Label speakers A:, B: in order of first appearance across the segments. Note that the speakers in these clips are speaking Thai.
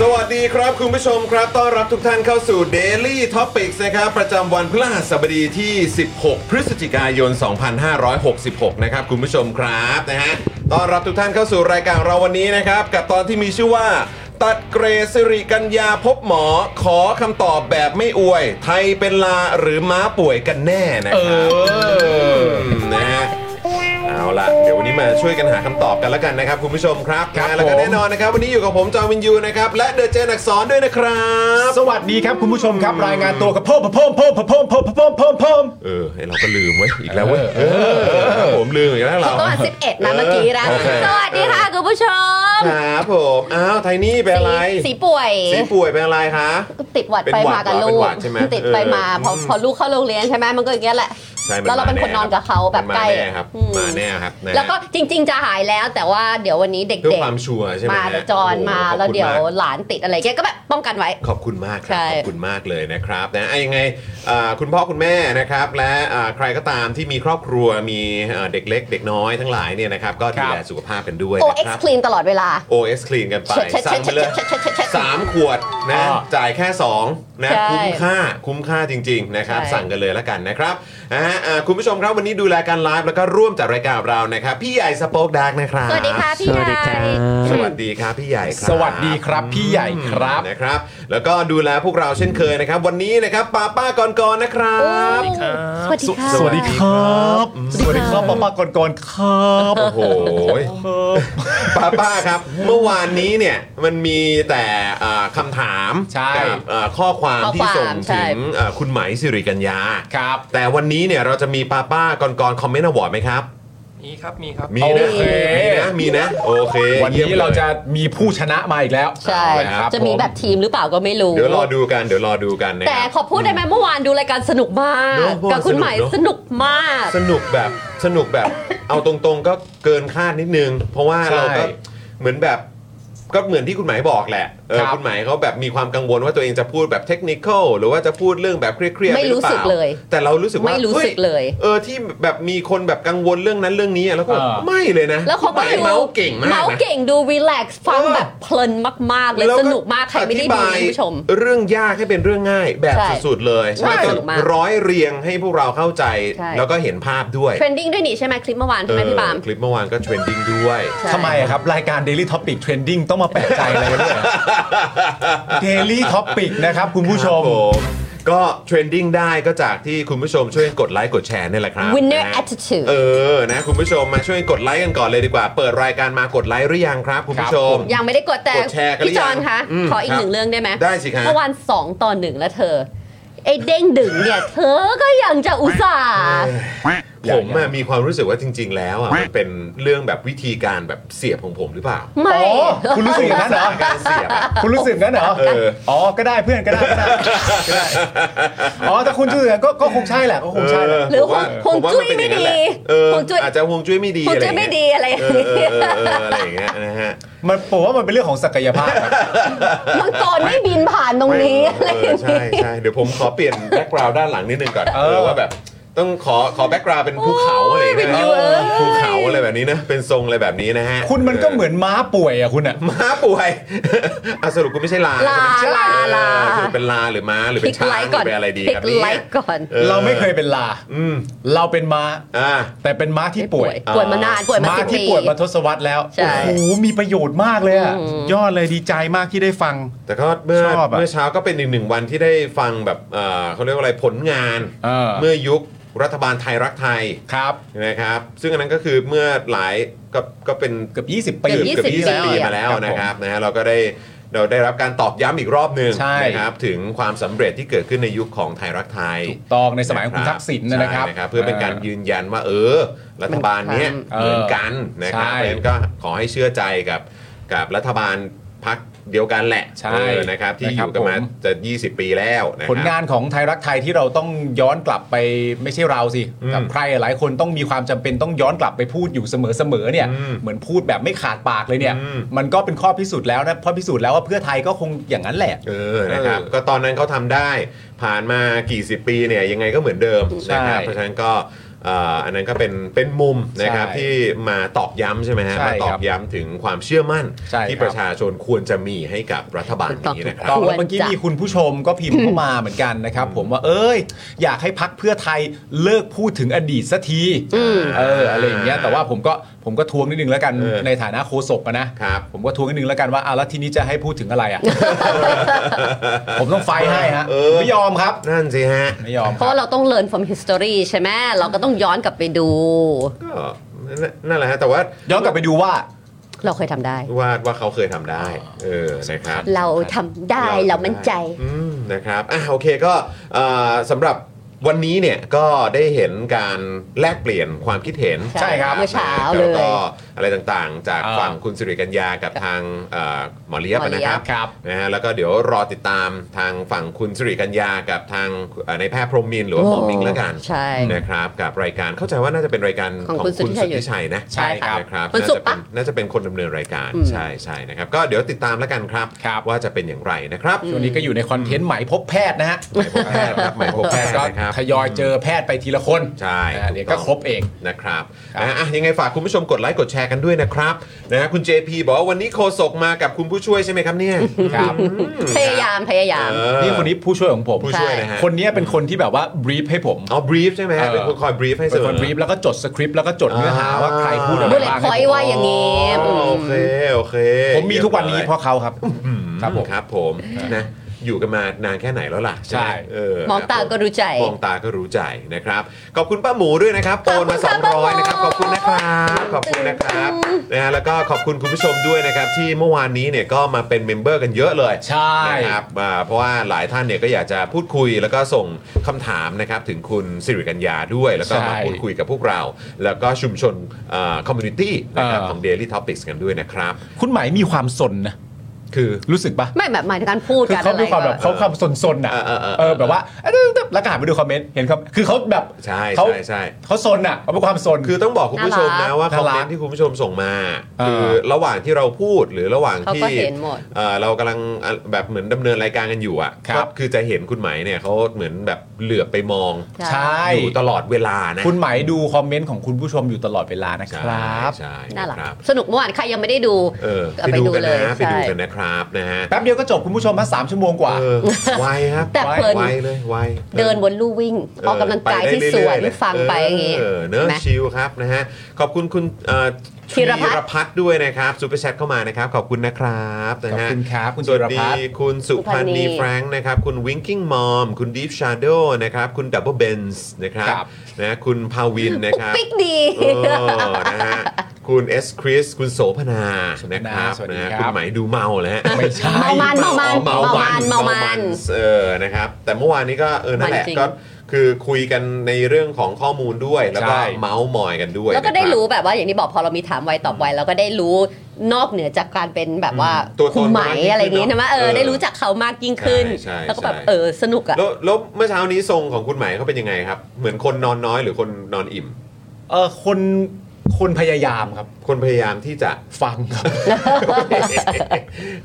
A: สวัสดีครับคุณผู้ชมครับ ต้อนรับทุกท่านเข้าสู่ Daily Topics นะครับ ประจำวันพฤหัสบดีที่ 16 พฤศจิกายน 2566 นะครับ คุณผู้ชมครับนะฮะต้อนรับทุกท่านเข้าสู่รายการเราวันนี้นะครับ กับตอนที่มีชื่อว่า ตัดเกรดสิริกัญญาพบหมอ ขอคำตอบแบบไม่อวย ไทยเป็นลาหรือม้าป่วยกันแน่นะครับมนะฮะเอาละเดี๋ยววันนี้มาช่วยกันหาคำตอบกันแล้วกันนะครับคุณผู้ชมครับ
B: ครับ
A: นะแล้วก็
B: ผม
A: แน่นอน แน่นอนนะครับวันนี้อยู่กับผมจอห์นวินยูนะครับและเดอะเจนอักสอนด้วยนะครับ
B: สวัสดีครับคุณผู้ชมครับรายงานตัวกับพ่อพ่อพ่อพ่อพ่อพ่อพ่อพ่อพ่อพ่อ
A: เออไอ้เราก็ลืมไว้ยอีกแล้วเว้ยเออผมลืมอีกแล้วเรา
C: ก็11นะเมื่อกี้นะ
A: โอเค
C: สวัสดีค่ะคุณผู้ชม
A: ครับผมอ้าวไทนี่เป็นอะไร
C: สีป่วย
A: สีป่วยเป็นอะไรคะ
C: ติดหวัด
A: เป็น
C: ไป
A: หวัด
C: มากับ
A: เหรอเป็น
C: ลู
A: ห
C: ก
A: วัดใช่ไหม
C: ติดไปมา
A: เออ
C: พอ
A: อืม
C: พอลูกเข้าโรงเรียนใช่ไหมมันก็อย่างเงี้ยแหละ
A: ใช่มั
C: แล้วเราเป็นคนนอนกับเขาแบบ
A: มันม
C: ใกล้
A: น่ครับ
C: อืม
A: มาแน่ครับนะ
C: แล้วก็จริง ๆ จะหายแล้ว แต่ว่าเดี๋ยววันนี้เด็
A: เพื่อก ความชัวร์ใช่ไหม
C: มา
A: ฮะ
C: จอน
A: โอ้โห
C: มา
A: ขอบคุณ
C: แล้วเดี๋ยว
A: มาก
C: หลานติดอะไรแกก็แบบป้องกันไว้
A: ขอบคุณมากค
C: ใช่
A: รับขอบคุณมากเลยนะครับนะไอ้ยังไงอ่าคุณพ่อคุณแม่นะครับและอ่าใครก็ตามที่มีครอบครัวมีอ่าเด็กเล็ก เด็กน้อยทั้งหลายเนี่ยนะครับก็ดูแลสุขภาพกันด้วย
C: โอ
A: นะ
C: เอ็ก
A: ครั
C: ซ์
A: บ
C: คลีนตลอดเวลา
A: OS Clean กันไป
C: เช็ดเช็ด
A: สั่งไปเลย
C: เช็ดเช็ดเช็ดเช็ด
A: สามขวดนะ
B: อ่า
A: จ่ายแค่ 2 นะ
C: ใช่
A: คุ้มค่าคุ้มค่าจริง ๆ นะครับ
C: ใช่
A: สั่งกันเลยละกันนะครับนะฮะอ่าคุณผู้ชมครับวันนี้ดูแลการไลฟ์แล้วก็ร่วมจัดรายการกับเรานะครับ พี่ใหญ่สป็อคดักนะครับ
C: สวัสดีค่ะพี่
B: สวัสดี
C: ให
B: ครั
C: ญ่
B: บ
A: สวัสดีครับพี่ใหญ่ครับ
B: สวัสดีครับพี่ใหญ่ครับ
A: นะครับแล้วก็ดูแลพวกเราเช่นเคยนะครับ วันนี้นะครับป้าป้ากรกรนะครับ
C: สวัสดีค่ะ
B: สวัสดีครับ สวัสดีครับป้าป้าก่อนก่อนครับ
A: โอ้โหยป้าป้าครับ เมื่อวานนี้เนี่ยมันมีแต่อ่าคำาถาม
B: ใช่
A: กับอ่าข้อความ
C: ข้อความ
A: ที่ส่ง
C: ใช่
A: ถึงอ่าคุณไหมายสิริกัญญา
B: ครับ
A: แต่วันนี้เนี่ยเราจะมีป้าป้ากรกรคอมเมนต์อวอร์ดไหมครับ
D: มีครับ มีครับ
A: มี
B: โอ
A: นะ
B: เค
A: มีนะมีนะโอเค
B: วัน
A: ยี่ยม
B: นี้
A: ลย
B: เราจะมีผู้ชนะมาอีกแล้ว
C: ใช่
B: ครับ
C: จะมีแบบทีมหรือเปล่าก็ไม่รู้
A: เดี๋ยวรอดูกันเดี๋ยวรอดูกันนะ
C: แต่
A: ครับ
C: ขอพูดได้ไหมเมื่อวานดูรายการสนุกมาก
A: เนอะเมื่อวาน
C: กับคุณใหม่
A: สนุกเนอะ
C: สนุกมาก
A: สนุกแบบสนุกแบบ เอาตรงๆก็เกินคาดนิดนึง เพราะว่า
B: ใช่
A: เราก็เหมือนแบบก็เหมือนที่คุณหมายบอกแหละเออ
B: ครับ
A: คุณหมายเขาแบบมีความกังวลว่าตัวเองจะพูดแบบเทคนิคอลหรือว่าจะพูดเรื่องแบบเครียดๆ
C: ไม่รู้
A: หอปา
C: สึกเลย
A: แต่เรารู้สึกว่า
C: ไม่รู้สึกเลย
A: เออที่แบบมีคนแบบกังวลเรื่องนั้นเรื่องนี้อะแล้วก็
B: เออ
A: ไม่เลยนะ
C: แล้วเขาก็
A: คุณหมย
C: ดู
A: เมาส์เก่งมากนะ
C: เมาส์เก่งดูรีแลกซ์ฟัง
A: เออ
C: แบบเพลินมาก ๆ เลย
A: แล้ว
C: สนุกมาก ใครไม่ได้
A: อธิ
C: ดู
A: บาย
C: นะคุณผู้ชม
A: เรื่องยากให้เป็นเรื่องง่ายแบบ
C: ใช่
A: สุดๆเลย
C: ใช่
A: แล้วก็
C: สนุกมาก
A: ร้อยเรียงให้พวกเราเข้าใจ
C: ใช่
A: แล้วก็เห็นภาพด้วย
C: เทรนดิ้งด้วยนี่ใช่ไหมคลิปเมื่อวานใช่ไหม
A: เออ
C: พี่ปาล์ม
A: คลิปเมื่อวานก็เทรนดิ้งด้วย
C: ใช่
B: ทำไมอะครับ รายการ Daily Topic Trending ต้องมาแปลกใจอะไรวะเนี่ย Daily Topic นะครับคุณผู้ชม
A: ครับผมก็เทรนดิ้งได้ก็จากที่คุณผู้ชมช่วยกดไลค์กดแชร์นี่แหละครับ
C: Winner
A: นะ
C: attitude
A: เออนะคุณผู้ชมมาช่วยกดไลค์กันก่อนเลยดีกว่า เปิดรายการมากดไลค์หรือยังครับ คุณผู้ชม
C: ยังไม่ได้กดแต่
A: กดแชร์กันหรือ
C: พี่จอนคะ
A: ยังอืม
C: ขออี
A: ค
C: ก
A: รับ
C: หนึ่งเรื่องได้ไหม
A: ได้สิคะ
C: เมื่อวานสองต่อหนึ่งแล้วเธอ ไอ้เด้งดึงเนี่ย เธอก็ยังจะอุตส่าห์
E: อย่า
A: ผม
E: อย่า
A: อะมีความรู้สึกว่าจริง ๆ แล้วอะมันเป็นเรื่องแบบวิธีการแบบเสียบของผมหรือเปล่า
C: ไม่
E: อ๋อคุณรู้สึกอย่างนั้นเหรอ
A: การเสียบอะ
E: คุณรู้สึกงั้นเหรอ
A: เออ
E: อ๋อ ก็ได้เพื่อนก็ได้ก็ได้ก็ได้ อ๋อ แต่คุณรู้สึกอย่างนั้นก็ก็คงใช่แหละก็คงใช่แหละ
C: หรือ
A: ผมว่า
C: ห่วง
A: ผว่า
C: จุ้
A: น
C: ย
A: เป็น
C: ไม่
A: อา
C: ดี
A: นั้นแหละเออ
C: ห่วงจุ้ย
A: อาจจะฮวงจุ้ยไม่ดี
C: ผม
A: อะไร
C: จะ
A: อย่าง
C: ไม่
A: เงี้ย
C: ดีอะไรอย่าง
A: เออ
C: นี้
A: เออเออเอออะไรอย่างเงี้ยนะฮะ
E: มันผมว่ามันเป็นเรื่องของศักยภาพครับ
C: มังกรไม่บินผ่านตรงนี้อะไรอ
A: เออย่าง ใช่
C: นี้
A: ใช่เดี๋ยวผมขอเปลี่ยนแบ็กกราวด์ด้านหลังนิดนึงก่อน
E: เอ
A: เอ
E: อ
A: อว่าแบบต้องขอขอแบ็กกราวด์เป็นภูเขาอะไร
C: โอ้ยเป็
A: นะ
C: นวิวเอ้ย
A: ภูเขาอะไรแบบนี้นะเป็นทรงอะไรแบบนี้นะฮะ
E: คุณมันก็เหมือนม้าป่วยอ่ะคุณอ่ะ
A: ม้าป่วย อ่ะสรุปคุณไม่ใช่ลา
C: ลา
A: ใช่ไหม
C: ลาลา
A: เออคุณเป็นลาหรือม้าหรือ
C: พลิ
A: เป็น
C: ก
A: ช้าง
C: ไล
A: หรื
C: ค์ก่อน
A: อเป็นอะไรดี
C: พลิ
A: ค
C: ก
A: รับเนี่ย
C: ไลค์ก่อน
A: ออ
E: เราไม่เคยเป็นลา
A: อืม
E: เราเป็นม้า
A: อ่า
E: แต่เป็นม้าที่ป่วย
C: ป่วยมานาน ป่วยมา
E: ม้า
C: สิบ
E: ที่
C: ปี
E: ป่วยมาทศวรรษแล้ว
C: ใช่
E: โอ้โห มีประโยชน์มากเลยอ่ะ
C: อืม
E: ยอดเลยดีใจมากที่ได้ฟัง
A: แต่ก็เมื่อ
E: ชอบอะ
A: เมื่อเช้าก็เป็นอีกหนึ่งวันที่ได้ฟังแบบเอ่อเขาเรียกว่าอะไรผลงาน
E: เออ
A: เมื่อยุครัฐบาลไทยรักไทย
E: ครับ
A: นะครับ ซึ่งอันนั้นก็คือเมื่อหลายก็ก็เป็น
E: เกือบ20 ปี
C: เกือบ
A: เกือบ20
C: 20
A: ปีมาแล้ว
E: ครับ
A: นะครับนะฮะเราก็ได้เราได้รับการตอบย้ำอีกรอบหนึ่ง
E: ใช่
A: นะครับถึงความสำเร็จที่เกิดขึ้นในยุคของไทยรักไทย
E: ถูกต้องในสมัยของคุณทักษิณนะนะครับ
A: ใช่เพื่อเป็นการยืนยันว่า เออ รัฐบาลเนี้ย
E: เออ
A: เหมือนกันนะครับ
E: ใช่
A: เพราะฉะนั้นก็ขอให้เชื่อใจกับกับรัฐบาลพักเดียวกันแหละ
E: ใช่
A: เออนะครับที่
E: นะ
A: อ
E: ครับ
A: ยู่กันมา
E: ผม
A: จะ 20 ปีแล้วนะครับ
E: ผลงานของไทยรักไทยที่เราต้องย้อนกลับไปไม่ใช่เราสิ
A: อืม
E: กับใครหลายคนต้องมีความจำเป็นต้องย้อนกลับไปพูดอยู่เสมอๆเนี่ย
A: อืม
E: เหมือนพูดแบบไม่ขาดปากเลยเนี่ย
A: อืม
E: มันก็เป็นข้อพิสูจน์แล้วนะเพราะพิสูจน์แล้วว่าเพื่อไทยก็คงอย่างนั้นแหละ
A: เออ นะครับ
E: เออ
A: ก็ตอนนั้นเขาทำได้ ผ่านมากี่สิบปีเนี่ยยังไงก็เหมือนเดิม
E: ใช่
A: นะครับ เพราะฉะนั้นก็เอ่ออันนั้นก็เป็นเป็นมุมนะครับ
E: ใช่
A: ที่มาตอกย้ำใช่ไหมฮะ
E: ใช่
A: มาตอ
E: ครั
A: ก
E: บ
A: ย้ำถึงความเชื่อมั่น
E: ใช่
A: ที่
E: ครับ
A: ประชาชนควรจะมีให้กับรัฐบาลนี้นะค
E: ต
A: รั
E: อบ น
C: ควรจะ
E: เมื่อกี้มีคุณผู้ชมก็พิมพ์เข้ามาเหมือนกันนะครับผมว่าเอ้ย อยากให้พักเพื่อไทยเลิกพูดถึงอดีตสักทีเอออะไรอย่างเงี้ยแต่ว่าผมก็ผมก็ทวงนิดนึงแล้วกัน
A: เออ
E: ในฐานะโคศกอะนะครับ ผมก็ทวงนิดนึงแล้วกันว่าเอาแล้วทีนี้จะให้พูดถึงอะไร อ่ะ ผมต้องไฟให้ฮะ
A: เออ
E: ไม่ยอมครับ
A: นั่นสิฮะ
E: ไม่ยอม
C: เพ
E: ครั
C: ราะ
E: บ
C: เราต้อง learn from history ใช่ไหมเราก็ต้องย้อนกลับไปดู
A: ก็นั่นนั่นแหละฮะ แต่ว่า
E: ย้อนกลับไปดูว่า
C: เราเคยทำได้
A: ว่าว่าเขาเคยทำได้ เออ นะครับ
C: เราทำได้เรามั่นใจ
A: อืมนะครับอ่ะโอเคก็เอ่อสำหรับวันนี้เนี่ยก็ได้เห็นการแลกเปลี่ยนความคิดเห็น
C: ใช่ครับเมื่อเช้า
A: แวก็
C: เลย
A: อะไรต่างๆ จาก
E: อ่า
A: ฝั่งคุณสิริกัญญากับทางเอ่อหมอเลียบ
C: หมอเลี
A: นะ
C: ย
A: ค
C: บ
A: รับ
E: ครับ
A: นะฮะแล้วก็เดี๋ยวรอติดตามทางฝั่งคุณสิริกัญญากับทางเอ่อในายแพทย์พรหมมินทร์หรือว่าหมอมิงแล้วกัน
C: ใช่
A: นะครับกับรายการเข้าใจว่าน่าจะเป็นรายการ
C: ของคุณสุทธิชัยอยู่
A: ชัยนะ
C: ใช่ค่ะ
A: นะครับ
C: วันศุกร์ปะ
A: น่าจะเป็นน่าจะเป็นคนดำเนินรายการ
C: อืม
A: ใช่ใช่นะครับก็เดี๋ยวติดตามแล้วกันครับ
E: ครับ
A: ว่าจะเป็นอย่างไรนะครับ
E: ช่วงนี้ก็อยู่ในคอนเทนต์ไหมพบแพทย์นะฮะ
A: หมายพบแพทย์ค รับหมายพบแพทย์
E: ก็
A: นะครับ
E: ทยอยเจอแพทย์ไปทีละคน
A: ใช่
E: อ่าเดี๋ยว
A: ถู
E: ก็
A: ต้อง
E: ครบเอง
A: นะครับนะอ่ะยังไงฝากคุณผู้ชมกดไลค์กดแชร์กันด้วยนะครับนะฮะคุณ JP บอกว่าวันนี้โคศกมากับคุณผู้ช่วยใช่ไหมครับเนี่ย
E: ครับ
C: พยายามพยายาม
A: เออ
E: นี่คนนี้ผู้ช่วยของผม
A: ผู้ช่วยนะฮะ
E: คนนี้เป็นคนที่แบบว่าบรีฟให้ผม
A: อ๋อบรีฟใช่ไหมฮะ
E: เออ
A: เป็นคนคอยบรีฟให้เส
E: เป็น
A: ม
E: ค
A: อน
E: บรีฟแล้วก็จดสคริปต์แล้วก็จดเนื้อหาว่าใครพูดอะไร
C: Bullet
E: บ้างให้
C: point
E: ผม
C: ว่าอย่างนี้
A: อ๋อโอเคโอเค
E: ผมมีทุกวันนี้เพราะเขาครับครับผม
A: ครับผมนะอยู่กันมานานแค่ไหนแล้วล่ะ
E: ใช่
A: ไหมเออ
C: มองตา
A: ครับผม
C: ก็รู้ใจ
A: มองตาก็รู้ใจนะครับ ขอบคุณป้าหมูด้วยนะครับโอนมา
C: ขอบคุณ
A: 200
C: ค่ะ
A: นะครับ ขอบคุณนะครับ ขอบคุณนะครับนะฮะแล้วก็ขอบคุณคุณผู้ชมด้วยนะครับ ที่เมื่อวานนี้เนี่ยก็มาเป็นเมมเบอร์กันเยอะเลย
E: ใช่
A: นะครับอ่าเพราะว่าหลายท่านเนี่ยก็อยากจะพูดคุยแล้วก็ส่งคำถามนะครับถึงคุณสิริกัญญาด้วย แล้วก็
E: ใช่
A: มาพูดคุยกับพวกเรา แล้วก็ชุมชนคอมมูนิตี้นะครับ
E: เออ
A: ของ Daily Topics กันด้วยนะครับ
E: คุณไหมายมีความสนนะ
A: คือ
E: รู้สึกปะ
C: ไม่แบบหมายถึงการพูด
E: คือ
C: การ
E: เขา
C: อะไร
E: มีความแบบเขาความสนๆอ่ะ
A: เออเออเออ
E: เออแบบว่าเอ้ยตึ๊บแล้วก็หันไปดูคอมเมนต์เห็นครับคือเขาแบบ
A: ใช่
E: เขา
A: ใช่ใช่
E: เขาสนอ่ะเขาเป็นความสน
A: คือต้องบอกคุณผู้ชมนะว่าค
E: น่ารั
A: อม
E: ก
A: เมนต์ที่คุณผู้ชมส่งมา
E: เออ
A: คือระหว่างที่เราพูดหรือระหว่าง
C: เขา
A: ที่
C: ก็เห็นหมด
A: เอ่อเรากำลังอ่ะแบบเหมือนดำเนินรายการกันอยู่อ่ะ
E: ครับ
A: ก็คือจะเห็นคุณไหมเนี่ยเขาเหมือนแบบเหลือบไปมอง
E: ใช่
A: อยู่ตลอดเวลานะ
E: คุณไหมายดูคอมเมนต์ของคุณผู้ชมอยู่ตลอดเวลานะค
A: ใช่
E: รับ
A: ใช่
C: น่ารั
A: ครั
C: ก
A: บ
C: สนุกเมื่อวานใครยังไม่ได้ดู
A: เออ
C: เอา
A: ไป
C: ไป
A: ดู
C: ดู
A: กัน
C: เลย
A: นะไปดู
C: ใช่
A: กันนะครับนะฮะ
E: แป๊บเดียวก็จบคุณผู้ชมมาสามชั่วโมงกว่า
A: เออไวครับ
C: แต่เพลิน
A: ไวเลยไว
C: เดินวนลู่วิ่ง ออกกำลังกายที่สวนฟังไปอย่าง
A: นี้
C: งี้
A: เนอะ
C: ไหม
A: ชิลครับนะฮะ ขอบคุณคุณเอ่อ
C: ธีรพัฒน์
A: พัฒน์ด้วยนะครับซูเปอร์แชทเข้ามานะครับ ขอบคุณนะครับนะฮะ
E: ขอบคุณครับคุณ
A: สวัส
E: ธีรพั
A: ดี
E: ฒน์
A: คุณสุพันธ์นีแฟรงค์นะครับ คุณวิงกิ้งมอมคุณดีฟชาร์โดนะครับคุณดับเบิลเบนส์นะครับ
E: ครับ
A: นะคุณพาวินนะ
C: ปุ๊ก
A: ครับ
C: ปิ๊กดี
A: เออนะฮะคุณเอสคริสคุณโสพนานะครับ
E: สวัสดี
A: นะ
E: ค
A: ฮะ
E: รับ
A: คุณไหมายดูเมาแล้วฮะ
E: ไม่ใช่
C: เมามันเมามัน
A: เมามัน
C: เมามัน
A: เออนะครับแต่เมื่อวานนี้ก็เออนั่นแหละ
C: มันจริง
A: ก็ คือคุยกันในเรื่องของข้อมูลด้วย แล้วก็
E: ใช่
A: เมาส์มอยกันด้วย
C: แล้วก็ได้
A: นะคบ
C: รู้แบบว่าอย่างที่บอกพอเรามีถามไวตอบไวเราก็ได้รู้นอกเหนือจากการเป็นแบบว่า
A: อืมตัวตน
C: คุณไหม
A: มากยิ่งขึ้น
C: อะไรนี้นะว่าเอ
A: เอ
C: อ
A: อ
C: ได้รู้จักเขามากยิ่งขึ้น
A: ใช่ใช่
C: แล้วก็แบบ
A: ใช่
C: เออสนุกอะ
A: แล้วแล้วเมื่อเช้านี้ทรงของคุณหมายเขาเป็นยังไงครับ เหมือนคนนอนน้อยหรือคนนอนอิ่ม
E: เออคนคนพยายามครับ
A: คนพยายามที่จะ
E: ฟังครับ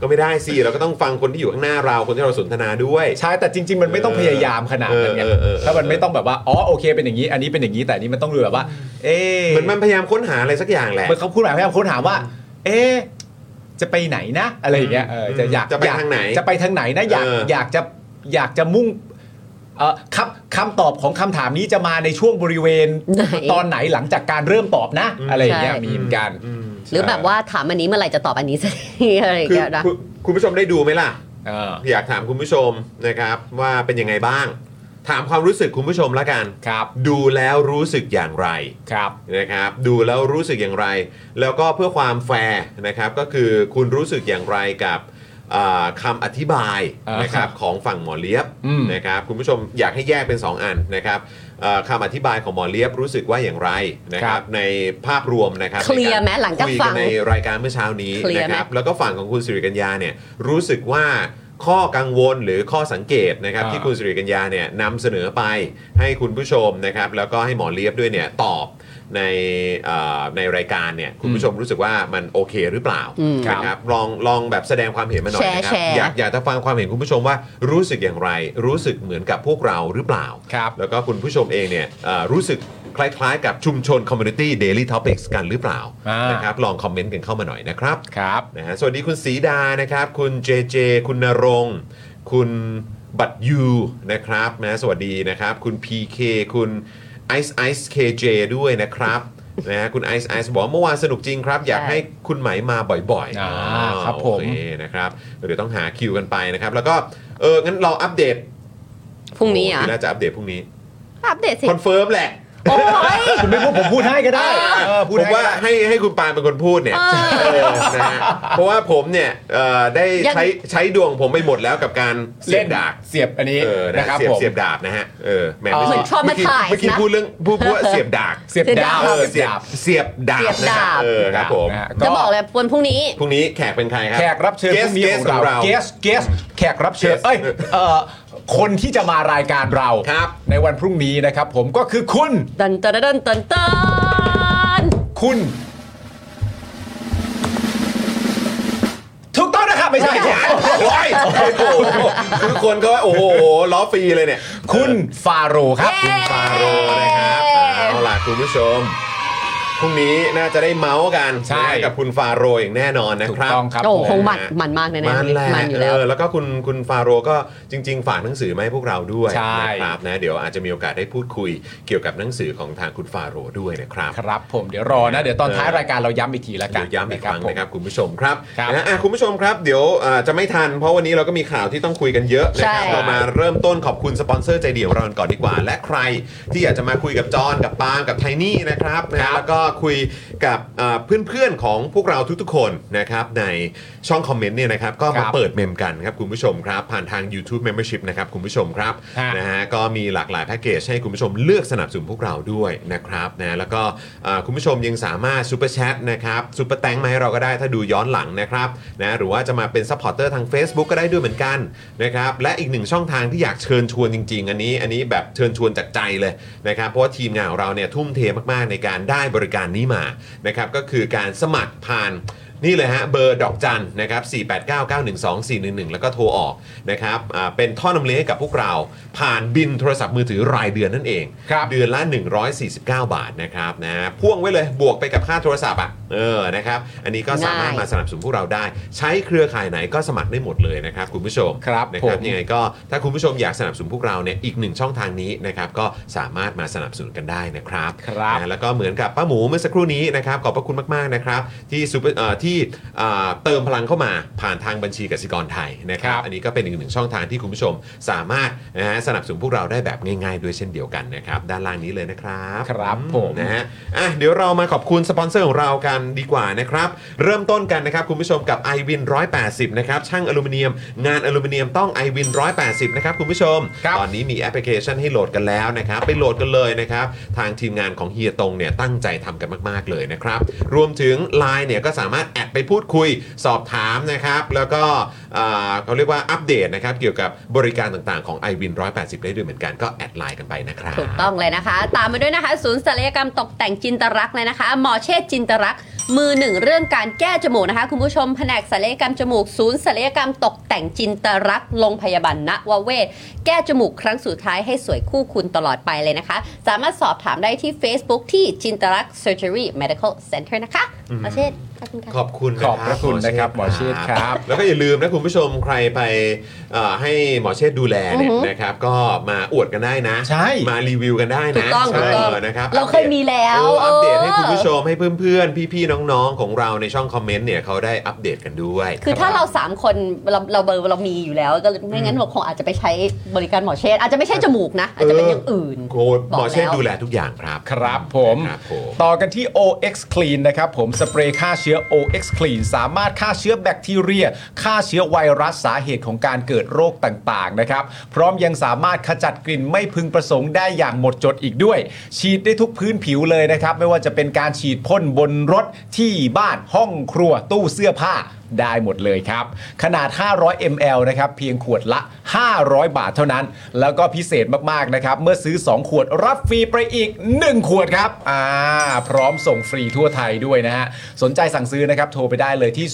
A: ก็ไม่ได้สิเราก็ต้องฟังคนที่อยู่ข้างหน้าเราคนที่เราสนทนาด้วย
E: ใช่แต่จริง ๆ มันไม่ต้องพยายามขนาดนั้นไง
A: เออเออเออเออ
E: ถ้ามันไม่ต้องแบบว่าอ๋อโอเคเป็นอย่างนี้ อันนี้เป็นอย่างนี้แต่อันนี้มันต้องดูแบบว่า เอ๊ะ
A: เหมือนมันพยายามค้นหาอะไรสักอย่างแหละ
E: เหมือนเขาพูดแบบพยายามค้นหาว่า เอ๊ะจะไปไหนนะ อะไรอย่างเงี้ยเออจะอยาก
A: จะไป
E: อยก
A: ทางไหน
E: จะไปทางไหนนะอยาก
A: เออ
E: อยากจะอยากจะมุ่งเออครับคำตอบของคำถามนี้จะมาในช่วงบริเวณ
C: ไหน
E: ตอนไหนหลังจากการเริ่มตอบนะ
A: อืม
E: อะไรอย่างเงี้ย
C: ใช่
E: มีเหมือนกัน
A: ม
C: หรือแบบว่าถามอันนี้เมื่อไหร่จะตอบอันนี้สักทีอะไรอย่าง
A: คือ
C: เงี้ยนะ
A: คุณคุณผู้ชมได้ดูไหมล่ะ
E: เออ
A: อยากถามคุณผู้ชมนะครับ ว่าเป็นยังไงบ้าง ถามความรู้สึกคุณผู้ชมละกัน
E: ครับ
A: ดูแล้วรู้สึกอย่างไร
E: ครับ
A: นะครับ ดูแล้วรู้สึกอย่างไร แล้วก็เพื่อความแฟร์นะครับ ก็คือคุณรู้สึกอย่างไรกับอ่าคำาอธิบาย
E: อ่าฮะ
A: นะครับของฝั่งหมอเลียบ
E: อืม
A: นะครับคุณผู้ชมอยากให้แยกเป็น 2 อันนะครับอ่าคำาอธิบายของหมอเลียบรู้สึกว่าอย่างไรนะครับในภาพรวมนะครับ
C: เคลียร์ไหมหลังจาก
A: คุย
C: ฟั
A: กัน
C: ง
A: ในรายการเมื่อเช้านี้
C: เคลีย
A: นะ
C: ร์ไหม
A: ครับ แล้วก็ฝั่งของคุณสิริกัญญาเนี่ยรู้สึกว่าข้อกังวลหรือข้อสังเกตนะครับ
E: อ่า
A: ที่คุณสิริกัญญาเนี่ยนำเสนอไปให้คุณผู้ชมนะครับแล้วก็ให้หมอเลียบด้วยเนี่ยตอบในเอ่อในรายการเนี่ยคุณผู้ชมรู้สึกว่ามันโอเคหรือเปล่า
C: อืม
A: นะครับลองลองแบบแสดงความเห็นมาหน่อยนะครั
C: แชร์แชร์
A: อยากอยากจะฟังความเห็นคุณผู้ชมว่ารู้สึกอย่างไร รู้สึกเหมือนกับพวกเราหรือเปล่า
E: ครับ
A: แล้วก็คุณผู้ชมเองเนี่ยเอ่อรู้สึกคล้ายๆ กับชุมชนคอมมูนิตี้เดลี่ท็อปิกกันหรือเปล่า
E: อ่าน
A: นะครับลองคอมเมนต์กันเข้ามาหน่อยนะครับ
E: ครับ
A: นะฮะสวัสดีคุณสีดานะครับ คุณเจเจ คุณนรงค์คุณบัตยูนะครับนะสวัสดีนะครับ คุณ PK คุณ Ice Ice KJ ด้วยนะครับนะฮะคุณ Ice Ice บอกว่าเมื่อวานสนุกจริงครับ อยากให้คุณไหมมาบ่อยๆ
E: อ่า
A: อ่า
E: ครับผม
A: โอเคนะครับเดี๋ยวต้องหาคิวกันไปนะครับ แล้วก็เอองั้นเราอัปเดต
C: พรุ่งนี้เหรอ่ะ
A: โโหน่าจะอัปเดตพรุ่งนี้
C: อัปเดตสิ
A: คอนเฟิร์มแหละ
C: โอ้ย
E: คุณไม่พูดผมพูดให้ก็ได้เออพูด
A: ผม
E: ให้ก็
A: ว่า
E: ได้
A: ให้ให้คุณปาล์มเป็นคนพูดเนี่ยเออนะฮะเพราะว่าผมเนี่ยเอ่อได้
C: ยัง
A: ใช้ใช้ดวงผมไปหมดแล้วกับการเสียบดาบ
E: เสียบอันนี้
A: เออนะ
E: นะครับ
A: เสียบ
E: ผม
A: เสียบดาบนะฮะเออแหมไม่
C: เห
A: ใช่
C: มือนชอบมา
A: เอกี้
C: ถ่าย
A: เมื่อกี้
C: นะ
A: พูดเรื่องพูดพูดว่าเสียบดาบ
E: เสียบดาว
A: เออ
E: เสี
A: เสี
E: ย
A: ย
E: บบ ดาบ
A: เสียบดาบ
C: เสียบดาบ
A: นะครับเออครับผม
E: นะฮะ
C: จะบอกเลยวันพรุ่งนี้
A: พรุ่งนี้แขกเป็นใครครับ
E: แขกรับเชิญ
A: Guest
E: ผู้มี
A: Guest
E: ของเราเกสเกสแขกรับเชิญ
A: Guest
E: เอ้ยเอ่อคนที่จะมารายการเรา
A: ครับ
E: ในวันพรุ่งนี้นะครับ ผมก็คือคุณ
C: ตันตันตันตันตัน
E: คุณ ถูกต้องนะครับ ไม่ใช่
A: โอ้ยโอ้ยโอ้โหทุกคนก็ว่าโอ้โหล้อฟรีเลยเนี่ย
E: คุณฟาโรห์ครับ
A: คุณฟาโรห์นะครับเอาล่ะคุณผู้ชมพรุ่งนี้น่าจะได้เมาส์กัน
E: ใช่
A: นะกับคุณฟาโรห์อย่างแน่นอนนะ
E: ถูก
A: ครับ
E: ต้องครับ
C: โอ้โห
E: ผม
C: คงมันมันมากแน่ๆ
A: มันแหละ
C: มันอยู่แล้ว
A: เออแล้วก็คุณคุณฟาโรห์ก็จริง ๆ ฝากหนังสือมาให้พวกเราด้วย
E: ใช่
A: นะครับนะเดี๋ยวอาจจะมีโอกาสได้พูดคุยเกี่ยวกับหนังสือของทางคุณฟาโรห์ด้วยนะครับ
E: ครับผมเดี๋ยวรอนะ เดี๋ยวตอนท้ายรายการเราย้ำอีกทีละกัน
A: เดี๋ยวย้ำอีกครั้ง
E: ผม
A: นะครับคุณผู้ชมครับ
E: ครับ
A: นะอ่ะคุณผู้ชมครับเดี๋ยวอ่าจะไม่ทันเพราะวันนี้เราก็มีข่าวที่ต้องคุยกันเยอะนะครับ
C: ใช่
A: เรามาเริ่มต้นขอบคุณสปอนเซอร์ใจเดียวเรากันก่อนดีกว่า และใครที่อยากจะมาคุยกับจอห์นกับปาล์มกับไทนี่นะครับนะแล้วก็คุยกับอ่าเพื่อนๆของพวกเราทุกๆคนนะครับในช่องคอมเมนต์เนี่ยนะครับก็
E: ครั
A: มา
E: บ
A: เปิดเมมกันครับคุณผู้ชมครับผ่านทาง YouTube Membership นะครับคุณผู้ชมครับ
E: ฮะ
A: นะ นะฮะก็มีหลากหลายแพ็กเกจให้คุณผู้ชมเลือกสนับสนุนพวกเราด้วยนะครับนะแล้วก็เอ่อคุณผู้ชมยังสามารถซูเปอร์แชทนะครับซูเปอร์แตงมาให้เราก็ได้ถ้าดูย้อนหลังนะครับนะหรือว่าจะมาเป็นซัพพอร์เตอร์ทาง Facebook ก็ได้ด้วยเหมือนกันนะครับและอีกหนึ่งช่องทางที่อยากเชิญชวนจริง ๆ อันนี้อันนี้แบบเชิญชวนจากใจเลยนะครับเพราะว่าทีมงานของเราเนี่ยทุ่มเทมากๆในการได้บริการนี้มานะครับก็คือการสมัครผ่าน นี่เลยฮะเบอร์ดอกจันนะครับ489912411 แล้วก็โทรออกนะครับอ่าเป็นท่อนำเลี้ยงให้กับพวกเรา ผ่านบินโทรศัพท์มือถือรายเดือนนั่นเอง
E: ครับ
A: เดือนละ 149 บาทนะครับนะพ่วงไว้เลยบวกไปกับค่าโทรศัพท์อ่ะเออนะครับอันนี้ก็สามารถ
C: ง่าย
A: มาสนับสนุนพวกเราได้ ใช้เครือข่ายไหนก็สมัครได้หมดเลยนะครับคุณผู้ชม
E: ครับ
A: นะครับ
E: ผม
A: ยังไงก็ถ้าคุณผู้ชมอยากสนับสนุนพวกเราเนี่ยอีกหนึ่งช่องทางนี้นะครับก็สามารถมาสนับสนุนกันได้นะครับ
E: ครับ
A: นะแล้วก็เหมือนกับป้าหมูเมื่อสักครู่นี้นะครับขอบพระคุณมากๆนะครับที่ซูเปอร์เอ่อที่
F: ที่อ่าเติมพลังเข้ามาผ่านทางบัญชีกสิกรไทยนะครับ อันนี้ก็เป็นอีกหนึ่งช่องทางที่คุณผู้ชมสามารถนะฮะสนับสนุนพวกเราได้แบบง่ายๆ ด้วยเช่นเดียวกันนะครับ ด้านล่างนี้เลยนะครับ
E: ครับผม
F: นะฮะอ่ะเดี๋ยวเรามาขอบคุณสปอนเซอร์ของเรากันดีกว่านะครับ เริ่มต้นกันนะครับ คุณผู้ชมกับ i w วิน180 นะครับ ช่างอลูมิเนียม งานอลูมิเนียมต้อง i w วิน180 นะครับ คุณผู้ชม
E: ครับ
F: ตอนนี้มีแอปพลิเคชันให้โหลดกันแล้วนะครับ ไปโหลดกันเลยนะครับ ทางทีมงานของเฮียตงเนี่ยตั้งใจทำกันมาก ๆ เลยนะครับ รวมถึง Line เนี่ยก็สามารถแอดไปพูดคุยสอบถามนะครับ แล้วก็อ่าเขาเรียกว่าอัปเดตนะครับเกี่ยวกับบริการต่างๆของ i w วิน180 ได้ด้วยเหมือนกันก็แอดไลน์กันไปนะครับ
C: ถูกต้องเลยนะคะ ตามมาด้วยนะคะ ศูนย์ศัลยกรรมตกแต่งจินตรักษณ์เลยนะคะ หมอเชษจินตรักษณ์มือหนึ่งเรื่องการแก้จมูกนะคะ คุณผู้ชมแผนกศัลยกรรมจมูก ศูนย์ศัลยกรรมตกแต่งจินตรักษณ์โรงพยาบาลนวเวศแก้จมูกครั้งสุดท้ายให้สวยคู่คุณตลอดไปเลยนะคะ สามารถสอบถามได้ที่ Facebook ที่จินตรักษณ์ Surgery Medical Center นะคะหมอเชษขอบคุณค่ะ
F: ขอบคุณน
E: ขอบพระคุณนะครับหมอเชษฐ์ครับ
F: แล้วก็อย่าลืมนะคุณผู้ชมใครไปเอ่อให้หมอเชษฐ์ดูแลเนี่ย
C: อือฮึ
F: นะครับ ก็มาอวดกันได้นะ
E: ใช่
F: มารีวิวกันได้นะ
C: ถูกต้อง
F: ใช่
C: ถูกต้อง
F: เนะครับ
C: เราเคยมีแล้ว
F: เอออัปเดต
C: เออ
F: ให้คุณผู้ชมให้เพื่อนๆ พี่ๆ น้องๆ ของเราในช่องคอมเมนต์เนี่ยเขาได้อัปเดตกันด้วย
C: คือถ้าเราสามคนเราเราเบอร์เรามีอยู่แล้วก็ไม่งั้นเราคงอาจจะไปใช้บริการหมอเชษอาจจะไม่ใช่จมูกนะ อาจจะเป็นอย่างอื่น
F: โค้ดหมอเชษฐ์ดูแลทุกอย่างครับ
E: ครับผม
F: ครับผม
E: ต่อกันที่ OX Clean นะครับผมสเปรย์ฆ่าเชื้อ OX Clean สามารถฆ่าเชื้อแบคทีเรียฆ่าเชื้อไวรัสสาเหตุของการเกิดโรคต่างๆนะครับพร้อมยังสามารถขจัดกลิ่นไม่พึงประสงค์ได้อย่างหมดจดอีกด้วย ฉีดได้ทุกพื้นผิวเลยนะครับ ไม่ว่าจะเป็นการฉีดพ่นบนรถที่บ้านห้องครัวตู้เสื้อผ้า ได้หมดเลยครับ ขนาด 500 ml นะครับ เพียงขวดละ 500 บาทเท่านั้น แล้วก็พิเศษมาก ๆ นะครับ เมื่อซื้อ 2 ขวดรับฟรีไปอีก 1 ขวดครับ อ่า พร้อมส่งฟรีทั่วไทยด้วยนะฮะ สนใจสั่งซื้อนะครับ โทรไปได้เลยที่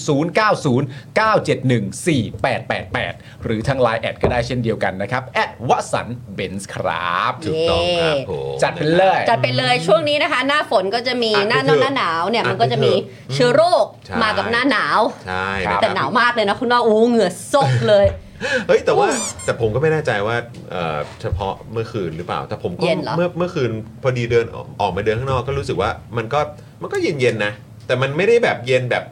E: 0909714888 หรือทาง Line แอดก็ได้เช่นเดียวกันนะครับ แอดวสันเบนซ์ครับ
F: ถูกต้องครับผม
E: จัดไปเลย
C: จัดไปเลยช่วงนี้นะคะ หน้าฝนก็จะมี
F: อ่ะ
C: หน้า
F: ไปเถอะ
C: หนาวหน้าหนาวเนี่ย
F: อ่ะ
C: มันก็จะ
F: ไปเถอะ
C: มีเชื้อโรค
F: ใช่
C: มากับหน้าหนาว
F: ใช่ะ
C: แต่หนาวมากเลยนะคุณน้องอู้เหงื่อซกเลย
F: เฮ้ยแต่ว่าแต่ผมก็ไม่แน่ใจว่าเอ่อเฉพาะเมื่อคืนหรือเปล่า แต่ผมก็
C: เย็นเหรอ
F: เมื่อเมื่อคืนพอดีเดินออกออกมาเดินข้างนอกก็รู้สึกว่ามันก็มันก็เย็นเย็นๆนะ แต่มันไม่ได้แบบเย็นแบบ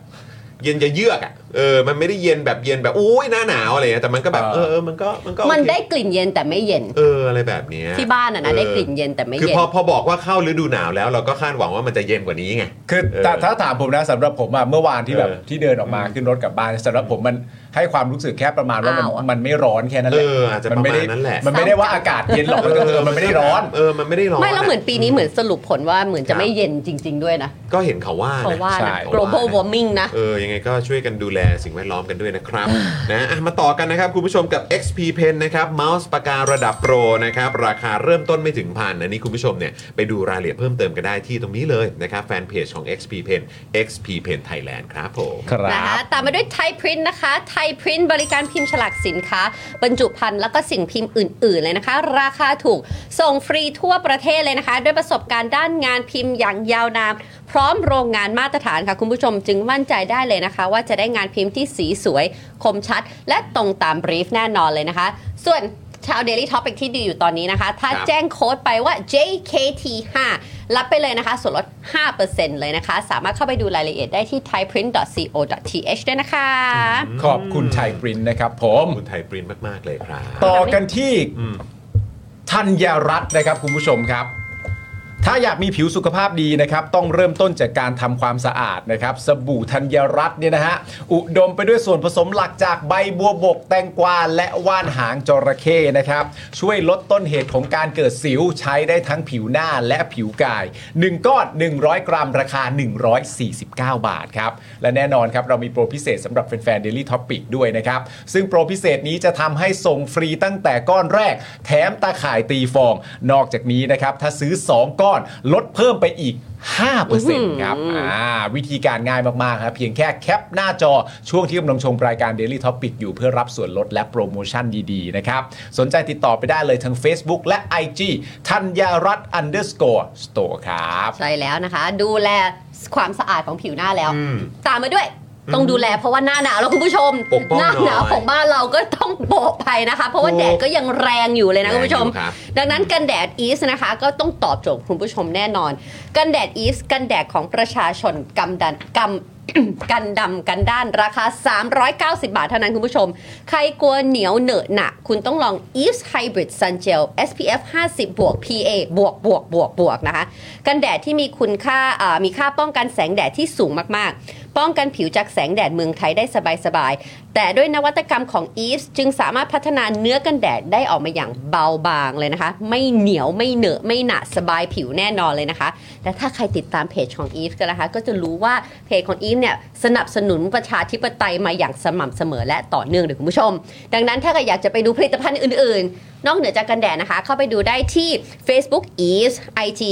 F: เย็นจะเยือกอ่ะเออมันไม่ได้เย็นแบบเย็นแบบอุ้ยหน้าหนาวอะไรเงี้ยแต่มันก็แบบเอ
E: เอ
F: อ
E: อ
F: เออมันก็มันก็โอเค
C: มันได้กลิ่นเย็นแต่ไม่เย็น
F: เอออะไรแบบเนี้ย
C: ที่บ้านอ่ะนะได้กลิ่นเย็นแต่ไม่
F: คือ
C: เย็น
F: พอพอบอกว่าเข้าฤดูหนาวแล้วเราก็คาดหวังว่ามันจะเย็นกว่านี้ไง
E: คือ
F: เออ
E: แต่ถ้าถามผมนะสำหรับผมอะเมื่อวานที่แบบ
F: เออ
E: ที่เดินออกมาขึ้นรถกลับบ้านสำหรับผมมันให้ความรู้สึกแค่ประมาณว่ามัน
C: อ้าวอะ
E: มันไม่ร้อนแค่นั้นแหละ
F: เอออาจจะ
E: มัไม่ได้
F: ประมาณนั้นแหละ
E: มันไม่ได้ว่าอากาศเย็นหรอกมันก็คือมันไม่ได้ร้อน
F: เออมันไม่ได้ร้อน
C: ไม่แล้วเหมือนปีนี้เหมือนสรุปผลว่าเหมือนจะไม่เย็นจริง ๆ ด้วยนะ
F: ก็เห็นเขาว่านะ
C: เพราะว่านะ
E: ใช่
C: global warming นะ
F: เออ ยังไงก็ช่วยกันดูแลสิ่งแวดล้อมกันด้วยนะครับ นะอ่ะมาต่อกันนะครับ คุณผู้ชมกับ XP Pen นะครับเมาส์ปากการะดับโปรนะครับ ราคาเริ่มต้นไม่ถึงพันอันนี้คุณผู้ชมเนี่ย ไปดูรายละเอียดเพิ่มเติมกันได้ที่ตรงนี้เลยนะครับ แฟนเพจของ XP Pen XP Pen Thailand ครับผม
E: ครั
C: นะคะ
E: บ
C: ตามมาด้วยไทยพรินนะคะไทยพรินบริการพิมพ์ฉลากสินค้า บรรจุภัณฑ์แล้วก็สิ่งพิมพ์อื่น ๆ เลยนะคะ ราคาถูกส่งฟรีทั่วประเทศเลยนะคะ ด้วยประสบการณ์ด้านงานพิมพ์อย่างยาวนานพร้อมโรงงานมาตรฐานค่ะ คุณผู้ชมจึงมั่นใจได้เลยนะคะ ว่าจะได้งานพิมพ์ที่สีสวย คมชัด และตรงตามบรีฟแน่นอนเลยนะคะ ส่วนชาว Daily Topic ที่ดูอยู่ตอนนี้นะคะ ถ้า
F: ครับ
C: แจ้งโค้ดไปว่า JKT5 รับไปเลยนะคะ ส่วนลด 5%เลยนะคะ สามารถเข้าไปดูรายละเอียดได้ที่ thaiprint.co.th ด้วยนะคะ
E: ขอบคุณไทยปรินท์นะครับผม
F: คุณไทยปรินมาก ๆ เลยครับ
E: ต่อกันที่
F: อืม
E: ธัญรัตน์นะครับคุณผู้ชมครับ ถ้าอยากมีผิวสุขภาพดีนะครับ ต้องเริ่มต้นจากการทำความสะอาดนะครับ สบู่ธัญรัตน์เนี่ยนะฮะ อุดมไปด้วยส่วนผสมหลักจากใบบัวบก แตงกวา และว่านหางจระเข้นะครับ ช่วยลดต้นเหตุของการเกิดสิวใช้ได้ทั้งผิวหน้าและผิวกาย 1 ก้อน 100 กรัมราคา 149 บาทครับ และแน่นอนครับ เรามีโปรพิเศษสำหรับแฟนๆ Daily Topic ด้วยนะครับ ซึ่งโปรพิเศษนี้จะทำให้ส่งฟรีตั้งแต่ก้อนแรก แถมตาข่ายตีฟอง นอกจากนี้นะครับ ถ้าซื้อ 2 ก้อนลดเพิ่มไปอีก 5%ครับอ่าวิธีการง่ายมาก ๆ ครับ เพียงแค่แคปหน้าจอช่วงที่กำลังชมรายการ Daily Topic อยู่เพื่อรับส่วนลดและโปรโมชั่นดีๆ นะครับ สนใจติดต่อไปได้เลยทาง Facebook และ IG ธัญรัตน์ underscore store ครับ
C: ใช่แล้วนะคะ ดูแลความสะอาดของผิวหน้าแล้ว ตามมาด้วย ต้องดูแลเพราะว่าหน้าหนาวแล้วคุณผู้ชม
F: ปกป้อง
C: หน้าหนาว
F: หน่อย
C: ของบ้านเราก็ต้องโบกไปนะคะ เพราะว่า
F: ถูก
C: แดดก็ยังแรงอยู่เลยนะคุณผู้ชม
F: แรงอยู่ครับ
C: ดังนั้นกันแดดอีสนะคะ ก็ต้องตอบโจทย์คุณผู้ชมแน่นอน กันแดดอีสกันแดดของประชาชนกำดันกำ กันดำกันด้านราคา 390 บาทเท่านั้นคุณผู้ชม ใครกลัวเหนียวเหนอะหนะคุณต้องลอง Eves Hybrid Sun Gel SPF 50บวก PA บวกบวกบวกบวกนะคะ กันแดดที่มีคุณค่าเอ่อมีค่าป้องกันแสงแดดที่สูงมาก ๆ ป้องกันผิวจากแสงแดดเมืองไทยได้สบาย ๆ แต่ด้วยนวัตกรรมของ Eves จึงสามารถพัฒนาเนื้อกันแดดได้ออกมาอย่างเบาบางเลยนะคะ ไม่เหนียวไม่เหนอะไม่หนะสบายผิวแน่นอนเลยนะคะ และถ้าใครติดตามเพจของ Eves กันนะคะ ก็จะรู้ว่าเพจของ Eves เนี่ยสนับสนุนประชาธิปไตยมาอย่างสม่ำเสมอและต่อเนื่องเลยคุณผู้ชม ดังนั้นถ้าใครอยากจะไปดูผลิตภัณฑ์อื่น ๆ นอกเหนือจากกันแดดนะคะ เข้าไปดูได้ที่ Facebook Eves IG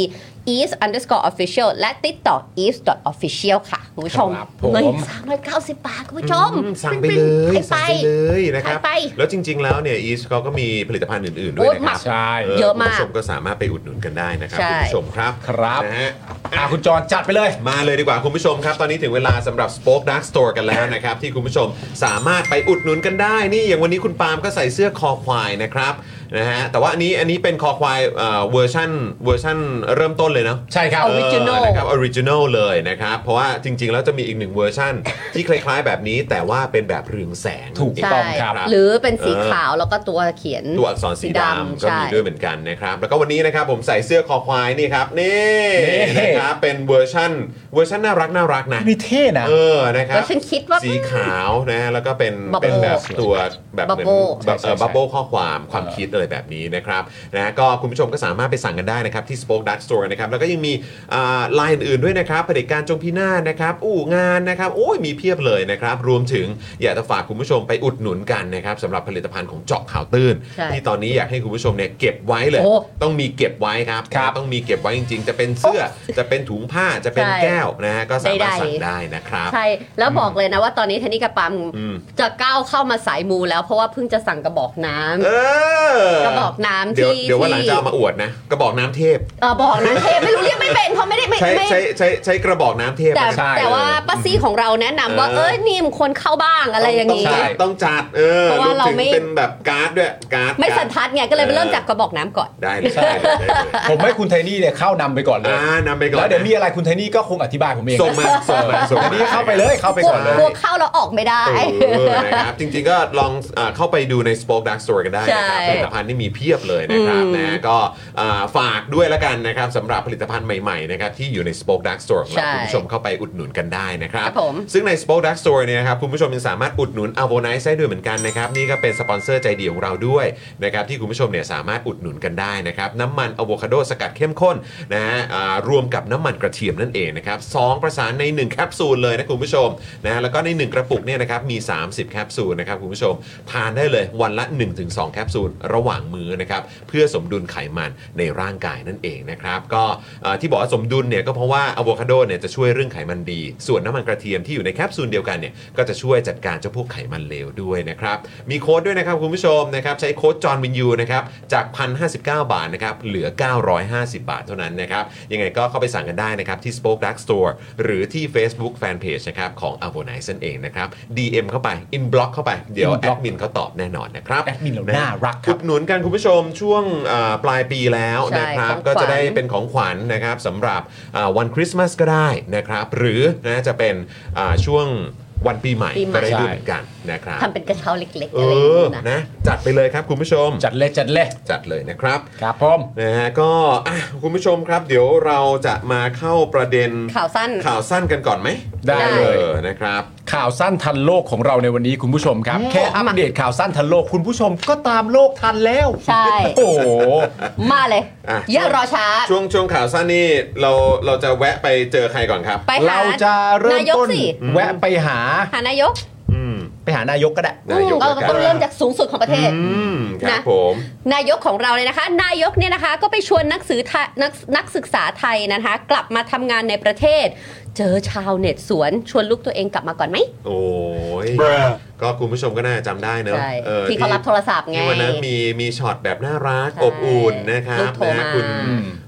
C: Eves underscore official และ TikTok Eves dot official ค่ะคุณผู้ชม
E: ครับผม
C: เงินสามร้อยเก้าสิบบาทคุณผู้ชม
F: อืสั่งไปเลย
C: ไป
F: สั่งไป
C: ไป
F: เลยนะครับ
C: ไปไป
F: แล้วจริง ๆ แล้วเนี่ยอีสเขาก็มีผลิตภัณฑ์อื่น ๆ ด้วยนะ
C: โอ้ยห
F: ค
C: มั
F: รับ
C: ก
E: ใช่
C: เยอะ
F: คุ
C: มาก
F: ณผู้ชมก็สามารถไปอุดหนุนกันได้นะครับ
C: ใช่
F: คุณผู้ชมครับ
E: ครับ
F: นะฮะ
E: อ่ะคุณจอนจัดไปเลย
F: มาเลยดีกว่าคุณผู้ชมครับ ตอนนี้ถึงเวลาสำหรับ Spoke Dark Store กันแล้วนะครับ ที่คุณผู้ชมสามารถไปอุดหนุนกันได้ นี่อย่างวันนี้คุณปาล์มก็ใส่เสื้อคอควายนะครับนะฮะแต่ว่าอันนี้อันนี้เป็นคอควายเอ่อเวอร์ชันเวอร์ชันเริ่มต้นเลยเนาะ
E: ใช่ครับ
C: Original
F: เออนะครับออริจินอลเลยนะครับ เพราะว่าจริง ๆ แล้วจะมีอีกหนึ่งเวอร์ชันที่คล้าย ๆ แบบนี้ แต่ว่าเป็นแบบเรืองแสง
E: ถูกต้องครับ
C: หรือเป็นสีขาวแล้วก็ตัวเขียน
F: ตัวอักษรสีดำก็มีด้วยเหมือนกันนะครับ แล้วก็วันนี้นะครับผมใส่เสื้อคอควายนี่ครับ นี่
E: นี่
F: นะครับเป็นเวอร์ชันเวอร์ชันน่ารักน่ารักนะ
E: นี่เท่นะ
F: เออ นะครับ
C: แล้วฉันคิดว่า
F: สีขาวนะ แล้วก็เป็น
C: Bubble
F: เป็นแบบตัวแบบเหมือน
C: Bubble
F: แบบเออ
E: ใช่ใช่
F: บับเบิลข้อความความคิดอะไรแบบนี้นะครับ นะ ก็คุณผู้ชมก็สามารถไปสั่งกันได้นะครับ ที่ Spoke Dark Store นะครับ แล้วก็ยังมีอ่าไลน์อื่นๆด้วยนะครับเผด็จการจงพินาศนะครับ อู้งานนะครับ โอ้ย มีเพียบเลยนะครับ รวมถึงอยากจะฝากคุณผู้ชมไปอุดหนุนกันนะครับสำหรับผลิตภัณฑ์ของเจาะข่าวตื้น
C: ใช่
F: ที่ตอนนี้อยากให้คุณผู้ชมเนี่ยเก็บไว้เลย
C: โอ้
F: ต้องมีเก็บไว้ครับ
E: ครับ
F: ต้องมีเก็บไว้จริง ๆ จะเป็นเสื้อ จะเป็นถุงผ้า จะเป็นแก้วนะฮะ ก็สามารถสั่งได้นะครับ
C: ใช่ แล้วบอกเลยนะว่าตอนนี้เทนนี่กับปาล์ม
F: อืม
C: จะก้าวเข้ามาสายมูแล้วเพราะว่าเพิ่งจะสั่งกระบอกน้ำ
F: เออก
C: ระบอกน้ำ
F: เดี๋ยว
C: ที่
F: เดี๋ยววันหลัง
C: ที่
F: จะเอามาอวดนะ กระบอกน้ำเทพ
C: เออบอกน้ำเทพไม่รู้เรียกไม่เป็นเพราะไม่ได้ไม่
F: ใช้
C: ไม่
F: ใช้ใช้ใช้กระบอกน้ำเทพ
C: แต่
F: นะ
E: ใช่
C: แต่ว่าป้าซี่ของเราแนะนำว่า
F: เออ
C: เอ้ยนี่มนควรเข้าบ้างอะไรอย่าง
F: ต้
C: นี้
F: จัดต้องจัดเออ
C: เพราะว่าร
F: วม
C: เรา
F: ถึง
C: ไม่
F: เป็นแบบการ์ดด้วยการ์ด
C: ไม่
F: การ์
C: สันทัดไงก็เลยไปเริ่มจากกระบอกน้ำก่อน
F: ได้เลยได้เลยได้เลย
E: ผมให้คุณไทนี่เนี่ยเข้านำไปก่อนเลย
F: อ่านำไปก่อน
E: แล้วเดี๋ยวมีอะไรคุณไทนี่ก็คงอธิบายผมเอง
F: ส่งมาส่งมาส่ง
E: อั
F: มาน
E: นี้เข้าไปเลยเข้าไป
C: กลัว
E: ก่อนเลย
C: กลัวเข้าแล้วออกไม่ได้
F: เออนะครับ จริงๆก็ลองเอ่อเข้าไปดูใน Spoke Dark Store กันได้นะครับผ
C: ใช่
F: ลิตภัณฑ์นี่มีเพียบเลยนะครับ
C: อืม
F: นะก็เอ่อฝากด้วยละกันนะครับสำหรับผลิตภัณฑ์ใหม่ๆนะครับที่อยู่ใน Spoke Dark Store ของเรา
C: ใช่
F: คุณผู้ชมเข้าไปอุดหนุนกันได้นะครับ
C: ครับผม
F: ซึ่งใน Spoke Dark Store เนี่ยนะครับคุณผู้ชมยังสามารถอุดหนุน a v o n i c e ได้ด้วยเหมือนกันนะครับ นี่ก็เป็นสปอนเซอร์ใจดีของเราด้วยนะครับที่คุณผู้ชมเนี่ยสามารถอุดหนุนกันได้นะครับน้ำมันอะโวคาโดสกัดเข้มข้นนะฮะอ่ารวมกับน้ำมันกระเทียมนั่นเองนะครับสองประสานใน 1 แคปซูลเลยนะคุณผู้ชมนะแล้วก็ใน 1 กระปุกเนี่ยนะครับมี 30 แคปซูลนะครับคุณผู้ชมทานได้เลยวันละ 1-2 แคปซูลระหว่างมื้อนะครับเพื่อสมดุลไขมันในร่างกายนั่นเองนะครับก็เอ่อที่บอกว่าสมดุลเนี่ยก็เพราะว่าอะโวคาโดเนี่ยจะช่วยเรื่องไขมันดี ส่วนน้ำมันกระเทียมที่อยู่ในแคปซูลเดียวกันเนี่ยก็จะช่วยจัดการเจ้าพวกไขมันเลวด้วยนะครับมีโค้ดด้วยนะครับคุณผู้ชมนะครับใช้โค้ดจอห์นวินยูนะครับจาก 1,059 บาทนะครับเหลือ 950 บาทเท่านั้นนะครับยังไงก็เข้าไปสั่งกันได้นะครับที่ Spoke Dark Store หรือที่ Facebook Fanpage นะครับของ a v o n i c e นั่นเองนะครับ DM เข้าไป Inbox เข้าไปเดี๋ยวแอ
E: Inbox
F: ดมินเขาตอบแน่นอนนะครับ
E: แอดมินเราน่ารักค
F: อุ
E: รับ
F: ดหนุนกันคุณผู้ชมช่วงเอ่อปลายปีแล้ว
C: ใช่
F: นะครับ
C: ของขวัญ
F: ก็จะได้เป็นของขวัญนะครับสำหรับเอ่อวันคริสต์มาสก็ได้นะครับ หรือนะจะเป็นเอ่อช่วงวันปีใหม่ก็ได้ด้วยเหมือนกันนะครับ
C: ทำเป็นกระเช้าเล็กๆ
F: เอ
C: อะไรอย่าง
F: อ
C: นี้นะ
F: นะจัดไปเลยครับคุณผู้ชม
E: จัดเลยจัดเลย
F: จัดเลยนะครับ
E: ครับผม
F: นะฮะก็อ่ะคุณผู้ชมครับ เดี๋ยวเราจะมาเข้าประเด็น
C: ข่าวสั้น
F: ข่าวสั้นกันก่อนไหม
E: ได้เลย
F: ออนะครับ
E: ข่าวสั้นทันโลกของเราในวันนี้คุณผู้ชมครับ แค่อัปเดตข่าวสั้นทันโลกคุณผู้ชมก็ตามโลกทันแล้ว
C: ใช่
E: โอ้โห
C: มาเลย
F: อ่ะ
C: อย่ารอช้า
F: ช่วงช่วงข่าวสั้นนี่เราเราจะแวะไปเจอใครก่อนครับ
C: ไปหา
E: เราจะเริ่ม
C: ายก
E: ต้น
C: สิ
E: แวะไปหา
C: หานายก
F: อืม
E: ไปหานายกก็ได้
F: นายก
C: เรา
F: แล้วกัน
C: ต้องเริ่มจากสูงสุดของประเทศ
F: อืมครั
C: นะ
F: บผม
C: นายกของเราเลยนะคะ นายกเนี่ยนะคะก็ไปชวนนักสือไทยนักนักศึกษาไทยนะคะ กลับมาทำงานในประเทศ เจอชาวเน็ตสวนชวนลูกตัวเองกลับมาก่อนไหม
F: โอ้ยก็คุณผู้ชมก็น่าจะจำได้เนอะ
C: ใช่
F: ออ
C: ที่เขารับโทรศัพท์ไง
F: ที่วันนั้นมีมีช็อตแบบน่ารัก
C: ใช่
F: อบอุ่นนะครั
C: ลู
F: บ
C: กโทร
F: นะ
C: มา
F: คุณ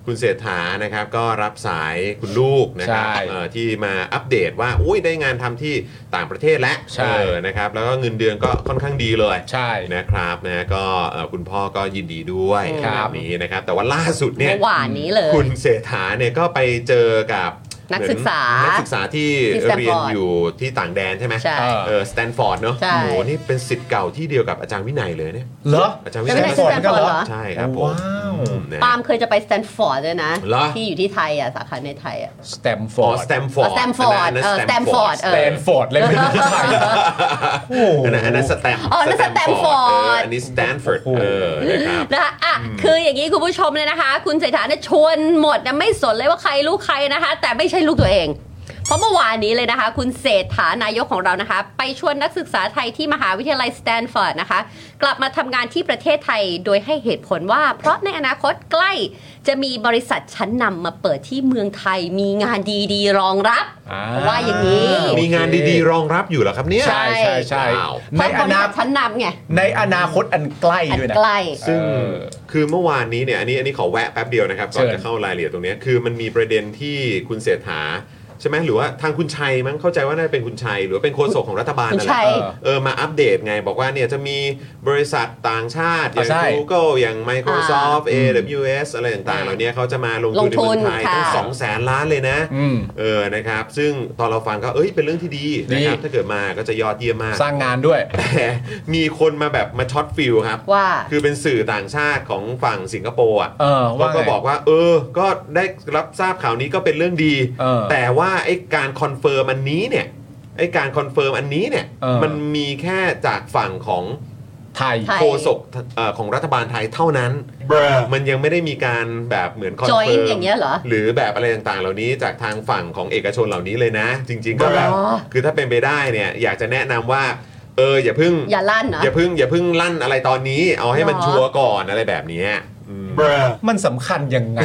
F: คุณเศรษฐานะครับก็รับสายคุณลูกนะครับ
E: ใช่
F: เอ่อที่มาอัปเดตว่าอุ้ยได้งานทำที่ต่างประเทศแล้ว
E: ใช่
F: เออนะครับแล้วก็เงินเดือนก็ค่อนข้างดีเลย
E: ใช่
F: นะครับนะก็เอ่อคุณพ่อก็ยินดีด้วย
C: ครั
F: แบบ บนี้นะครับแต่ว่าล่าสุดเนี่ย
C: เมื่อวานนี้เลย
F: คุณเศรษฐาเนี่ยก็ไปเจอกับ
C: นักศึกษา
F: เหมือนนักศึกษาที่
C: ที่ Stanford
F: เรียนอยู่ที่ต่างแดนใช่ไหม
C: ใช่
F: เออสแตนฟอร์ดเนอะ
C: ใช่
F: โอ้โหนี่เป็นสิทธิ์เก่าที่เดียวกับอาจารย์วินัยเลยเนี่ย
E: เหรอ
F: อาจารย์วิ
C: แล้ว
F: นัย
C: ไม่ได้
E: ส
C: ส
E: แต
C: แต
E: น
C: น
E: ฟ
C: ฟ
E: อ
C: อ
E: ร์
C: ร์ดเห
E: ดเหร
C: ร
E: อ
C: อ
F: ใช่ครับผม
E: ว้าว
F: อืมนะ
C: ปาล์มเคยจะไปสแตนฟอร์ดด้วยนะ
F: เหรอ
C: ที่อยู่ที่ไทยอ่ะ สาขาในไทยอ่ะ
E: สแตมฟ
F: อ๋
E: อ
F: อ
E: ร์ด
F: สแตมฟอร์ด
C: อ๋อ Stanford เออ Stanford
E: ส
C: เอ
E: แตนฟอร์ดเลยไม่รู้ใครโอ้โห
F: อันนั้นอันนั้นสแตม
C: อ๋อนั่น Stanford
F: เอออันนี้สแตนฟอร์ด
E: โอ้โห
F: เออนะครับ
C: นะคะอ่ะ คืออย่างนี้คุณผู้ชมเลยนะคะ คุณเศรษฐาเนี่ยชวนหมดนะไม่สนเลยว่าใครลูกใครนะคะ แต่ไม่ใช่ลูกตัวเอง เพราะเมื่อวานนี้เลยนะคะ คุณเศรษฐานายกของเรานะคะ ไปชวนนักศึกษาไทยที่มหาวิทยาลัยสแตนฟอร์ดนะคะ กลับมาทำงานที่ประเทศไทยโดยให้เหตุผลว่า เพราะในอนาคตใกล้จะมีบริษัทชั้นนำมาเปิดที่เมืองไทยมีงานดีๆ รองรับ ว่าอย่างนี้
F: มีงานดีๆ รองรับอยู่เหรอครับเนี่ย
E: ใช่ใช่ใช่
F: ว้าว
E: ใน
C: เพ
E: อ
C: ราะบริ
E: นา
C: ษัท
E: คต
C: ชั้นนำไง
E: ในอนาคตอันใกล้
C: อัน
E: ด้วยนะ
C: ใกล้
F: ซึ่ง
E: เออ
F: คือเมื่อวานนี้เนี่ยอันนี้อันนี้ขอแวะแป๊บเดียวนะครับก่อน
E: เชิญ
F: จะเข้ารายละเอียดตรงเนี้ยคือมันมีประเด็นที่คุณเสถาใช่ไหมหรือว่าทางคุณชัยมั้งเข้าใจว่าน่าจะเป็นคุณชัย หรือว่าเป็นโฆษกของรัฐบาล
C: คุณ
F: นั่นแห
C: ชั
F: ละ
C: ย
F: เออมาอัปเดตไงบอกว่าเนี่ยจะมีบริษัทต่างชาติ อย่าง
E: อ่าใช่
F: Google อย่าง Microsoft AWS อะไรต่างๆเหล่านี้เขาจะมาลงทุนในเมืองไทย
C: ลงทุนค่ะ
F: ตั้งสองแสนล้านเลยนะ
E: อืม
F: เออนะครับ ซึ่งตอนเราฟังก็เอ้ยเป็นเรื่องที่ดีนะครับ
E: ดี
F: ถ้าเกิดมาก็จะยอดเยี่ยมมาก
E: สร้างงานด้วย
F: แต่ มีคนมาแบบมาช็อตฟิลครับ
C: ๆ ว่า
F: คือเป็นสื่อต่างชาติของฝั่งสิงคโปร์อ่ะ
E: เออ
F: เขา
E: ว่าไง
F: ก็บอกว่า เออ ก็ได้รับทราบข่าวนี้ก็เป็นเรื่องดี
E: เออ
F: แต่ว่าไอ้การคอนเฟิร์มอันนี้เนี่ยไอ้การคอนเฟิร์มอันนี้เนี่ย
E: เออ
F: มันมีแค่จากฝั่งของ
E: ไทย
C: ไทย
F: โฆษกเอ่อของรัฐบาลไทยเท่านั้น มันยังไม่ได้มีการแบบเหมือนคอนเฟิร์
C: join
F: ม
C: อย่างเงี้ยเหรอ
F: หรือแบบอะไรต่างๆ เหล่านี้จากทางฝั่งของเอกชนเหล่านี้เลยนะ จริง ๆ ก็แบบ
C: อ๋อ
F: คือถ้าเป็นไปได้เนี่ยอยากจะแนะนำว่าเอออย่าเพิ่ง
C: อย่าลั่นนะ
F: อย่าเพึ่งอย่าเพึ่งลั่นอะไรตอนนี้ เอาให้มัน
C: หรอ
F: ชัวร์ก่อนอะไรแบบเนี้ยอืม
E: มันสำคัญยัง ไง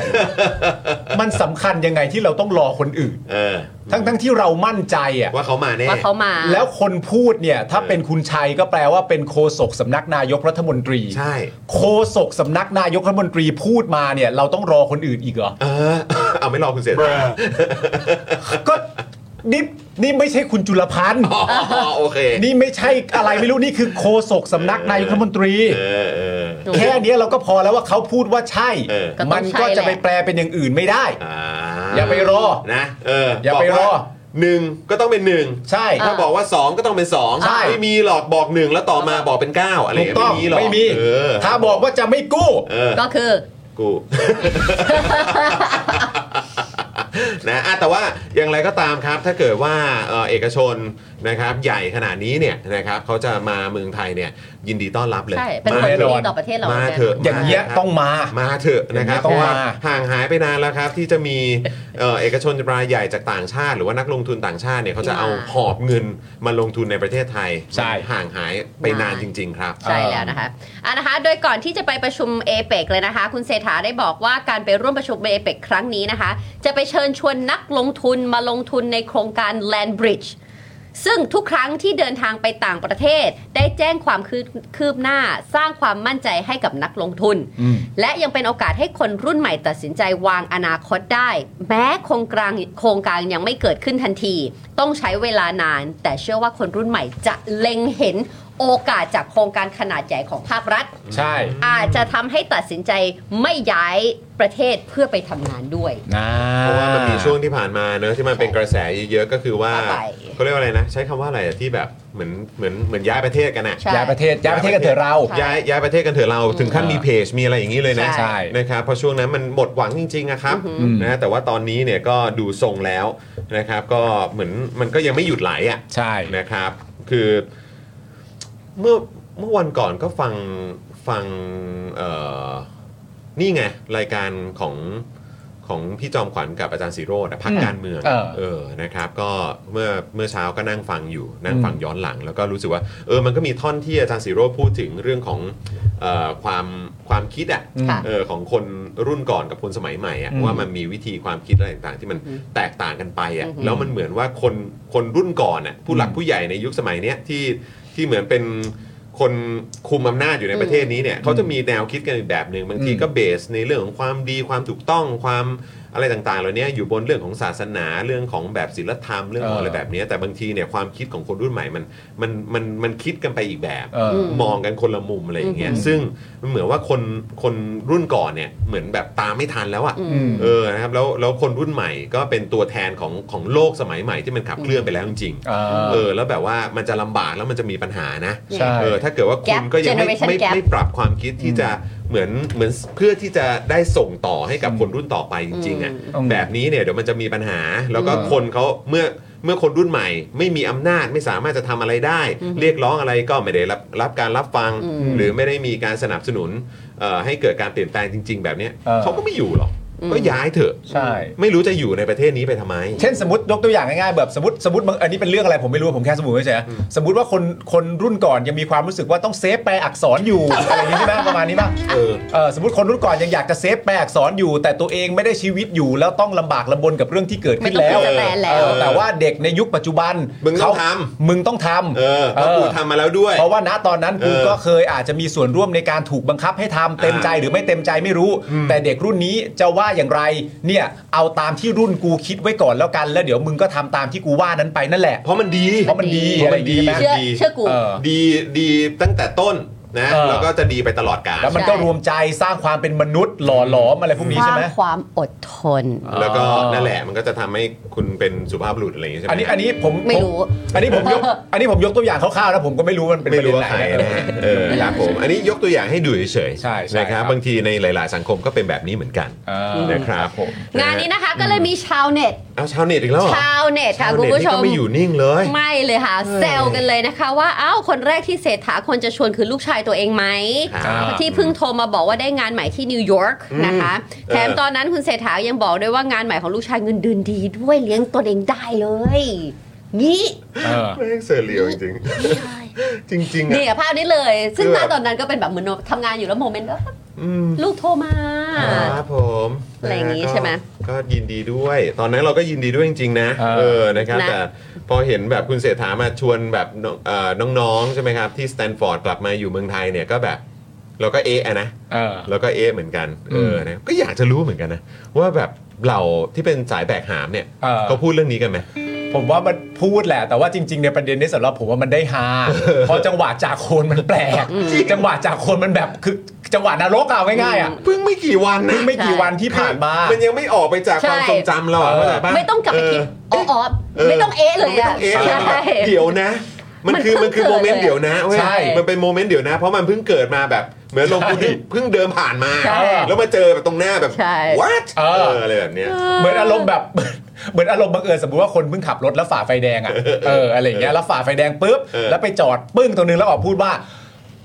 E: มันสำคัญยังไงที่เราต้องรอคนอื่น
F: เออ
E: ทั้งทั้งที่เรามั่นใจอ่ะ
F: ว่าเขามาแน่
C: ว่าเขามา
E: แล้วคนพูดเนี่ย ถ้า
F: เออ
E: เป็นคุณชัยก็แปลว่าเป็นโคศกสำนักนายกรัฐมนตรี
F: ใช่
E: โคศกสำนักนายกรัฐมนตรีพูดมาเนี่ย เราต้องรอคนอื่นอีกเหรอ
F: เออ เอาไม่รอคุณเสร็จ
E: ก็นี่นี่ไม่ใช่คุณจุลพันธ์
F: อ๋อ โอเค
E: นี่ไม่ใช่อะไรไม่รู้นี่คือโคศกสำนักนายกรัฐมนตรี
F: เออเออ
E: แค่เนี้ยเราก็พอแล้วว่าเขาพูดว่าใช่
F: เออ
C: ก็ต้
E: มั
C: อง
E: น
C: ใช่
E: ก็จะ
C: แหละ
E: ไปแปลเป็นอย่างอื่นไม่ได้
F: อ่า
E: อย่าไปรอ
F: นะเออ
E: อย่าไปรอ
F: บกว่หนึ่งก็ต้องเป็นหนึ่ง
E: ใช่
F: ถ้าบอกว่าสองก็ต้องเป็นสอง
E: ใช่
F: ไม่มีหรอกบอกหนึ่งแล้วต่อมาบอกเป็นเก้าอะไร
E: ถูกต้อง
F: ไม่มีหรอก
E: ไม่มี
F: เออ
E: ถ้าบอกว่าจะไม่กู้
F: เออ
C: ก็คือ
F: กู นะอ่ะแต่ว่าอย่างไรก็ตามครับ ถ้าเกิดว่าเอ่อเอกชนนะครับใหญ่ขนาดนี้เนี่ยนะครับเขาจะมาเมืองไทยเนี่ยยินดีต้อนรับเลย
C: ใช่ เป็น
F: มา
C: คน
E: แอ
F: เถ
C: ดี
F: อะ
C: ต่อประเทศเรา
F: มา
C: แน่
F: เถอะ
E: อย่างเงี้ย
F: มถะ
E: ต้องมา
F: มาเถอะนะครับ
E: ต้
F: เพ
E: อง
F: ราะว่า
E: มา
F: ห่างหายไปนานแล้วครับ ที่จะมีเอ่อเอกชนรายใหญ่จากต่างชาติ หรือว่านักลงทุนต่างชาติเนี่ยเขาจะเอา
C: มา
F: หอบเงินมาลงทุนในประเทศไทย
E: ใช่
F: ห่างหายไปนาน
C: นาน
F: จริง ๆ ครับ
C: ใช่แล้วนะคะอ่ะนะคะ โดยก่อนที่จะไปประชุมเอเปกเลยนะคะ คุณเศรษฐาได้บอกว่าการไปร่วมประชุมเอเปกครั้งนี้นะคะ จะไปเชิญชวนนักลงทุนมาลงทุนในโครงการ Land Bridge ซึ่งทุกครั้งที่เดินทางไปต่างประเทศ ได้แจ้งความคืบคืบหน้าสร้างความมั่นใจให้กับนักลงทุน และยังเป็นโอกาสให้คนรุ่นใหม่ตัดสินใจวางอนาคตได้ แม้โครงการโครงการยังไม่เกิดขึ้นทันที ต้องใช้เวลานาน แต่เชื่อว่าคนรุ่นใหม่จะเล็งเห็นโอกาสจากโครงการขนาดใหญ่ของภาครัฐ
E: ใช่
C: อาจจะทำให้ตัดสินใจไม่ย้ายประเทศเพื่อไปทำงานด้วย
E: นะ
F: เพราะว่ามันมีช่วงที่ผ่านมาเนอะที่มันเป็นกระแสเยอะๆก็คือว่า
C: ไป
F: เขาเรียกว่าอะไรนะ ใช้คำว่าอะไรอะที่แบบเหมือนเหมือนเหมือนย้ายประเทศกันอะ
C: ใช่
E: ย้ายประเทศย้ายประเทศกันเถอะเรา
C: ใช่
F: ย้ายย้ายประเทศกันเถอะเราถึงขั้นมีเพจมีอะไรอย่างนี้เลยนะ
E: ใช่
F: นะครับเพราะช่วงนั้นมันหมดหวังจริงๆนะครับ
E: อือหือ
F: นะแต่ว่าตอนนี้เนี่ยก็ดูทรงแล้วนะครับก็เหมือนมันก็ยังไม่หยุดไหลอ่ะ
E: ใช่
F: นะครับ คือเมื่อเมื่อวันก่อนก็ฟังฟังเอ่อนี่ไงรายการของของพี่จอมขวัญกับอาจารย์สีโรดพัก
E: อืม
F: การเมือง
E: เออ
F: นะครับ ก็เมื่อเมื่อเช้าก็นั่งฟังอยู่นั่ง
E: อืม
F: ฟังย้อนหลัง แล้วก็รู้สึกว่าเออมันก็มีท่อนที่อาจารย์สีโรดพูดถึงเรื่องของเออความความคิดอะ
C: ค่ะ
F: เออของคนรุ่นก่อนกับคนสมัยใหม่อะ
E: อืม
F: ว่ามันมีวิธีความคิดอะไรต่างๆ ที่มัน
C: อืม
F: แตกต่างกันไปอะ
C: อืม
F: แล้วมันเหมือนว่าคนคนรุ่นก่อนอะผู้หลักผู้ใหญ่ในยุคสมัยเนี้ยที่ที่เหมือนเป็นคนคุมอำนาจอยู่ในประเทศนี้เนี่ยเขาจะมีแนวคิดกันอีกแบบหนึ่งบางที
E: อืม
F: ก็เบสในเรื่องของความดีความถูกต้องความ
A: อะไรต่างๆเหล่านี้อยู่บนเรื่องของศาสนาเรื่องของแบบศิลธรรมเรื่องของอะไร
E: เออ
A: แบบนี้แต่บางทีเนี่ยความคิดของคนรุ่นใหม่มันมันมันมันคิดกันไปอีกแบบ
E: เออ
A: มองกันคนละมุมอะไรอย่างเงี้ยซึ่งมันเหมือนว่าคนคนรุ่นก่อนเนี่ยเหมือนแบบตามไม่ทันแล้วอะ
E: อืม
A: เออนะครับแล้วแล้วคนรุ่นใหม่ก็เป็นตัวแทนของของโลกสมัยใหม่ที่มันขับเคลื่อนไปแล้วจริงๆ
E: อ่า
A: เออแล้วแบบว่ามันจะลำบากแล้วมันจะมีปัญหานะ
E: ใช่
A: เออถ้าเกิดว่าคุณ
C: Gap
A: ก็ยังไม่
C: Generation
A: ไม่
C: gap
A: ไม่ปรับความคิดที่จะเหมือนเหมือนเพื่อที่จะได้ส่งต่อให้กับคนรุ่นต่อไปจริงๆอ่ะ
E: อืม
A: แบบนี้เนี่ยเดี๋ยวมันจะมีปัญหา แล้วก็
E: อืม
A: คนเขาเมื่อเมื่อคนรุ่นใหม่ ไม่มีอำนาจไม่สามารถจะทำอะไรได้ เรียกร้องอะไรก็ไม่ได้รับรับการรับฟัง หรือไม่ได้มีการสนับสนุนเอ่อให้เกิดการเปลี่ยนแปลงจริง ๆ แบบเนี้ยเขาก็ไม่อยู่หรอกก็ย้ายเถอะ
E: ใช่
A: ไม่รู้จะอยู่ในประเทศนี้ไปทำไม
E: เช่นสมมติยกตัวอย่างง่ายๆแบบสมมติสมมติมันอันนี้เป็นเรื่องอะไรผมไม่รู้ผมแค่สมมติเฉยๆนะสมมติว่าคนคนรุ่นก่อนยังมีความรู้สึกว่าต้องเซฟแปลอักษรอยู่ อะไรอย่างนี้ใช่ไหมประมาณนี้ป่ะ
A: เออ
E: เออสมมติคนรุ่นก่อนยังอยากจะเซฟแปลอักษรอยู่ แต่ตัวเองไม่ได้ชีวิตอยู่แล้วต้องลำบากลำบนกับเรื่องที่เกิดขึ้นแล้ว
C: ไม่ต้องเป็นสแตนแล้ว
E: เออแต่ว่าเด็กในยุคปัจจุบัน
A: มึงต้อง
E: เขา
A: ทำ
E: มึงต้องทำ
A: เออเพราะกู
E: เออ
A: ทำมาแล้วด้วย
E: เพราะว่าณตอนนั้นกู
A: เออ
E: ก็เคยอาจจะมีส่วนร่วมในการถูกบังคับให้ทำเต็มใจหรือไม่เต็มใจไม่รู้ แต่เด็กรุ่นนี้จะว่าอย่างไรเนี่ยเอาตามที่รุ่นกูคิดไว้ก่อนแล้วกัน แล้วเดี๋ยวมึงก็ทำตามที่กูว่านั้นไปนั่นแหละ
A: เพราะมันดี
E: เพราะมันดี
A: เพราะมันดี
E: อะไรอย่างงี้
C: เชื่อ
E: ใช่ไหม
C: เชื่อกู
E: เออ
A: ดีดีตั้งแต่ต้นนะ
E: เออ
A: แล้วก็จะดีไปตลอดกาล
E: แล้วมันก็รวมใจสร้างความเป็นมนุษย์หล่อหลอมอะไรพวกนี้
C: สร้า
E: ใช่
C: ง
E: ไหม
C: ความอดทน
A: แล้วก็
E: อ๋อ
A: นั่นแหละมันก็จะทำให้คุณเป็นสุภาพบุรุษอะไรอย่างงี้ใช่ไหม
E: อันนี้อันนี้ผม
C: ไม่รู้
E: ผอันนี้ผมยกอันนี้ผมยกตัวอย่างคร่าวๆนะผมก็ไม่รู้มันเป็น
A: ไม่รู้ว่า
E: ปะ
A: ใคร
E: เด็น
A: นะ
E: ไหน
A: ฮะเออครับผมอันนี้ยกตัวอย่างให้ดูเฉยๆ
E: ใช่ใช่
A: นะครับ
E: ครับ
A: บางทีในหลาย ๆ สังคมก็เป็นแบบนี้เหมือนกัน
E: อ่า
A: นะครับผม
C: งานนี้นะคะก็เลยมีชาวเน็ต
A: เอาชาวเน็ตอีกแล้วเหรอ
C: ชาวเน็ต
A: ชา
C: ค่ะ
A: ว
C: คุณ
A: เน็ต
C: ผู้ช
A: นี่
C: ม
A: ก็ไม่อยู่นิ่งเลย
C: ไม่เลยค่ะ
A: เออ
C: เซลกันเลยนะคะว่าอ้าวคนแรกที่เศรษฐาควรจะชวนคือลูกชายตัวเองไหม
A: อ่า
C: ที่เพิ่งโทรมาบอกว่าได้งานใหม่ที่นิวยอร์กนะคะ
A: เออ
C: แถมตอนนั้นคุณเศรษฐายังบอกด้วยว่างานใหม่ของลูกชายเงินเดือนดีด้วยเลี้ยงตัวเองได้เลยนี่
A: แม่งเสือเหลียวจริงๆจริงๆ
C: นี่
A: อะ
C: อะภาพนี้เลย ซึ่ง
A: คือ
C: ห
A: แบบ
C: น้าตอนนั้นก็เป็นแบบเหมือนทำงานอยู่แล้วโมเมนต์แบบ
A: อืม
C: ลูกโทรมา
A: ครับผม
C: อะไรอย่างงี้
A: ก็
C: ใช่ไหม
A: ก็ยินดีด้วย ตอนนั้นเราก็ยินดีด้วยจริงๆนะ
E: เออ
A: เออนะครับ
C: นะ
A: แต่พอเห็นแบบคุณเศรษฐามาชวนแบบน้องเอ่อน้องๆใช่ไหมครับ ที่สแตนฟอร์ดกลับมาอยู่เมืองไทยเนี่ยก็แบบเราก็เอะอะนะ
E: เออ
A: เราก็เอะเหมือนกันเออ
E: ม
A: นะก็อยากจะรู้เหมือนกันนะว่าแบบเราที่เป็นสายแบกหามเนี่ย
E: เออ
A: เขาพูดเรื่องนี้กันไหม
E: ผมว่ามันพูดแหละ แต่ว่าจริงๆในประเด็นนี้สำหรับผมว่ามันได้ฮ า เพราะจังหวะจากโคนมันแปลก จังหวะจากโคนมันแบบคือจังหวะนรกเอาง่ายๆอ่ะ
A: เพิ่งไม่กี่วันนะ
E: เพิ่งไม่กี่วันที่ผ่านมา
A: นยังไม่ออกไปจากความ
C: ใช่
A: ทรงจำเราอะเข้าใจปะ
C: ไม่ต้องกลับไปคิด
A: เ
C: อ๋ออ๋อ
A: เออ
C: ไม่ต้องเอะเลยอะ
A: ไม่ต้องเอ๊ะ
C: ใช่
A: เดี๋ยวนะ มันคือ
C: มั
A: มัน น
C: เพิ่
A: คืองโมเมน
C: เกิ
A: ต์
C: ดเลย
A: เดี๋ยวนะเว้ย
E: ใช่
A: มันเป็นโมเมนต์เดี๋ยวนะ เพราะมันเพิ่งเกิดมาแบบ เหมือนลงทุน
E: ใช่
A: เพิ่งเดินผ่านมา
C: ใช่
A: แล้วมาเจอแบบตรงหน้าแบบ
C: ใช่
A: what เอออะไรแบบเนี้ย
E: เหมือนอารมณ์แบบ เหมือนอารมณ์บังเอิญสมมติว่าคนเพิ่งขับรถแล้วฝ่าไฟแดง อ่ะเอออะไรอย่างเงี้ยแล้วฝ่าไฟแดงปุ๊บ
A: เออ
E: แล้วไปจอดปึ้งตรงนึงแล้วออกพูดว่า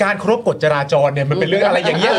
E: การเคารบกฎจราจรเนี่ยมันเป็นเรื่อง อะไรอย่างเงี้ย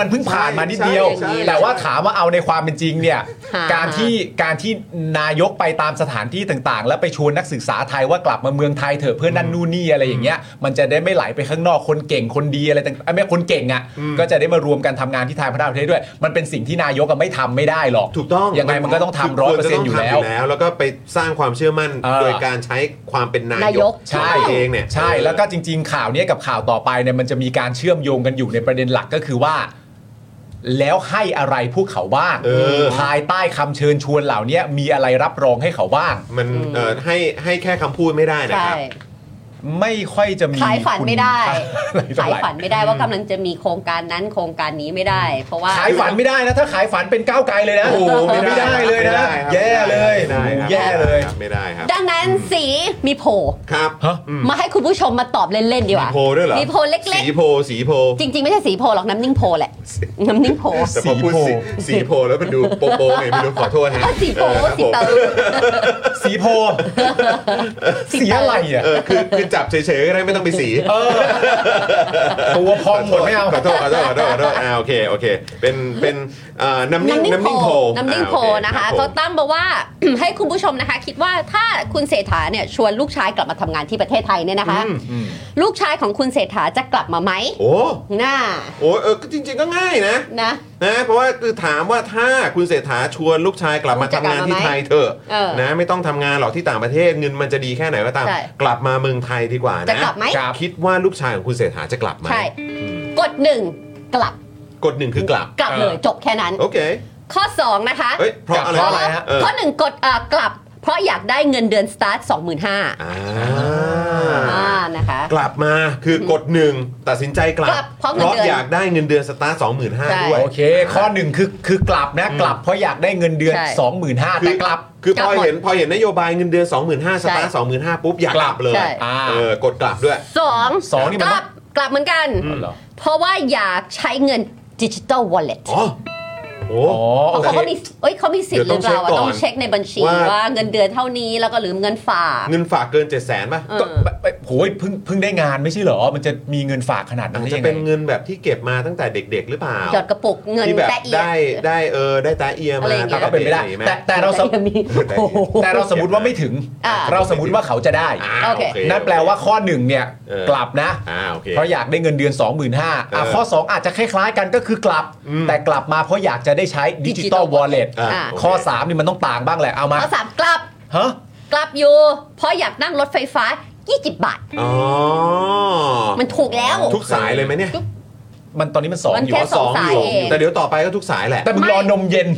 E: มันเพิ่งผ่านมานิดเดียว
C: ใช่ใช่
E: แต่ว่าถามว่าเอาในความเป็นจริงเนี่ย
C: หา
E: การที่การที่นายกไปตามสถานที่ต่างๆ แล้วไปชวนนักศึกษาไทยว่ากลับมาเมืองไทยเถอะเพื่อนั่นนู่นนี่อะไรอย่างเงี้ยมันจะได้ไม่ไหลไปข้างนอกคนเก่งคนดีอะไรต่างๆไม่คนเก่งอ่ะก็จะได้มารวมกันทำงานที่ไทยพัฒนาประเทศด้วย มันเป็นสิ่งที่นายกอะไม่ทำไม่ได้หรอก
A: ถูกต้อง
E: ยังไงมันก็ต้อง
A: คื
E: ทำร้อยเปอร์เซ็น
A: ค
E: ต์
A: ว
E: อยู่
A: จะต้งทำ
E: แล้ว
A: แล้วก็ไปสร้างความเชื่อมั่น
E: เออ
A: โดยการใช้ความเป็นนาน
C: าย
A: ย
C: ก
A: ก
E: ใช่
A: เองเนี่ย
E: ใช่แล้วก็จริง ๆ ข่าวเนี้ยกับข่าวต่อไปเนี่ยมันจะมีการเชื่อมโยงกันอยู่ในประเด็นหลักก็คือว่า แล้วให้อะไรพวกเขาบ้าง
A: เออ
E: ภายใต้คำเชิญชวนเหล่าเนี้ยมีอะไรรับรองให้เขาบ้าง
A: มันเอ่อให้ให้แค่คำพูดไม่ได้นะ
C: ใช่
A: ครับ
E: ไม่ค่อยจะมี
C: ขายฝันไม่ได้
E: คุณ
C: ขาย
E: ค่าอะไร
C: ฝันไม่ได้ว่ากำลังจะมีโครงการนั้นโครงการนี้ไม่ได้ เพราะว่า
E: ขายฝันไม่ได้นะ ถ้าขายฝันเป็นก้าวไกลเลยนะ
A: โอ้โห
E: ไม่ได้เลย
A: ไม่
E: นะ
A: ได้ครับ
E: แย่เลย
A: ไม่ได้ครับ
E: แย่เลย
A: ไม่ได้ครับ
C: ดังนั้นสีมีโผล่
A: ครับ
E: ฮะ
C: มาให้คุณผู้ชมมาตอบเล่น ๆ ดีกว่า
A: โพลด้วยเหรอ
C: มีโพลเล็
A: สี
C: ก
A: โพลสีโพล
C: ๆ จริง ๆ ไม่ใช่สีโพลหรอกน้ำนิ่งโพลแหละ น้ำนิ่งโพล
A: แต่พอพูดสีสีโพแล้วมันดูโปโปไงไม่รู้ขอโทษฮะ
C: เออสีโพล
A: ออครับผ
C: สี
A: ม
C: เตา
E: สีโพ สีอะไรอ่ะ
A: เออคือคือจับเฉยๆก็ได้ไม่ต้องไปสี
E: เออตัวพองหมดไม่เอา
A: ขอโทษขอโทษขอโทษขอโทษอ่าโอเคโอเค เป็นเป็นเอ่อน้ำนิ่งน้ำนิ่งโพล
C: น้ำนิ่งโพล
A: อ่าโอเ
C: นะคะ
A: รับผม
C: เขาตั้งบอกว่า ให้คุณผู้ชมนะคะ คิดว่าถ้าคุณเศรษฐาเนี่ยชวนลูกชายกลับมาทำงานที่ประเทศไทยเนี่ยนะคะ
A: อืม
C: ลูกชายของคุณเศรษฐาจะกลับมาไหม
A: โอ้
C: น่า
A: โอ้เออก็จริง ๆก็ง่ายนะ
C: นะ
A: นะเพราะว่าคือถามว่าถ้าคุณเศรษฐาชวนลูกชายกลับมาทำงานที่ไทยเถอะ
C: เออ
A: นะไม่ต้องทำงานหรอกที่ต่างประเทศเงินมันจะดีแค่ไหนก็ตาม
C: ใช่
A: กลับมาเมืองไทยดีกว่านะ
C: จะกลับไหม
E: ครับ
A: คิดว่าลูกชายของคุณเศรษฐาจะกลับไหม
C: ใช่ กดหนึ่งกลับ
A: กดหนึ่งคือกลับ
C: กลับเลยจบแค่นั้น
A: โอเค
C: ข้อ 2 นะคะ
F: เฮ้ยเพราะอะไร
E: เพราะอะไรฮะ
F: เออ
C: ข้อหนึ่งกดเอ่อกลับ เพราะอยากได้เงินเดือนสตาร์ท25,000
F: อ่า
C: อ่านะคะ
F: กลับมาคือกดหนึ่งตัดสินใจกลับ
C: กลับเพราะเงินเดือน
F: อยากได้เงินเดือนสตาร์ทสองหมื่นห้า
C: ใช่
F: ด้วย
E: โอเค ข้อหนึ่งคือคือกลับนะ กลับเพราะอยากได้เงินเดือน
C: ใช่
E: 25,000แต่กลับ
F: คือพ
C: ก
F: อ
C: ลั
F: บ
C: หมด
F: เห็นพอเห็นนโยบายเงินเดือน 25,000สตาร์ท
C: ใช่
F: 25,000ปุ๊บ อยากกลับเลย
C: ใช่
E: อ่า
F: เออกดกลับด้วย
C: สอง
E: สองนี่มั
C: ก
E: น
C: ลับกลับเหมือนกัน
E: เหรอ
C: เพราะว่าอยากใช้เงินดิจิตอลวอลเล็ต
F: อ๋อโอ้
E: อ๋อโอ
C: เขา
E: เค
C: ก็มีเอ้ยเขามีสิทธิ์หรือเปล่าอะ
F: เดี๋ยวต้
C: ต้
F: อ
C: อง ง
F: เช็
C: เช็
F: ค
C: ค
F: ก่อน
C: ในบัญชี
F: ว่า
C: ว่าเงินเดือนเท่านี้แล้วก็หรือเงินฝาก
F: เงินฝากเกิน 7 0 0 0 0 0ป่ะ
E: ก็โหยเพิ่งเพิ่งได้งานไม่ใช่เหรอ มันจะมีเงินฝากขนาดนั้
F: อานจ
E: ได้
F: จะ
E: ยัง
F: เป็น
E: ไง
F: เงินแบบที่เก็บมาตั้งแต่เด็กๆ หรือเปล่า
C: หยอดกระปุกเงิน
F: ที่แบบ
C: แต่เอียด
F: ได้ได้เออได้ตาเอีย
C: อะ
F: มา
C: ไรอย่างเงี้ย
E: ก็เป็นไปได้
F: อะรอย่างงี้หม
E: แต่แต่เราสม
C: แต่ยังมีโอ้โห
E: แต่เราสมมติว่าไม่ถึง
C: อ่า
E: เราสมมติว่าเขาจะได้
F: อ่า
C: โอเค
E: นั่นแปลว่าข้อหนึ่งเนี่ย
F: เออ
E: กลับนะ
F: อ่าโอเค
E: เพราะอยากได้เงินเดือน 25,000อ่ะ
F: เออ
E: ข้อ 2 อาจจะคล้ายๆกันก็คือกลับ
F: อืม
E: แต่กลับมาเพราะอยากจะได้ใช้ดิจิตอล
C: Digital
E: วอลเล็ต
F: อ่า
C: อ่า
F: โเค
E: ข้อ 3 นี่มันต้องต่างบ้างแหละเอามา
C: ข้อสามกลับ
E: ฮะ
C: กลับอยู่ เพราะอยากนั่งรถไฟฟ้า 20 บาท
F: อ๋อ
C: มันถูกแล้ว
F: ทุกสายเลยไหมเนี่ย
E: มันตอนนี้มันสอง
C: มัน
E: อยู่
C: แค่
E: อ๋อ
F: สอง
C: สา
F: อย ยู่
C: เอง
F: แต่เดี๋ยวต่อไปก็ทุกสายแหละ
E: แต่มึงรอนมเย็น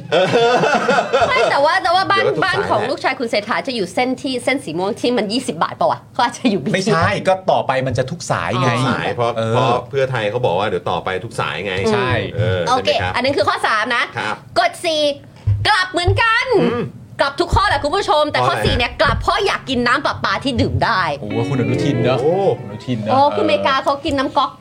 C: ไม่แต่ว่าแต่ว่าบ้าน
F: เดี๋ยวเรา
C: บ้าน
F: ถูกสาย
C: ของ
F: แล้ว
C: ลูกชายคุณเศรษฐาจะอยู่เส้นที่เส้นสีม่วงที่มัน 20 บาทเปล่าวะเขาอาจจะอยู่บิ๊ก
E: ไม่ใช่ก็ต่อไปมันจะทุกสายไง
C: อ๋อ
F: สายเพราะ
E: เออ
F: เพราะเพื่อไทยเขาบอกว่าเดี๋ยวต่อไปทุกสายไง
E: ใช่
F: เออ
C: โอ
F: ใช่ไห
C: เค
F: มครับ
C: อันนั้นคือข้อ 3 นะ
F: ครับ
C: กด 4 กลับเหมือนกัน กลับทุกข้อแหละคุณผู้ชม แต่ข้อ
F: เพราะอะไร
C: 4 เนี่ย กลับเพราะอยากกินน้ำประปาที่ดื่มได้
E: โอ้โหคุณอนุทินเนอะ
F: โอ้
E: คุณอนุทินเนอะ
C: โอ้คืออเมริกาเขากินน้ำก๊อก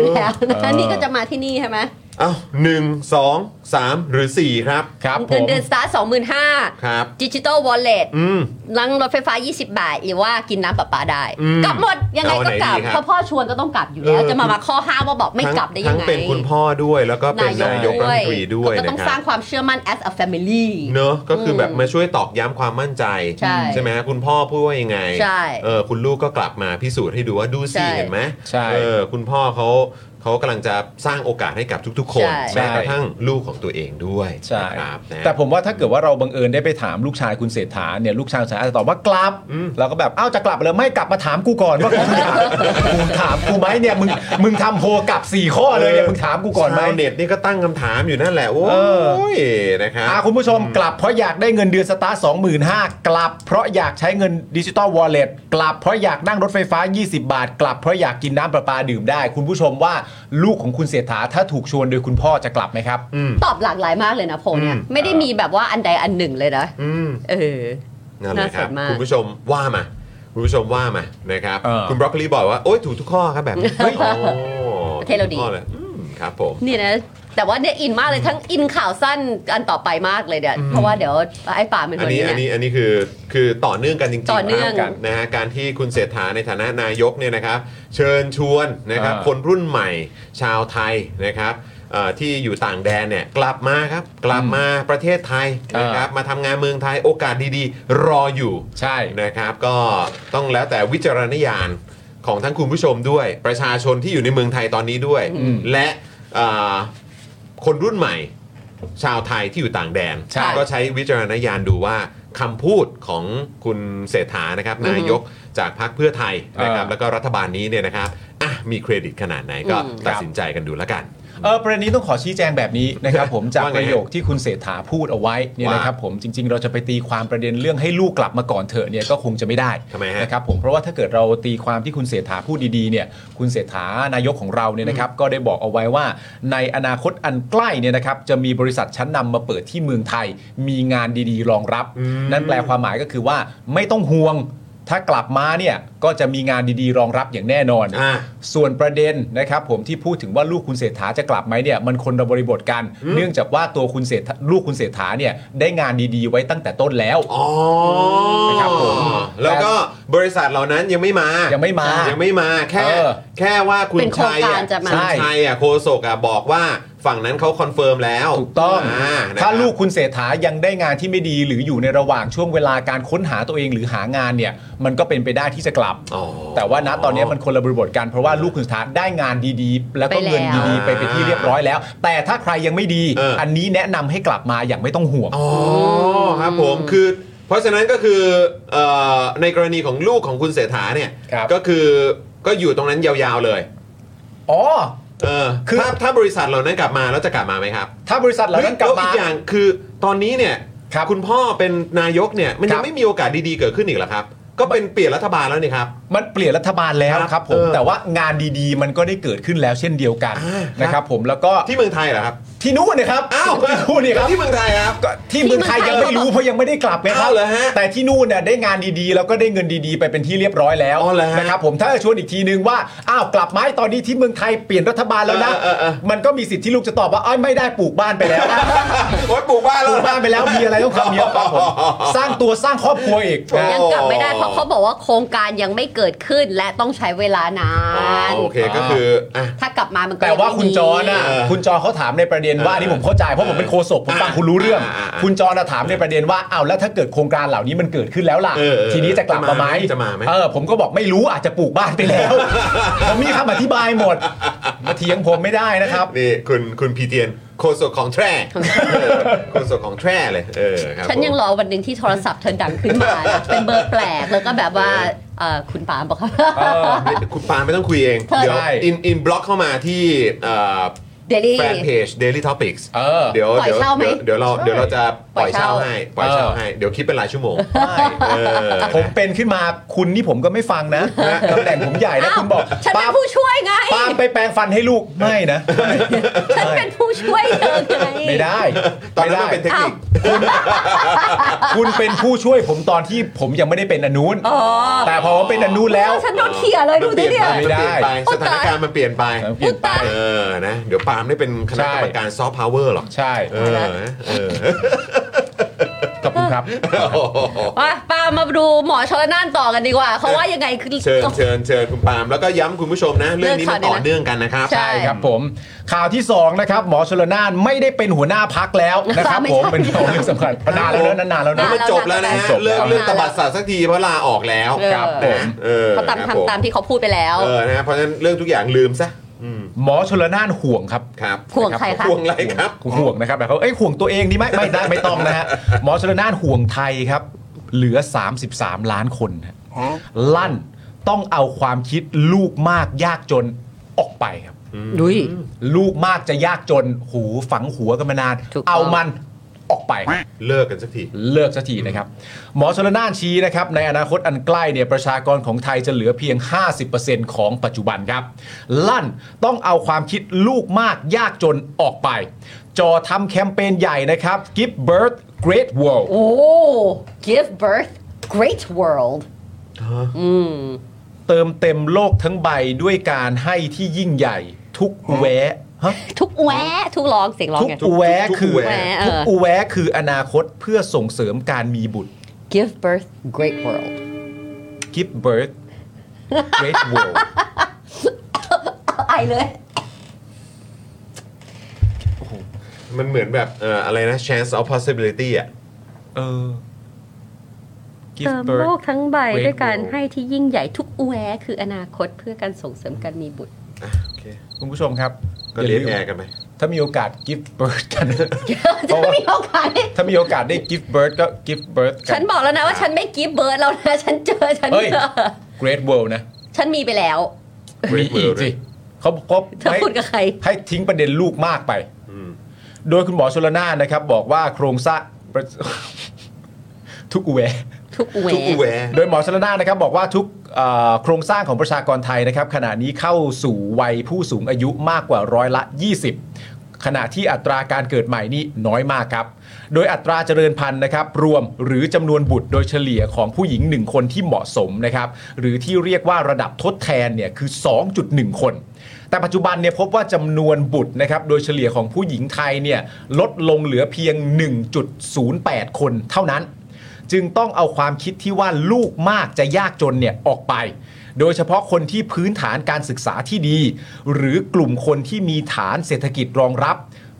C: อยู่แล้วนะนี่ก็จะมาที่นี่ใช่ไหม
F: เอ้าหนึ่งสองสามหรือสี่ครับ
E: ครับผ
C: เงิน
E: ม
C: เดือนสตาร์สองหมื่นห้า
F: ครับ
C: ดิจิตอลวอลเล็ต
F: อืม
C: ลังรถไฟฟ้า 20 บาท หรือว่ากินน้ำประปาได้
F: อืม
C: กลับหมดยังไง
F: เอาไหน
C: ก็กลับ
F: ดีครับ
C: เพราะพ่อชวนก็ต้องกลับอยู่แล้ว
F: เออ
C: จะมามาข้อห้ามว่าบอกไม่กลับได้ยั
F: ทั้ง
C: งไง
F: เป็นคุณพ่อด้วยแล้วก็เป็นนายกรัฐมนตรีด้วย
C: ก็
F: นะ
C: ต้อง
F: ค
C: ส
F: รั
C: ร้าง
F: บ
C: ความเชื่อมั่น as a family
F: เนอะก็คือแบบมาช่วยตอกย้ำความมั่นใจ
C: ใช่
F: ไหมฮะคุณพ่อพูดว่ายังไง
C: ใช่
F: เออคุณลูกก็กลับมาพิสูจน์ให้ดูว่าดูสิ
C: ใช่
F: เห็นไหม
E: ใช่
F: เออคุณพ่อเขาเขากำลังจะสร้างโอกาสให้กับทุก ๆ คน
C: ใช่
F: แม้กระทั่งลูกของตัวเองด้วย
E: ใช่
F: นะครับนะ
E: แต่ผมว่าถ้าเกิดว่าเราบังเอิญได้ไปถามลูกชายคุณเศรษฐาเนี่ยลูกชายคุณเศรษฐาอาจจะตอบว่ากลับ
F: อืม
E: เราก็แบบอ้าวจะกลับเลยไม่กลับมาถามกูก่อนว่ากูอยากกูถามกูไหมเนี่ยมึงมึงทำโพลกลับ 4 ข้อเลยเนี่ยมึงถามกูก่อนไหม
F: ชาวเน็ตนี่ก็ตั้งคำถามอยู่นั่นแหละโอ้
E: เออ
F: ยนะครับ
E: อ่าคุณผู้ชมกลับเพราะอยากได้เงินเดือนสตาร์สองหมื่นห้ากลับ เพราะอยากใช้เงินดิจิตอลวอลเล็ตกลับเพราะอยากนั่งรถไฟฟ้า 20 บาท กลับเพราะอยากกินน้ำประปาดื่มได้ คุณผู้ชมว่าลูกของคุณเศรษฐาถ้าถูกชวนโดยคุณพ่อจะกลับไหมครับ
C: ตอบหลากหลายมากเลยนะโพลเนี่ย
F: อืม
C: ไม่ได้มีแบบว่าอันใดอันหนึ่งเลยนะ
F: อืม
C: เออ
F: นั่นแหละครับ
C: น่าสนมาก
F: คุณผู้ชมว่ามา คุณผู้ชมว่ามานะครับ
E: เออ
F: คุณบรอกโคลีบอกว่า โอ้ยถูกทุกข้อครับแบบ นี้โอ้
C: ประเทศเราดี
F: ทุกข้อลยอืมครับผม
C: นี่นะ แต่ว่าเนี่ยอินมากเลยทั้งอินข่าวสั้นอันต่อไปมากเลยเนี่ยเพราะว่าเดี๋ยวไอ้ป่ามัน
F: อัน
C: วัน
F: นี้
C: นี้
F: อันนี้
C: เนี่ย
F: อันนี้คือคือต่อเนื่องกันจริงๆ
C: ต่อเนื่อง
F: ะครับนะฮะการที่คุณเศรษฐาในฐานะนายกเนี่ยนะครับ เชิญชวนนะครับ
E: เออ
F: คนรุ่นใหม่ชาวไทยนะครับเอ่อที่อยู่ต่างแดนเนี่ยกลับมาครับกลับมาประเทศไทยนะครับมาทำงานเมืองไทยโอกาสดีๆ รออยู่
E: ใช่
F: นะครับก็ต้องแล้วแต่วิจารณญาณของทั้งคุณผู้ชมด้วย ประชาชนที่อยู่ในเมืองไทยตอนนี้ด้วย
E: อืม
F: และเอ่อคนรุ่นใหม่ ชาวไทยที่อยู่ต่างแดน
E: ใช่
F: ก็ใช้วิจารณญาณดูว่าคำพูดของคุณเศรษฐานะครับนายกจากพรรคเพื่อไทยนะครับแล้วก็รัฐบาลนี้เนี่ยนะครับอ่ะมีเครดิตขนาดไหนก็
C: อืม
F: ตัดสินใจกันดูแล้วกัน
E: เออประเด็นนี้ต้องขอชี้แจงแบบนี้นะครับ ผมจาก
F: ว่าไง
E: ประโยคที่คุณเศรษฐาพูดเอาไว้เนี่ย
F: ว่า
E: นะครับผมจริง ๆ เราจะไปตีความประเด็นเรื่องให้ลูกกลับมาก่อนเถอะเนี่ยก็คงจะไม่ได้
F: ทำไมฮะ
E: นะครับผมเพราะว่าถ้าเกิดเราตีความที่คุณเศรษฐาพูดดีๆเนี่ยคุณเศรษฐานายกของเราเนี่ยนะครับก็ได้บอกเอาไว้ว่า ในอนาคตอันใกล้เนี่ยนะครับจะมีบริษัทชั้นนำมาเปิดที่เมืองไทย มีงานดีๆ รองรับ
F: อืม
E: นั่นแปลความหมายก็คือว่าไม่ต้องห่วง ถ้ากลับมาเนี่ยก็จะมีงานดีๆ รองรับอย่างแน่นอน
F: อ่ะ
E: ส่วนประเด็นนะครับผมที่พูดถึงว่าลูกคุณเศรษฐาจะกลับไหมเนี่ยมันคนละบริบทกัน เนื่องจากว่าตัวคุณเศรษฐาลูกคุณเศรษฐาเนี่ยได้งานดีๆ ไว้ตั้งแต่ต้นแล้ว
F: อ๋อ
E: นะครับผม
F: แล้วก็บริษัทเหล่านั้นยังไม่มา
E: ยั
F: ยัง
E: ไม่มายั
F: งไม่มาแค่
E: เออ
F: แค่ว่าคุณ
C: เป็นโครง
F: ชัย
C: การ
F: อ่ะ
C: จะมา
F: คุณชัยอ่ะโคศกอ่ะบอกว่าฝั่งนั้นเขาคอนเฟิร์มแล้ว
E: ถูกต้อง
F: า
E: ถ้า
F: นะครับ
E: ลูกคุณเศรษฐายังได้งานที่ไม่ดีหรืออยู่ในระหว่างช่วงเวลาการค้นหาตัวเองหรือหางานเนี่ยมันก็เป็นไปได้ที่จะกลับ
F: อ๋อ
E: แต่ว่าณตอนนี้มันคนละบริบทกันเพราะว่าลูกคุณเศรษฐาได้งานดีๆ แล้วก็เงินดีๆ ไปเป็นที่เรียบร้อยแล้ว แต่ถ้าใครยังไม่ดี
F: เอออั
E: อันนี้แนะนำให้กลับมาอย่างไม่ต้องห่วง
F: อ๋อครับผมคือเพราะฉะนั้นก็คือเอ่อในกรณีของลูกของคุณเศรษฐาเนี่ย
E: ครับ
F: ก็คือก็อยู่ตรงนั้นยาวๆเลย
E: อ๋อ
F: เออ
E: คือ
F: ถ้าถ้าบริษัทเหล่านั้นกลับมาแล้วจะกลับมาไหมครับ
E: ถ้าบริษัทเหล่านั้นกลับมา
F: เฮ้ยแวอีกอย่างคือตอนนี้เนี่ย
E: ครับ
F: ณพ่อเป็นนายกเนี่ยมัน
E: ครั
F: ยัง
E: บ
F: ไม่มีโอกาสดีๆเกิดขึ้นอีกเหรอครับ ก็เป็นเปลี่ยนรัฐบาลแล้วนี่ครับ
E: มันเปลี่ยนรัฐบาลแล้วครับผม
F: เออ
E: แต่ว่างานดีๆ มันก็ได้เกิดขึ้นแล้วเช่นเดียวกัน
F: อ่าครับ
E: นะครับผมแล้วก็
F: ที่เมืองไทยเหรอครับ
E: ที่นู้นนะครับ
F: อ้าว
E: ที่นู้นนี่ครับ
F: แล้วที่เมืองไทยครับ
E: ก็ที่เมืองไทยยังไม่รู้เพราะยังไม่ได้กลับไงครั
F: อ้า
E: บ
F: วเหรอฮะ
E: แต่ที่นู่นเนี่ยได้งานดีๆ แล้วก็ได้เงินดีๆ ไปเป็นที่เรียบร้อยแล้ว
F: อ๋อเหรอฮะ
E: นะครับผมถ้าชวนอีกทีนึงว่าอ้าวกลับไหมตอนนี้ที่เมืองไทยเปลี่ยนรัฐบาลแล้วนะ
F: เออเออเออ
E: มันก็มีสิทธิ์ที่ลูกจะตอบว่าอ้อยไม่ได้ปลูกบ้านไปแล้ว
F: โอ๊ยปลูกบ้าน
E: ป
F: แล้
E: ลู
F: ว
E: กบ้านไปแล้วมีอะไรต้องทำเยอะครับผมสร้างตัวสร้างครอบครัวอีกนะ
C: ยังกลับไม่ได้เพราะเขาบอกว่าโครงการยังไม่เกิดขึ้นและต้องใช้เวลานา
F: อ๋อน โอเคก็คืออ่ะ
C: ถ้ากลับมามันก็
E: แต่ว่าคุณจรน่ะ
F: เออ
E: คุณจรเขาถามในประเด็นว่า
F: เออ
E: นี่ผมเข้าใจเพราะผมเป็นโฆษกผมฟัง
F: อ่า
E: คุณรู้เรื่อง
F: อ่าอ่าอ่า
E: คุณจรน่ะถามในประเด็นว่าอ้าวแล้วถ้าเกิดโครงการเหล่านี้มันเกิดขึ้นแล้วล่ะ
F: เออเออ
E: ทีนี้จะกลับมาไหม
F: จะมาไหม
E: เออผมก็บอกไม่รู้อาจจะปลูกบ้านไป แล้ว ผมมีคำอธิบายหมดมาเถียงผมไม่ได้นะครับ
F: นี่คุณคุณพีเทียนโคศกของแทร่เออโคศกของแทร่เลยเออครับ
C: ฉันยัง
F: ผม
C: รอวันหนึ่งที่โทรศัพท์เธอดังขึ้นมานะเป็นเบอร์แปลกแล้วก็แบบว่าเอ่อคุณปาล์มบอกว่า
F: คุณปาไม่ต้องคุยเอง เดี๋ยว
E: ใช่
F: อินอินบล็อกเข้ามาที่
C: เดลี่
F: แฟนเพจ Daily Topics
E: เออ
F: เดี๋ยว
C: ปล่อ
F: เดี๋
C: ย
F: ยว
C: เช่าไหม
F: เดี๋ยวเดี๋ยวเราเดี๋ยวเราจะปล่อยเช่า
C: ปล่อยเช่า
F: ให้ปล่อยเช่า
E: เออ
F: ให้เดี๋ยวคิดเป็นรายชั่วโมงเออ
E: ผมเป็นขึ้นมาคุณนี่ผมก็ไม่ฟังนะตำแหน่งผมใหญ่นะ
C: อ้าว
E: คุณบอก
C: ฉันเป็
E: ปานล์ม
C: ผู้ช่วยไง
E: ปาล์มไปแปรงฟันให้ลูกไม่นะ
C: ฉันเป็นผู้ช่วยเธอไง
E: ไม่ได้
F: ตอนนั้น
E: ไม่
F: มัน
E: ได้
F: เป็นเทคนิค
E: คุณเป็นผู้ช่วยผมตอนที่ผมยังไม่ได้เป็นอนุน
C: อ๋อ
E: แต่พอผมเป็นอนุนแล้ว
C: ฉันโดนเขี่ยเลยดูดิเนี่ย
F: มันเปลี่ยนไป
C: อุ๊
F: ส
C: ย
F: ถา
C: ตาย
F: นการณ์มันเปลี่ยนไป
E: เปลี่ยนไป
F: เออนะเดี๋ยวปาล์มได้เป็นคณะกรรมการซอฟต์พาวเวอร์หรอ
E: ใช่
F: เออเออ
E: ขอบคุณครับ
F: โอ้โห
C: ว่าปามาดูหมอชลน่านต่อกันดีกว่าเขาว่ายังไงคือ
F: เชิญเชิญเชิญคุณปาล์มแล้วก็ย้ำคุณผู้ชมนะ เรื่องนี้มัน
C: เรื่องข่าว
F: ต่อ
C: เนี่ยนะ
F: เนื่องกันนะครับ
C: ใช่
E: ใช่ครับผม ข่าวที่ 2 นะครับ หมอชลนานไม่ได้เป็นหัวหน้าพักแล้วนะครับ
C: ไม่ใช่
E: ผมเป็นของเรื่องสำคัญนานแล้วนะนานแล้ว
F: แล้
E: นะ
F: วมันจบแล้วนะฮะ
E: จบแล้ว
F: เลิกเรื่องตบัดสัตว์สักทีเพราะลาออกแล้ว
C: เออ
E: ครับผม
F: เออ
C: เขาตาม
F: ครับผ
C: ทำตามที่เขาพูดไปแล้ว
F: เออนะฮะเพราะฉะนั้นเรื่องทุกอย่างลืมซะอืม
E: หมอชลนานห่วงครับ
F: ครับ
C: ห่วงใครคะ
F: ห่วงอะไรครับ
E: ห่วงนะครับแต่เขาเอ้ยห่วงตัวเองดีไหมไม่ได้ไม่ต้องนะฮะหมอชลนานห่วงไทยครับ เหลือ 33 ล้านคนฮะลั่นต้องเอาความคิดลูกมากยากจนออกไปครับ
C: ดุย
E: ลูกมากจะยากจนหูฝังหัวกันมานาน
C: ถูกต้อง
E: เอามันออกไป
F: เลิกกันสักที
E: เลิกสักทีนะครับ หมอชนละนานชี้นะครับ ในอนาคตอันใกล้เนี่ยประชากรของไทยจะเหลือเพียง 50%ของปัจจุบันครับ ลั่นต้องเอาความคิดลูกมากยากจนออกไป จอทำแคมเปญใหญ่นะครับ Give Birth Great World
C: โอ้ give birth great world อืม
E: เติมเต็มโลกทั้งใบด้วยการให้ที่ยิ่งใหญ่ทุกแหวะฮะ
C: ทุกแหวะทุกร้องเสียงร้อง
E: ทุก
C: ไง
E: อุแวะ
F: ทุก
E: คือ
F: อุแวะ
C: เออ
E: ทุกอุแวะคืออนาคตเพื่อส่งเสริมการมีบุตร
C: give birth great world
E: give birth great world
C: ไอเลย
F: มันเหมือนแบบเอ่ออะไรนะ chance of possibility อ่ะ
E: เออ
C: เติมโลกทั้งใบ
E: Great
C: ด้วยการ
E: World
C: ให้ที่ยิ่งใหญ่ทุกอุแวะคืออนาคตเพื่อการส่งเสริมการมีบุตร
F: อ่ะโอเค
E: คุณผู้ชมครับ
F: ก็
E: อย่า
F: เลี้ยง
E: ลืม
F: แอร์กันไหม
E: ถ้ามีโอกาส give birth กัน
C: จะไม่มีโอกาสได้
E: ถ้ามีโอกาสได้ give birth ก็ give birth กั
C: ฉันบอกแล้วนะว่าฉันไม่กิฟเบิร์ดแล้วนะ ฉันเจอฉัน
E: เฮ้ย
C: เจอ
E: great world นะ
C: ฉันมีไปแล้ว
E: มี
F: Great
E: อีก
F: World
E: สิเขาเขา
C: เธอ
E: ให้
C: พูดกับใคร
E: ให้ทิ้งประเด็นลูกมากไป
F: อืม
E: โดยคุณหมอชลนานนะครับ บอกว่าโครงสร้างประ ทุกอุแว
C: ทุกอุแว
F: ทุกอุแว
C: ะ
F: ร์
E: โดยหมอชลนานนะครับบอกว่าทุกเอ่อโครงสร้างของประชากรไทยนะครับขณะนี้เข้าสู่วัยผู้สูงอายุมากกว่าร้อยละ 20 ขณะที่อัตราการเกิดใหม่นี่น้อยมากครับ โดยอัตราเจริญพันธุ์นะครับรวมหรือจำนวนบุตรโดยเฉลี่ยของผู้หญิง 1 คนที่เหมาะสมนะครับหรือที่เรียกว่าระดับทดแทนเนี่ยคือ 2.1 คน แต่ปัจจุบันเนี่ยพบว่าจำนวนบุตรนะครับโดยเฉลี่ยของผู้หญิงไทยเนี่ยลดลงเหลือเพียง 1.08 คนเท่านั้น จึงต้องเอาความคิดที่ว่าลูกมากจะยากจนเนี่ยออกไป โดยเฉพาะคนที่พื้นฐานการศึกษาที่ดี หรือกลุ่มคนที่มีฐานเศรษฐกิจรองรับ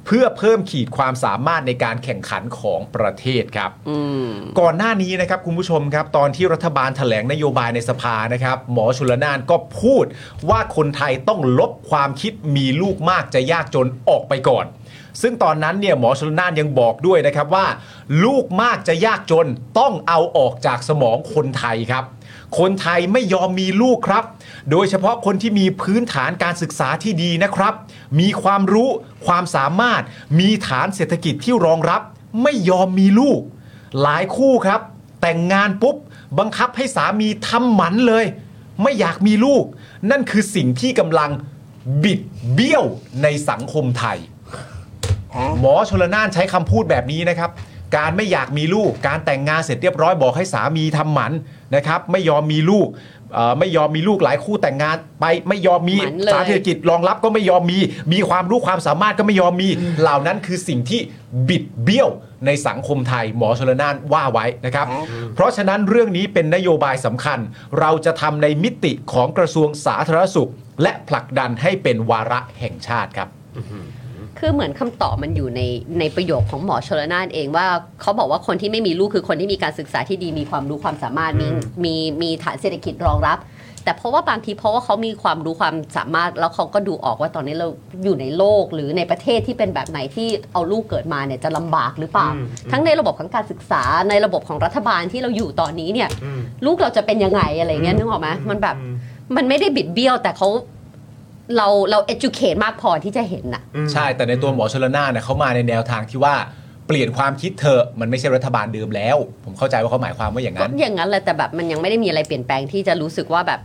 E: เพื่อเพิ่มขีดความสามารถในการแข่งขันของประเทศครับ
C: อืม
E: ก่อนหน้านี้นะครับคุณผู้ชมครับ ตอนที่รัฐบาลถแถลงนโยบายในสภานะครับ หมอชุลนานก็พูดว่าคนไทยต้องลบความคิดมีลูกมากจะยากจนออกไปก่อน ซึ่งตอนนั้นเนี่ยหมอชลนานยังบอกด้วยนะครับว่า ลูกมากจะยากจนต้องเอาออกจากสมองคนไทยครับ คนไทยไม่ยอมมีลูกครับ โดยเฉพาะคนที่มีพื้นฐานการศึกษาที่ดีนะครับ มีความรู้ความสามารถ มีฐานเศรษฐกิจที่รองรับ ไม่ยอมมีลูก หลายคู่ครับ แต่งงานปุ๊บ บังคับให้สามีทำหมันเลย ไม่อยากมีลูก นั่นคือสิ่งที่กำลังบิดเบี้ยวในสังคมไทย หมอชลนานใช้คำพูดแบบนี้นะครับ การไม่อยากมีลูก การแต่งงานเสร็จเรียบร้อยบอกให้สามีทำหมันนะครับ ไม่ยอมมีลูกเอ่อไม่ยอมมีลูกหลายคู่แต่งงานไปไม่ยอมมี
C: หมันเลย
E: สารเศรษฐกิจรองรับก็ไม่ยอมมี มีความรู้ความสามารถก็ไม่ยอมมี เหล่านั้นคือสิ่งที่บิดเบี้ยวในสังคมไทย หมอชลนานว่าไว้นะครับ เพราะฉะนั้นเรื่องนี้เป็นนโยบายสำคัญ เราจะทำในมิติของกระทรวงสาธารณสุข และผลักดันให้เป็นวาระแห่งชาติครับ
C: คือเหมือนคำตอบมันอยู่ในในประโยคของหมอชลนานเองว่าเขาบอกว่าคนที่ไม่มีลูกคือคนที่มีการศึกษาที่ดีมีความรู้ความสามารถมีมีมีฐานเศรษฐกิจรองรับ แต่เพราะว่าบางทีเพราะว่าเขามีความรู้ความสามารถ แล้วเขาก็ดูออกว่าตอนนี้เราอยู่ในโลกหรือในประเทศที่เป็นแบบไหนที่เอาลูกเกิดมาเนี่ยจะลำบากหรือเปล่า ทั้งในระบบของการศึกษาในระบบของรัฐบาลที่เราอยู่ตอนนี้เนี่ย ลูกเราจะเป็นยังไงอะไรเงี้ยนึกออกไหมมันแบบมันไม่ได้บิดเบี้ยวแต่เขาเราเรา educate มากพอที่จะเห็นน่ะ
E: ใช่แต่ในตัวหมอชลนานเนี่ยเขามาในแนวทางที่ว่าเปลี่ยนความคิดเธอะมันไม่ใช่รัฐบาลเดิมแล้ว ผมเข้าใจว่าเขาหมายความว่าอย่าง
C: ก็
E: นั้น
C: อย่างนั้นแหละแต่แบบมันยังไม่ได้มีอะไรเปลี่ยนแปลงที่จะรู้สึกว่าแบบ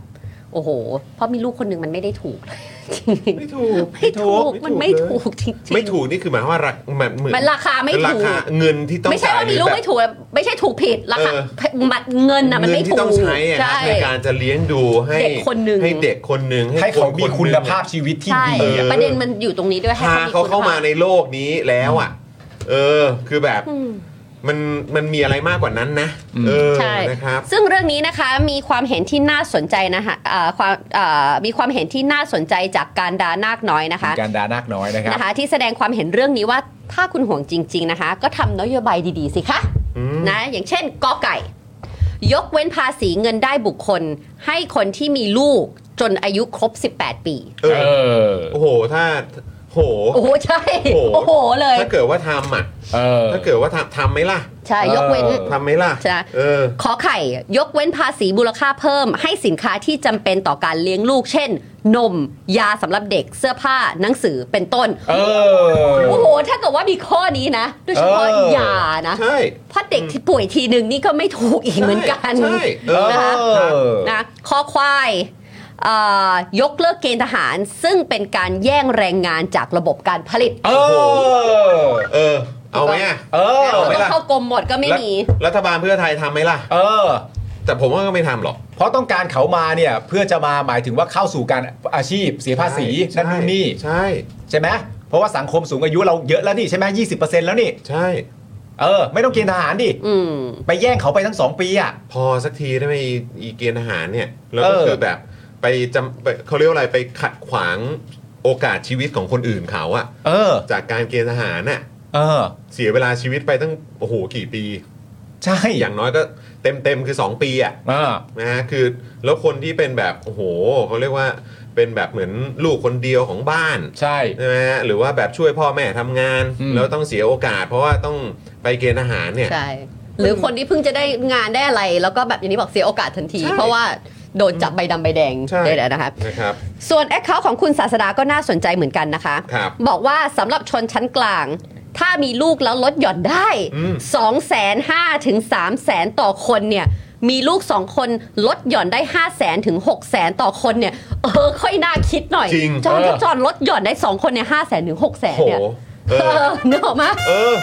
C: โอ้โห เพราะมีลูกคนหนึ่งมันไม่ได้ถูกเลยจริง
F: ไม่ถูก
C: ๆไม่ถูกมันไม่ถูกจริงๆ
F: ไม่ถูกนี่คือหมายความว่าราคแบบเหมือน
C: มันราคาไม่
F: รา
C: ถูก
F: คาเงินที่ต้อง
C: ไม่ใช่ว่ามีลูก
F: จ่ยหรือแบบ
C: ไม่ถูกไม่ใช่ถูกผิดราคา
F: เออ
C: มันเงินนะมัน
F: เงิ
C: ไม่
F: ที่
C: ถูก
F: ต้องใช้อะครับ
C: ใช่
F: ในการจะเลี้ยงดูให้
C: เด็กคนหนึ่ง
F: ให้เด็กคนหนึ่ง
E: ให้เขามี
F: นนหนึ่ง
E: คุณภาพชีวิตที่
C: ใช่
E: ดี
F: ะ
C: ประเด็นมันอยู่ตรงนี้ด้วยให้
F: พาเขาเข้ามา
C: คุณภพ
F: ในโลกนี้แล้วอ่ะ เออ คือแบบ
C: อืม
F: มันมันมีอะไรมากกว่านั้นนะ เออ
C: ใช่
F: นะครับ
C: ซึ่งเรื่องนี้นะคะมีความเห็นที่น่าสนใจนะคะอ่าความอ่ามีความเห็นที่น่าสนใจจากการดานาคน้อยนะคะ
E: การดานักน้อยนะครับ
C: นะคะที่แสดงความเห็นเรื่องนี้ว่าถ้าคุณห่วงจริง ๆนะคะ ก็ทำนโยบายดีๆสิคะ
F: อืม
C: นะอย่างเช่นกอไก่ ยกเว้นภาษีเงินได้บุคคล ให้คนที่มีลูกจนอายุครบ 18 ปี
F: เอ
E: เอ
F: อ
E: อ
F: โอ้โห ถ้า โห
C: โอ้โหใช่
F: โอ้โห
C: โอ้โหเลย
F: ถ้าเกิดว่าทำอ่ะ
E: เออ
F: ถ้าเกิดว่าทำทำไหมล่ะ
C: ใช่ยกเว้น
E: เออ
F: ทำไหมล่ะ
C: ใช่
F: เออ
C: ขอไข่ ยกเว้นภาษีมูลค่าเพิ่ม ให้สินค้าที่จำเป็นต่อการเลี้ยงลูก เช่น นม ยาสำหรับเด็กเสื้อผ้าหนังสือเป็นต้น
E: เออ
C: โอ้โหถ้าเกิดว่ามีข้อนี้นะโดยเฉพาะ
E: เออ
C: ยานะ
F: ใช่
C: เพราะเด็กที่ป่วยทีหนึ่งนี่ก็ไม่ถูกอีกเหมือนกัน
F: ใช่ใช่เออ
C: นะคะ
E: เออ
C: นะข้อควายเอ่อยกเลิกเกณฑ์ทหารซึ่งเป็นการแย่งแรงงานจากระบบการผลิต
E: เออ
F: เออ เอาไหมอะ
E: เออ
C: แล้ว
F: เอาไหม
C: ก็
F: ล่ะ
C: เข้ากรมหมดก็ไม่มี
F: รัฐรัฐบาลเพื่อไทยทำไหมล่ะ
E: เออ
F: แต่ผมว่าก็ไม่ทำหรอก
E: เพราะต้องการเขามาเนี่ยเพื่อจะมาหมายถึงว่าเข้าสู่การอาชีพเสียภาษี
F: ใช่
E: นั่นนู่นนี่
F: ใช่
E: ใช่ไหมเพราะว่าสังคมสูงอายุเราเยอะแล้วนี่ใช่ไหมยี่สิบเปอร์เซ็นต์แล้วนี่
F: ใช่
E: เออไม่ต้องเกณฑ์ทหารดิ
C: อืม
E: ไปแย่งเขาไปทั้งสองปีอ่ะ
F: พอสักทีได้ไหมอีอีเกณฑ์อาหารเนี่ย แล้วก็
E: เออ
F: คือแบบไปจำไปเขาเรียกว่าอะไรไปขัดขวางโอกาสชีวิตของคนอื่นเขาอะ
E: เออ
F: จากการเกณฑ์ทหารน่ะ
E: เออ
F: เสียเวลาชีวิตไปตั้งโอ้โหกี่ปี
E: ใช่
F: อย่างน้อยก็เต็มเต็มๆคือ 2 ปีอะ
E: เออ
F: นะฮะคือแล้วคนที่เป็นแบบโอ้โหเขาเรียกว่าเป็นแบบเหมือนลูกคนเดียวของบ้าน
E: ใช่
F: ใช่ไหมฮะหรือว่าแบบช่วยพ่อแม่ทำงาน
E: อืม
F: แล้วต้องเสียโอกาส เพราะว่าต้องไปเกณฑ์อาหารเนี่ย
C: ใช่หรือคนที่เพิ่งจะได้งานได้อะไร แล้วก็แบบอย่างนี้บอกเสียโอกาสทันที
F: ใช่
C: เพราะว่าโดนจับใบดำใบแดง
F: ใช่
C: ได้แล้วนะคะ
F: นะครับ
C: ส่วนแอคเคาท์ของคุณศาสดาก็น่าสนใจเหมือนกันนะคะ
F: ครับ
C: บอกว่าสำหรับชนชั้นกลาง ถ้ามีลูกแล้วลดหย่อนได้
F: อืม
C: 2 5 0 0 0 0ถึง3 0 0 0 0 ต่อคนเนี่ย มีลูก 2 คนลดหย่อนได้ 5 0 0 0 0 0ถึง6 0 0 0 0 ต่อคนเนี่ย เออ ค่อยน่าคิดหน่อย
F: จริง
C: จอน
E: เออ
C: ถ้าจอนลดหย่อนได้ 2 คนเนี่ย5 0 0 0 0 0ถึง6 0 0 0 0
F: โห
C: เนี่ย
F: เอ
C: เอ
F: อ
C: อนึกออกมา
F: เออ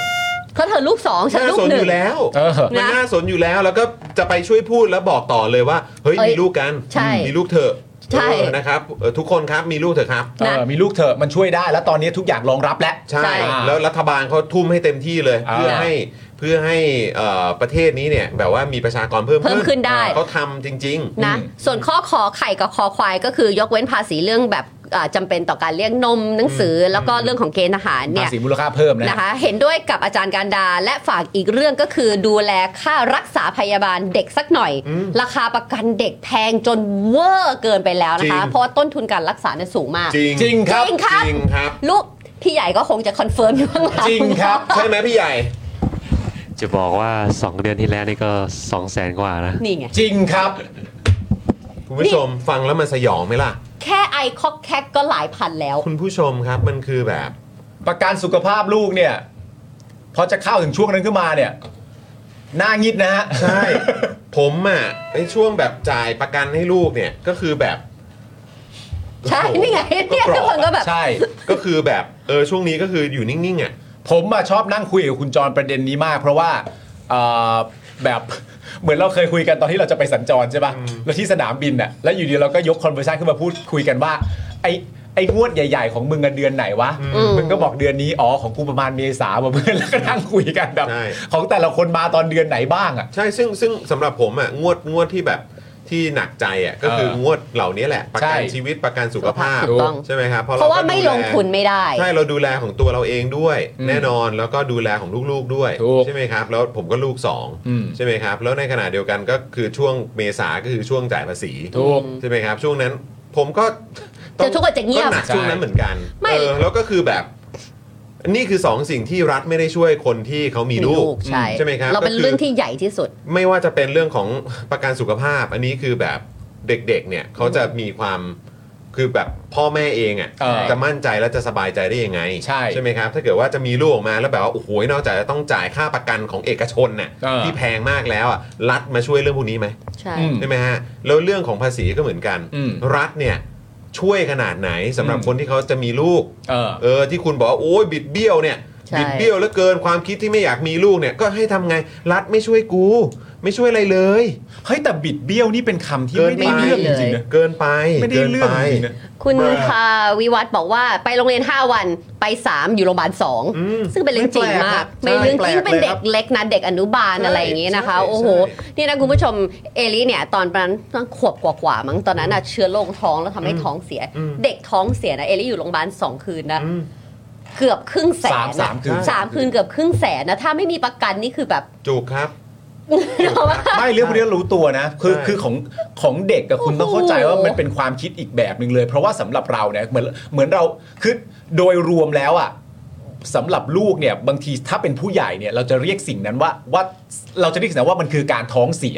C: เขาะเธอลูก 2 ฉัน
F: น่า
C: ลูก
F: สน
C: ห
F: อ
C: นึ่ง
F: ยู่แล้ว
E: เออ
F: มัน
C: นะ
F: น่าสนอยู่แล้วแล้วก็จะไปช่วยพูดแล้วบอกต่อเลยว่า เฮ้ย
C: เอ้ย
F: มีลูกกัน
C: ใช่
F: มีลูกเถอะ
C: ใช่
F: เออนะครับเออทุกคนครับมีลูกเถอะครับ
E: เออมีลูกเถอะมันช่วยได้แล้วตอนนี้ทุกอย่างรองรับแล้ว
F: ใช่
C: ใช่
F: แล้วรัฐบาลเขาทุ่มให้เต็มที่เลย
E: อ่า
F: เพื่อให้เพื่อให้เอ่อประเทศนี้เนี่ยแบบว่ามีประชากรเพิ่ม
C: เพิ่มขึ้นได้
F: เขาทำจริง
C: นะ ส่วนข้อขอไข่กับคอควายก็คือยกเว้นภาษีเรื่องแบบอ่าจำาเป็นต่อการเลี้ยงนมหนังสืออแล้วก็เรื่องของเกณฑ์ทหาร
E: ภา
C: เนี่ย
E: ษีมูลค่าเพิ่มนะ
C: นะคะเห็นด้วยกับอาจารย์การดาและฝากอีกเรื่องก็คือดูแลค่ารักษาพยาบาลเด็กสักหน่อย
F: อืม
C: ราคาประกันเด็กแพงจนเวอร์เกินไปแล้วนะคะ
F: จริง
C: เพราะว่าต้นทุนการรักษาเนี่ยสูงมาก
F: ๆ จริง
E: จริงครับ
C: จริงครับ
F: จริงครับ
C: ลูกพี่ใหญ่ก็คงจะคอนเฟิร์มอยู่ข้างหลัง
E: จริงครับ
F: ใช่ไหมพี่ใหญ่
G: จะบอกว่า 2 เดือนที่แล้วนี่ก็ 2 0 0แสนกว่านะ
C: นี่ไง
E: จริงครับ
F: คุณผู้ชมฟังแล้วมันสยองไหมล่ะ
C: แค่ไอคอกแคกก็หลายพันแล้ว
F: คุณผู้ชมครับมันคือแบบ
E: ประกันสุขภาพลูกเนี่ย พอจะเข้าถึงช่วงนั้นขึ้นมาเนี่ยหน้างิดนะฮะ
F: ใช่ ผมอ่ะในช่วงแบบจ่ายประกันให้ลูกเนี่ยก็คือแบบ
C: ใช่
F: โอ้โห
C: นี่ไง
F: ก็
C: เนี่ย
F: กร
C: ทุก
F: อ
C: คนก็แบบ
E: ใช่
F: ก็คือแบบเออช่วงนี้ก็คืออยู่นิ่งๆอ่ะ
E: ผมอะชอบนั่งคุยกับคุณจรประเด็นนี้มาก เพราะว่าเอ่อแบบ เหมือนเราเคยคุยกันตอนที่เราจะไปสัญจรใช่ปะแล้วที่สนามบินน่ะแล้วอยู่ดีเราก็ยกคอนเวอร์ชันขึ้นมาพูดคุยกันว่า ไอไองวดใหญ่ ๆ ของมึงอะเดือนไหนวะ
C: อืม
E: มึงก็บอกเดือนนี้อ๋อของกูประมาณเมษาว่ะเพื่อนแล้วก็นั่งคุยกันแบบ
F: ใช่
E: ของแต่ละคนมาตอนเดือนไหนบ้างอะ
F: ใช่ ซึ่งซึ่งสำหรับผมอ่ะงวดงวดที่แบบที่หนักใจอ่ะก็คือ
E: เออง
F: วดเหล่านี้แหละ ประกัน
E: ใช่
F: ชีวิตประกันสุขภาพ
C: ถูกต้อง
F: ใช่ไหมครับ
C: เพราะว่า
F: ก็ดูแ
C: ไม่ลงทุนไม่ได้
F: ใช่เราดูแลของตัวเราเองด้วย แน่นอนแล้วก็ดูแลของลูกๆด้วย
E: ถูก
F: ใช่ไหมครับ แล้วผมก็ลูกสอง
E: อืม
F: ใช่ไหมครับ แล้วในขณะเดียวกันก็คือช่วงเมษาก็คือช่วงจ่ายภาษี
E: ถูก
F: ใช่ไหมครับ ช่วงนั้นผมก็ต้อง
C: เดี๋ยวทุกคนจะเงียบ
F: ก็หนัก
E: ใช่
F: ช่วงนั้นเหมือนกัน
C: ไม่
F: เออแล้วก็คือแบบ นี่คือสองสิ่งที่รัฐไม่ได้ช่วยคนที่เขามีลูก
C: ใช่
F: ใช่ไหมครับ
C: เราเป็น
F: ก็คือ
C: เรื่องที่ใหญ่ที่สุด
F: ไม่ว่าจะเป็นเรื่อง ของประกันสุขภาพ อันนี้คือแบบเด็กๆ เนี่ยเขาจะมีความคือแบบพ่อแม่เอง
E: เออ
F: อะ่ะจะมั่นใจและจะสบายใจได้ยังไง
E: ใช่
F: ไหมครับ ถ้าเกิดว่าจะมีลูกออกมาแล้วแบบว่าโอ้โหนอกจากจะต้องจ่ายค่าประกันของเอกชนเนี่ย
E: เออ
F: ที่แพงมากแล้วอ่ะรัฐมาช่วยเรื่องพวกนี้ไหม
C: ใช่
E: อืม
F: ใช่ไหมฮะแล้วเรื่องของภาษีก็เหมือนกัน
E: อืม
F: รัฐเนี่ยช่วยขนาดไหนสำหรับ
E: อืม
F: คนที่เขาจะมีลูก
E: เออ
F: เออที่คุณบอกว่าโอ้ยบิดเบี้ยวเนี่ย
C: ใช่
F: บิดเบี้ยวแล้วเกินความคิดที่ไม่อยากมีลูกเนี่ยก็ให้ทำไงรัฐไม่ช่วยกู ไม่ช่วยอะไรเลย
E: เฮ้ยแต่บิดเบี้ยวนี่เป็นคำที่
F: เกิน
E: ไม่ได้
F: ไป
E: เรื่องจริงๆนะ
F: เกินไป
E: ไม่ได้
F: กิน
E: เรื่อง
F: ไป
E: จริงๆนะ
C: คุณพาวิวัฒน์บอกว่าไปโรงเรียน 5 วันไป 3 อยู่โรงพยาบาลสองซึ่งเป็นเรื่องจริงมาก ไม่เรื่องจริงเป็นเด็กเล็กนะ เด็กอนุบาลอะไรอย่างนี้นะคะ โอ้โห นี่นะคุณผู้ชมเอลี่เนี่ย ตอนประมาณต้องขวบกว่าๆมั้งตอนนั้นน่ะเชื้อโรคท้องแล้วทำให้ท้องเสีย เด็กท้องเสียนะเอลี่อยู่โรงพยาบาลสองคืนนะ
F: อืม
C: เกือบครึ่งแส
E: สาม
C: น
E: สามคืน
C: สามคืนเกือบครึ่งแสนนะถ้าไม่มีประกันนี่คือแบบ
F: จูกครับ
C: เพราะว่า
E: ไม่เรื่องพวกนี้รู้ตัวนะ คือ
F: ใช่
E: คือของของเด็กกับคุณ
C: โอ้โห
E: ต้องเข้าใจว่ามันเป็นความคิดอีกแบบหนึ่งเลย เพราะว่าสำหรับเราเนี่ยเหมือนเหมือนเราคือโดยรวมแล้วอ่ะสำหรับลูกเนี่ยบางทีถ้าเป็นผู้ใหญ่เนี่ยเราจะเรียกสิ่งนั้นว่าว่าเราจะเรียกสิ่งนั้นว่ามันคือการท้องเสีย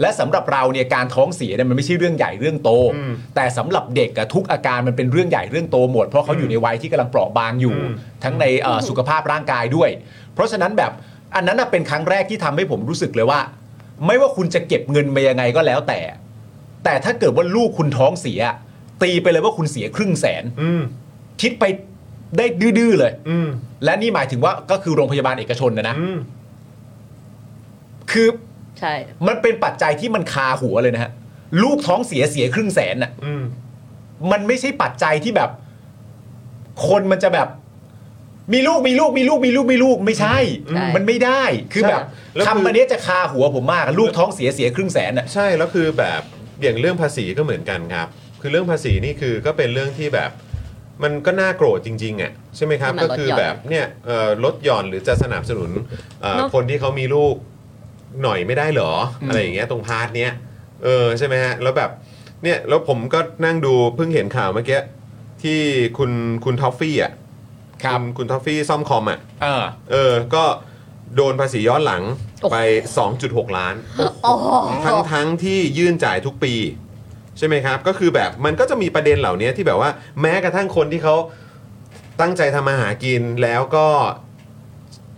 E: และสำหรับเราเนี่ยการท้องเสียเนี่ยมันไม่ใช่เรื่องใหญ่เรื่องโต แต่สำหรับเด็กอะทุกอาการมันเป็นเรื่องใหญ่เรื่องโตหมด เพราะเขาอยู่ในวัยที่กำลังเปราะบางอยู่ ทั้งในเอ่อสุขภาพร่างกายด้วย เพราะฉะนั้นแบบอันนั้นน่ะเป็นครั้งแรกที่ทำให้ผมรู้สึกเลยว่า ไม่ว่าคุณจะเก็บเงินมายังไงก็แล้วแต่ แต่ถ้าเกิดว่าลูกคุณท้องเสีย ตีไปเลยว่าคุณเสียครึ่งแสน
F: อืม
E: คิดไปได้ดื้อๆเลย
F: อืม
E: และนี่หมายถึงว่าก็คือโรงพยาบาลเอกชนนะนะ
F: อืม
E: คือ
C: ใช่
E: มันเป็นปัจจัยที่มันคาหัวเลยนะฮะลูกท้องเสียเสียครึ่งแสนน่ะ
F: อืม
E: มันไม่ใช่ปัจจัยที่แบบ คนมันจะแบบ มีลูกมีลูกมีลูกมีลูกมีลูกไม่ใช่ มันไม่ได้คือแบบคำอันเนี้ยจะคาหัวผมมากลูกท้องเสียเสียครึ่งแสนน่ะ
F: ใช่แล้วคือแบบอย่างเรื่องภาษีก็เหมือนกันครับ คือเรื่องภาษีนี่คือก็เป็นเรื่องที่แบบ มันก็น่าโกรธจริงๆอ่ะใช่ไหมครับ ก็คือแบบเนี่ยเอ่อลดหย่อนหรือจะสนับสนุนเอ่อ
C: เนอะ
F: คนที่เขามีลูก หน่อยไม่ได้เหรออะไรอย่างเงี้ยตรงพาร์ทเนี้ยเออใช่ไหมฮะแล้วแบบเนี่ยแล้วผมก็นั่งดูเพิ่งเห็นข่าวเมื่อกี้ที่คุณคุณทอฟฟี่อ่ะ
E: ครับ
F: ณคุณทอฟฟี่ซ่อมคอมอ่ะ
E: เออ
F: เออก็โดนภาษีย้อนหลังไป 2.6 ล้าน
C: โอ้โห
F: ทั้งทั้งที่ยื่นจ่ายทุกปี ใช่ไหมครับ ก็คือแบบมันก็จะมีประเด็นเหล่านี้ที่แบบว่าแม้กระทั่งคนที่เขาตั้งใจทำมาหากินแล้วก็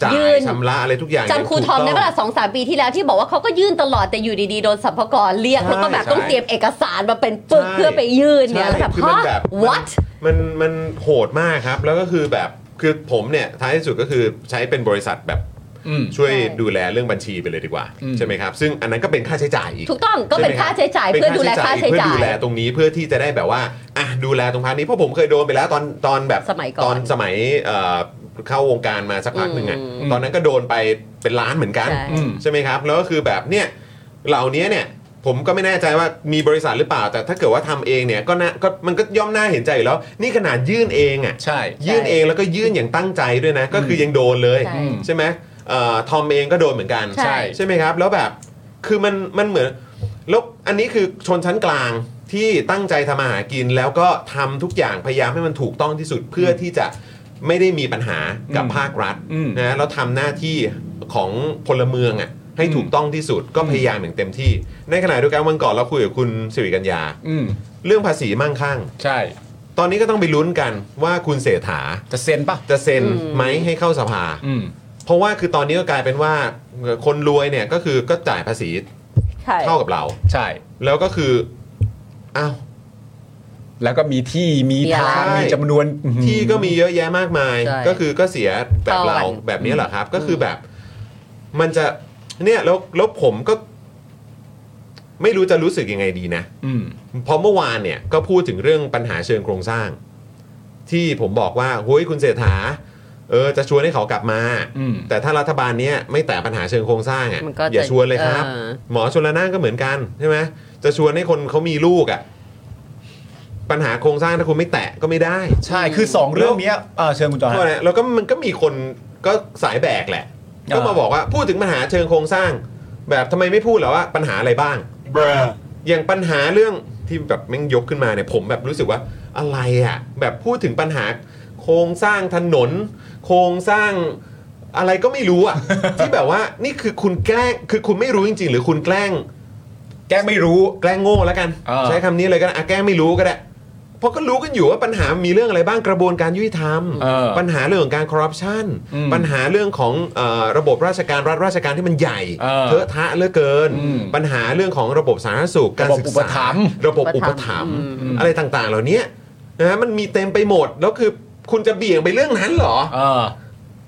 F: จ่า
C: ยื่
F: ย
C: น
F: ชำระอะไรทุกอย่าง
C: จำครู
F: ย่าง
C: ทอม
F: ถูก
C: ได้
F: ง
C: ปะล่ะสองสามปีที่แล้วที่บอกว่าเขาก็ยื่นตลอดแต่อยู่ดีๆ โดนสรรพากรเรียก
F: ใช่
C: แล้วก็แบบต้อง
F: ใช่
C: เตรียมเอกสารมาเป็นปึก
F: ใช่
C: เพื่อไปยื่นเนี่ย
F: ใช่
C: แล้วแบบ
F: คือมัน
C: ฮะ
F: แบบ
C: what
F: มันมันโหดมากครับ แล้วก็คือแบบคือผมเนี่ยท้ายที่สุดก็คือใช้เป็นบริษัทแบบ
E: อืม
F: ช่วย
C: ใช่
F: ดูแลเรื่องบัญชีไปเลยดีกว่า
E: อืม
F: ใช่ไหมครับ ซึ่งอันนั้นก็เป็นค่าใช้จ่ายอีก
C: ถูกต้องก็เป็นค่าใช้จ่ายเพื่อดูแลค่าใช้จ่า
F: เพื่อดู
C: ย
F: แลตรงนี้เพื่อที่จะได้แบบว่าอ่ะดูแลตรงพาร์ทนี้เพราะผมเคยโดนไปแล้วตอนตอนแบบ
C: สมัยก่อน
F: ตอนสมัยเอ่อ เข้าวงการมาสักพักหนึ่งอ่ะ
E: อืม
F: ตอนนั้นก็โดนไปเป็นล้านเหมือนกัน
C: ใช่
E: อืม
F: ใช่ไหมครับ แล้วก็คือแบบเนี่ยเหล่านี้เนี่ยผมก็ไม่แน่ใจว่ามีบริษัทหรือเปล่า แต่ถ้าเกิดว่าทำเองเนี่ยก็นะก็มันก็ย่อมน่าเห็นใจอยู่แล้ว นี่ขนาดยื่นเองอ่ะ
E: ใช่
F: ยื่นเองแล้วก็ยื่นอย่างตั้งใจด้วยนะ ก็คือยังโดนเลย
C: ใช่
F: ใช่ไหมเอ่อทอมเองก็โดนเหมือนกัน
C: ใช่
F: ใช่ไหมครับ แล้วแบบคือมันมันเหมือนแล้วอันนี้คือชนชั้นกลางที่ตั้งใจทำมาหากิน แล้วก็ทำทุกอย่างพยายามให้มันถูกต้องที่สุดเพื่อที่จะไม่ได้มีปัญหากับ
E: อืม
F: ภาครัฐ
E: อืม
F: นะแล้วทำหน้าที่ของพลเมืองอะ่ะ ให้ถูกต้องที่สุดก็พยายามอย่างเต็มที่ ในขณะเดียวกันวันก่อนเราคุยกับคุณสิริกัญญา
E: อืม
F: เรื่องภาษีมั่งคั่ง
E: ใช่
F: ตอนนี้ก็ต้องไปลุ้นกันว่าคุณเศรษฐา
E: จะเซ็นป่ะ
F: จะเซ็น
C: อืม
F: ไหมให้เข้าสภา
E: อืม
F: เพราะว่าคือตอนนี้ก็กลายเป็นว่าเอ่อคนรวยเนี่ยก็คือก็จ่ายภาษี
C: ใช่
F: เท่ากับเรา
E: ใช่
F: แล้วก็คืออ้าว
E: แล้วก็มีที่มีทาง
F: ใช่
E: มีจำนวนอื้อหือ
F: ที่ก็มีเยอะแยะมากมาย
C: ใช่
F: ก็คือก็เสียแบบเรา
C: ต่อวัน
F: แบบนี้เหรอครับ ก็คือแบบมันจะเนี่ยแล้วแล้วผมก็ ไม่รู้จะรู้สึกยังไงดีนะ
E: อืม
F: เพราะเมื่อวานเนี่ยก็พูดถึงเรื่องปัญหาเชิงโครงสร้าง ที่ผมบอกว่าเฮ้ยคุณเศรษฐาเออจะชวนให้เขากลับมา
E: อืม
F: แต่ถ้ารัฐบาลเนี้ยไม่แตะปัญหาเชิงโครงสร้างอ่ะ
C: มันก็จะ
F: อย่าชวนเลยครับ
C: เออ
F: หมอชนละนานก็เหมือนกันใช่ไหมจะชวนให้คนเขามีลูกอ่ะปัญหาโครงสร้างถ้าคุณไม่แตะก็ไม่ได้
E: ใช่ คือ 2 เรื่องเนี้ยเอ่อเชิญคุณจอห์น
F: เพราะอะไร
E: ฮะ
F: แล้วก็มันก็มีคนก็สายแบกแหละ
E: อ่า
F: ก็มาบอกว่าพูดถึงปัญหาเชิงโครงสร้าง แบบทำไมไม่พูดเหรอว่าปัญหาอะไรบ้าง อย่างปัญหาเรื่องที่แบบแม่งยกขึ้นมาเนี่ยผมแบบรู้สึกว่าอะไรอะแบบพูดถึงปัญหาโครงสร้างถนน โครงสร้างอะไรก็ไม่รู้อะ ที่แบบว่านี่คือคุณแกล้งคือคุณไม่รู้จริง ๆ หรือคุณแกล้ง
E: แกล้งไม่รู้
F: แกล้งโง่แล้วกัน
E: เออ
F: ใช้คำนี้เลยก็ได้อ่ะแกล้งไม่รู้ก็ได้เพราะก็รู้กันอยู่ว่าปัญหามีเรื่องอะไรบ้างกระบวนการยุติธรรม
E: เออ
F: ปัญหาเรื่องของการคอร์รัปชัน
E: อืม
F: ปัญหาเรื่องของเออระบบราชการรัฐราชการที่มันใหญ่
E: เออ
F: เทอะทะเหลือเกิน
E: อืม
F: ปัญหาเรื่องของระบบสาธารณสุขการ
E: ระบบ
F: ศึก
E: อุป
F: ษา
E: ถัมภ์
F: ระบบอุปถัมภ์อะไรต่างๆ เหล่านี้นะฮะมันมีเต็มไปหมดแล้วคือคุณจะเบี่ยงไปเรื่องนั้นเหรอ
E: เออ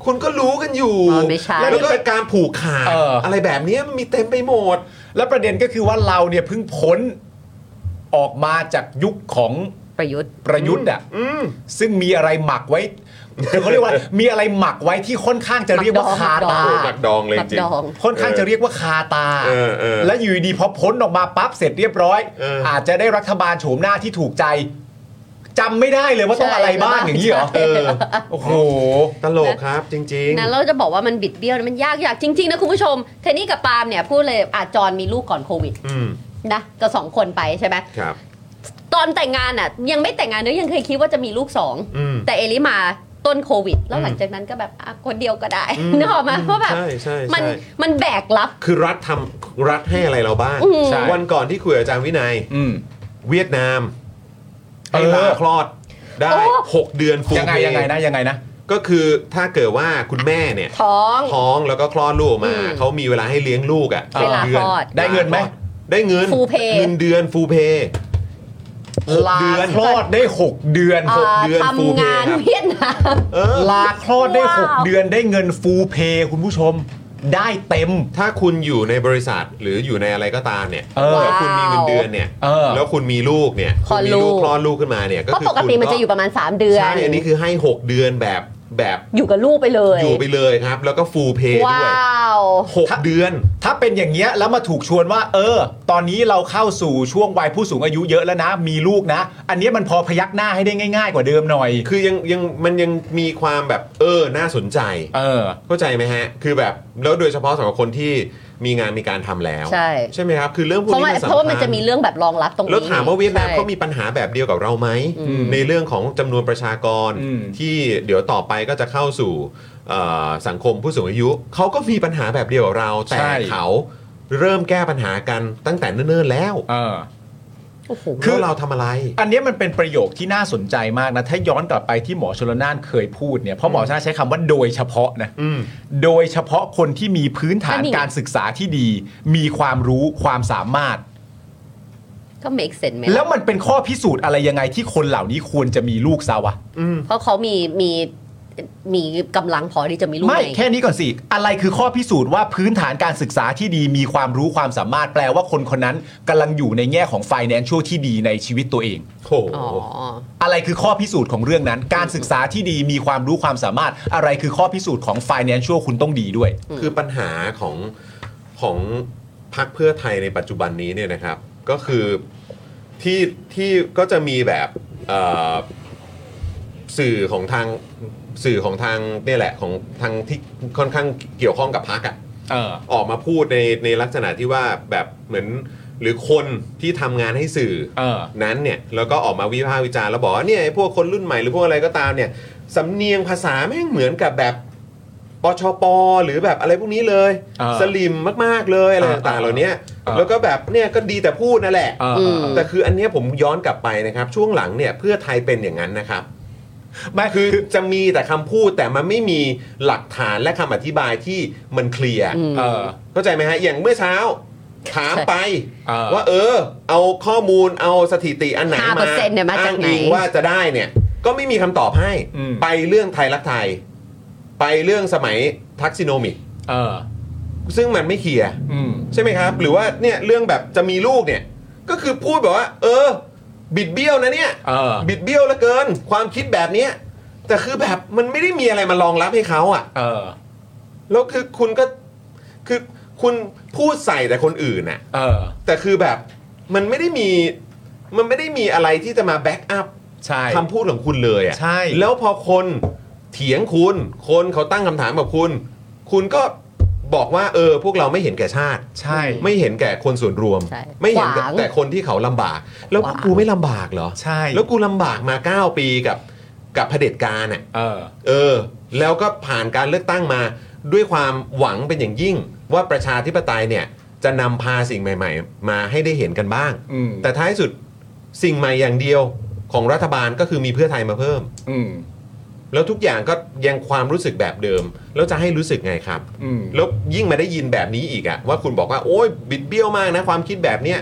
F: คุณก็รู้กันอยู่
C: มันไม่ใช่
F: แล้วก็การผูกขาด
E: เอออ
F: อะไรแบบนี้มันมีเต็มไปหมด
E: แล้วประเด็นก็คือว่าเราเนี่ยเพิ่งพ้นออกมาจากยุคของ
C: ประยุทธ์
E: ประยุทธ์อ่ะซึ่งมีอะไรหมักไว้คือเขาเรีย กว่า มีอะไรหมักไว้ที่ค่อนข้างจะเรียกว่า
C: หมั
E: คาก
C: ดอง
E: ตา
F: โอ้ยหมักดองเลยจ
C: ปับ
F: ริง
C: ดอง
E: ค่อนข้างจะเรียกว่าคาตา
F: เออเออ
E: และอยู่ดีๆพอพ้นออกมาปั๊บเสร็จเรียบร้อย
F: เอออ
E: อาจจะได้รัฐบาลโฉมหน้าที่ถูกใจจำไม่ได้เลยว่าต้อง
C: ใช่
E: อะไรบ้าง
C: ใช่
E: อย่างนี้เหรอเออโอ้โห
F: ตลกครับจริง
C: นะเราจะบอกว่ามันบิดเบี้ยวนะมันยากอยากจริง ๆ นะคุณผู้ชมเทนนี่กับปาล์มเนี่ยพูดเลยอาจอนมีลูกก่อนโควิด
F: ๆ อืม
C: นะก็สองคนไปใช่ไหม
F: ครับ
C: ตอนแต่งงานอ่ะ ยังไม่แต่งงานเนอะยังเคยคิดว่าจะมีลูกสอง
F: อืม
C: แต่เอลิมาต้นโควิด แล้
F: อื
C: ว
F: ม
C: หลังจากนั้นก็แบบอ่ะคนเดียวก็ได้
F: อืม
C: นึกออกไหมาเพราะแบบ
F: ใช่ใช่ใช่
C: มันมันแบกรับ
F: คือรัฐทำรัฐให้อะไรเราบ้าง
C: อืม
E: ใช่
F: วันก่อนที่คุยกับอาจารย์วินัย
E: อืม
F: เวียดนาม ให้
E: เออ
F: ลาคลอดได้
C: โอ้
F: 6 เดือนฟู
E: ยังไง
F: เพ
E: ยังไงนะยังไงนะ
F: ก็คือถ้าเกิดว่าคุณแม่เนี่ย
C: ท้อง
F: ท้องแล้วก็คลอดลูกออกมา
C: อืม
F: เขามีเวลาให้เลี้ยงลูกอ่ะ
E: เวลา
F: หกดืน
C: คลอด
E: ได้เงินไหม
F: ได้เงิน
C: full pay
F: หนึ่งเดือนฟูเพ
E: ลา
F: เดือน
E: คลอดได้ 6 เดือน
C: อ่า
F: หกเดือนฟูลเพ
C: ทำงาน
F: ครับ
C: เวียดนาม
F: เออ
E: ลาคลอดได้
C: ว้าว
E: 6 เดือนได้เงินฟูลเพย์คุณผู้ชมได้เต็ม
F: ถ้าคุณอยู่ในบริษัทหรืออยู่ในอะไรก็ตามเนี่ย
E: เออ
F: แล้วคุณมีเงินเดือนเนี่ย
E: เออ
F: แล้วคุณมีลูกเนี่ย
C: คลอด
F: ณมี
C: ลูก
F: คลอดลูกขึ้นมาเนี่ยก็
C: เพราะ
F: คือ
C: ปกติมันจะอยู่ประมาณ 3 เดือน
F: ใช่อันนี้คือให้ 6 เดือนแบบแบบ
C: อยู่กับลูกไปเลย
F: อยู่ไปเลยครับ แล้วก็ฟูลเพย์ด้
C: ว้
F: วย
C: าว
E: ถ้า
F: 6 เดือน
E: ถ้าเป็นอย่างเงี้ยแล้วมาถูกชวนว่า เออ ตอนนี้เราเข้าสู่ช่วงวัยผู้สูงอายุเยอะแล้วนะ มีลูกนะ อันเนี้ยมันพอพยักหน้าให้ได้ง่าย ๆ กว่าเดิมหน่อย
F: คือยังยังมันยังมีความแบบเออน่าสนใจ
E: เออ
F: เข้าใจไหมฮะ คือแบบแล้วโดยเฉพาะสำหรับคนที่มีงานมีการทำแล้ว
C: ใช่
F: ใช่ไหมครับ คือเรื่องพวก
C: เพราะ
F: นี้
C: ว่า
F: มันสำคัญ
C: เพราะว่ามันจะมีเรื่องแบบรองรับตรงนี้
F: แล้วถามว่าเวียดนาม
C: ใช่
F: เขามีปัญหาแบบเดียวกับเราไหม
E: ม
F: ในเรื่องของจำนวนประชากร
E: อืม
F: ที่เดี๋ยวต่อไปก็จะเข้าสู่เอ่อสังคมผู้สูงอายุ เขาก็มีปัญหาแบบเดียวกับเรา แต่เขาเริ่มแก้ปัญหากันตั้งแต่เนิ่นๆแล้ว
E: เออ คื
F: คือ อเราทำอะไร
E: อันเนี้ยมันเป็นประโยคที่น่าสนใจมากนะ ถ้าย้อนกลับไปที่หมอชลนานเคยพูดเนี่ยเพราะหมอชลนานใช้คำว่าโดยเฉพาะนะ
F: อืม
E: โดยเฉพาะคนที่มีพื้นฐา
C: อั
E: น
C: นนี้
E: การศึกษาที่ดี มีความรู้ความสามารถ
C: ก็ make sense ไหม
E: แล้วมันเป็นข้อพิสูจน์อะไรยังไงที่คนเหล่านี้ควรจะมีลูกซะวะ
F: อืม
C: เพราะเขามีมีมีกำลังพอที่จะมีลูก
E: ไม่
C: ง
E: แค่นี้ก่อนสิ อะไรคือข้อพิสูจน์ว่าพื้นฐานการศึกษาที่ดีมีความรู้ความสามารถแปลว่าคนคนนั้นกำลังอยู่ในแง่ของ financial ที่ดีในชีวิตตัวเอง
F: โอ้โห
C: อ๋อ
E: อะไรคือข้อพิสูจน์ของเรื่องนั้น การศึกษาที่ดีมีความรู้ความสามารถ อะไรคือข้อพิสูจน์ของ financial คุณต้องดีด้วย
F: คือปัญหาของของพรรคเพื่อไทยในปัจจุบันนี้เนี่ยนะครับ ก็คือที่ที่ก็จะมีแบบเอ่อสื่อของทางสื่อของทางเนี่ยแหละของทางที่ค่อนข้างเกี่ยวข้องกับพรรคอะ
E: เออ
F: ออกมาพูดในในลักษณะที่ว่าแบบเหมือนหรือคนที่ทำงานให้สื่อ
E: เออ
F: นั้นเนี่ยแล้วก็ออกมาวิพากษ์วิจารณ์แล้วบอกว่าเนี่ยไอ้พวกคนรุ่นใหม่หรือพวกอะไรก็ตามเนี่ยสำเนียงภาษาแม่งเหมือนกับแบบ ปชปหรือแบบอะไรพวกนี้เลย
E: อ่า
F: สลิมมากๆเลยอะไรต่างๆเหล่านี้
E: อ่า
F: แล้วก็แบบเนี่ยก็ดีแต่พูดนั่นแหละ
E: อ่า
C: อืม
F: แต่คืออันเนี้ยผมย้อนกลับไปนะครับ ช่วงหลังเนี่ยเพื่อไทยเป็นอย่างนั้นนะครับ
E: ไม่
F: คื
E: คือ อ
F: จะมีแต่คำพูดแต่มันไม่มีหลักฐานและคำอธิบายที่มันเคลียร์
C: อืม
E: เออ
F: เข้าใจไหมฮะ อย่างเมื่อเช้า ถามไป
E: เออ
F: ว่าเออ เอาข้อมูลเอาสถิติอันไหนมา
C: 5%เนี่ยมาจากไหน
F: อ้งอิงว่าจะได้เนี่ย ก็ไม่มีคำตอบให้
E: อืม
F: ไปเรื่องไทยรักไทย ไปเรื่องสมัยทักซิโนมิก
E: เออ
F: ซึ่งมันไม่เคลียร์
E: อืม
F: ใช่ไหมครับ หรือว่าเนี่ยเรื่องแบบจะมีลูกเนี่ย ก็คือพูดแบบว่า เออ บิดเบี้ยวนะเนี่ย
E: เออ
F: บิดเบี้ยวเหลือเกิน ความคิดแบบเนี้ยแต่คือแบบมันไม่ได้มีอะไรมารองรับให้เขาอะ่ะ
E: เออ
F: แล้วคือคุณก็คือคุณพูดใส่แต่คนอื่นน่ะ
E: เออ
F: แต่คือแบบมันไม่ได้มีมันไม่ได้มีอะไรที่จะมาแบ็กอัพ
E: ใช่
F: คำพูดของคุณเลยอะ่ะ
E: ใช่
F: แล้วพอคนเถียงคุณ คนเขาตั้งคำถามกับคุณ คุณก็บอกว่า เออ พวกเราไม่เห็นแก่ชาติ
E: ใช่
F: ไม่เห็นแก่คนส่วนรวม
C: ใช่
F: ไม่เห็นแก่
C: ขวาง
F: แต่คนที่เขาลำบาก แล้ว
C: ขวาง
F: กูไม่ลำบากเหรอ
E: ใช่
F: แล้วกูลำบากมา 9 ปีกับกับเผด็จการอ่ะ
E: เออ
F: เออ แล้วก็ผ่านการเลือกตั้งมาด้วยความหวังเป็นอย่างยิ่ง ว่าประชาธิปไตยเนี่ย จะนำพาสิ่งใหม่ ๆ มาให้ได้เห็นกันบ้าง
E: อืม
F: แต่ท้ายสุดสิ่งใหม่อย่างเดียวของรัฐบาลก็คือมีเพื่อไทยมาเพิ่ม
E: อืม
F: แล้วทุกอย่างก็ยังความรู้สึกแบบเดิม แล้วจะให้รู้สึกไงครับ
E: อืม
F: แล้วยิ่งมาได้ยินแบบนี้อีกอะว่าคุณบอกว่าโอ้ยบิดเบี้ยวมากนะความคิดแบบเนี้ย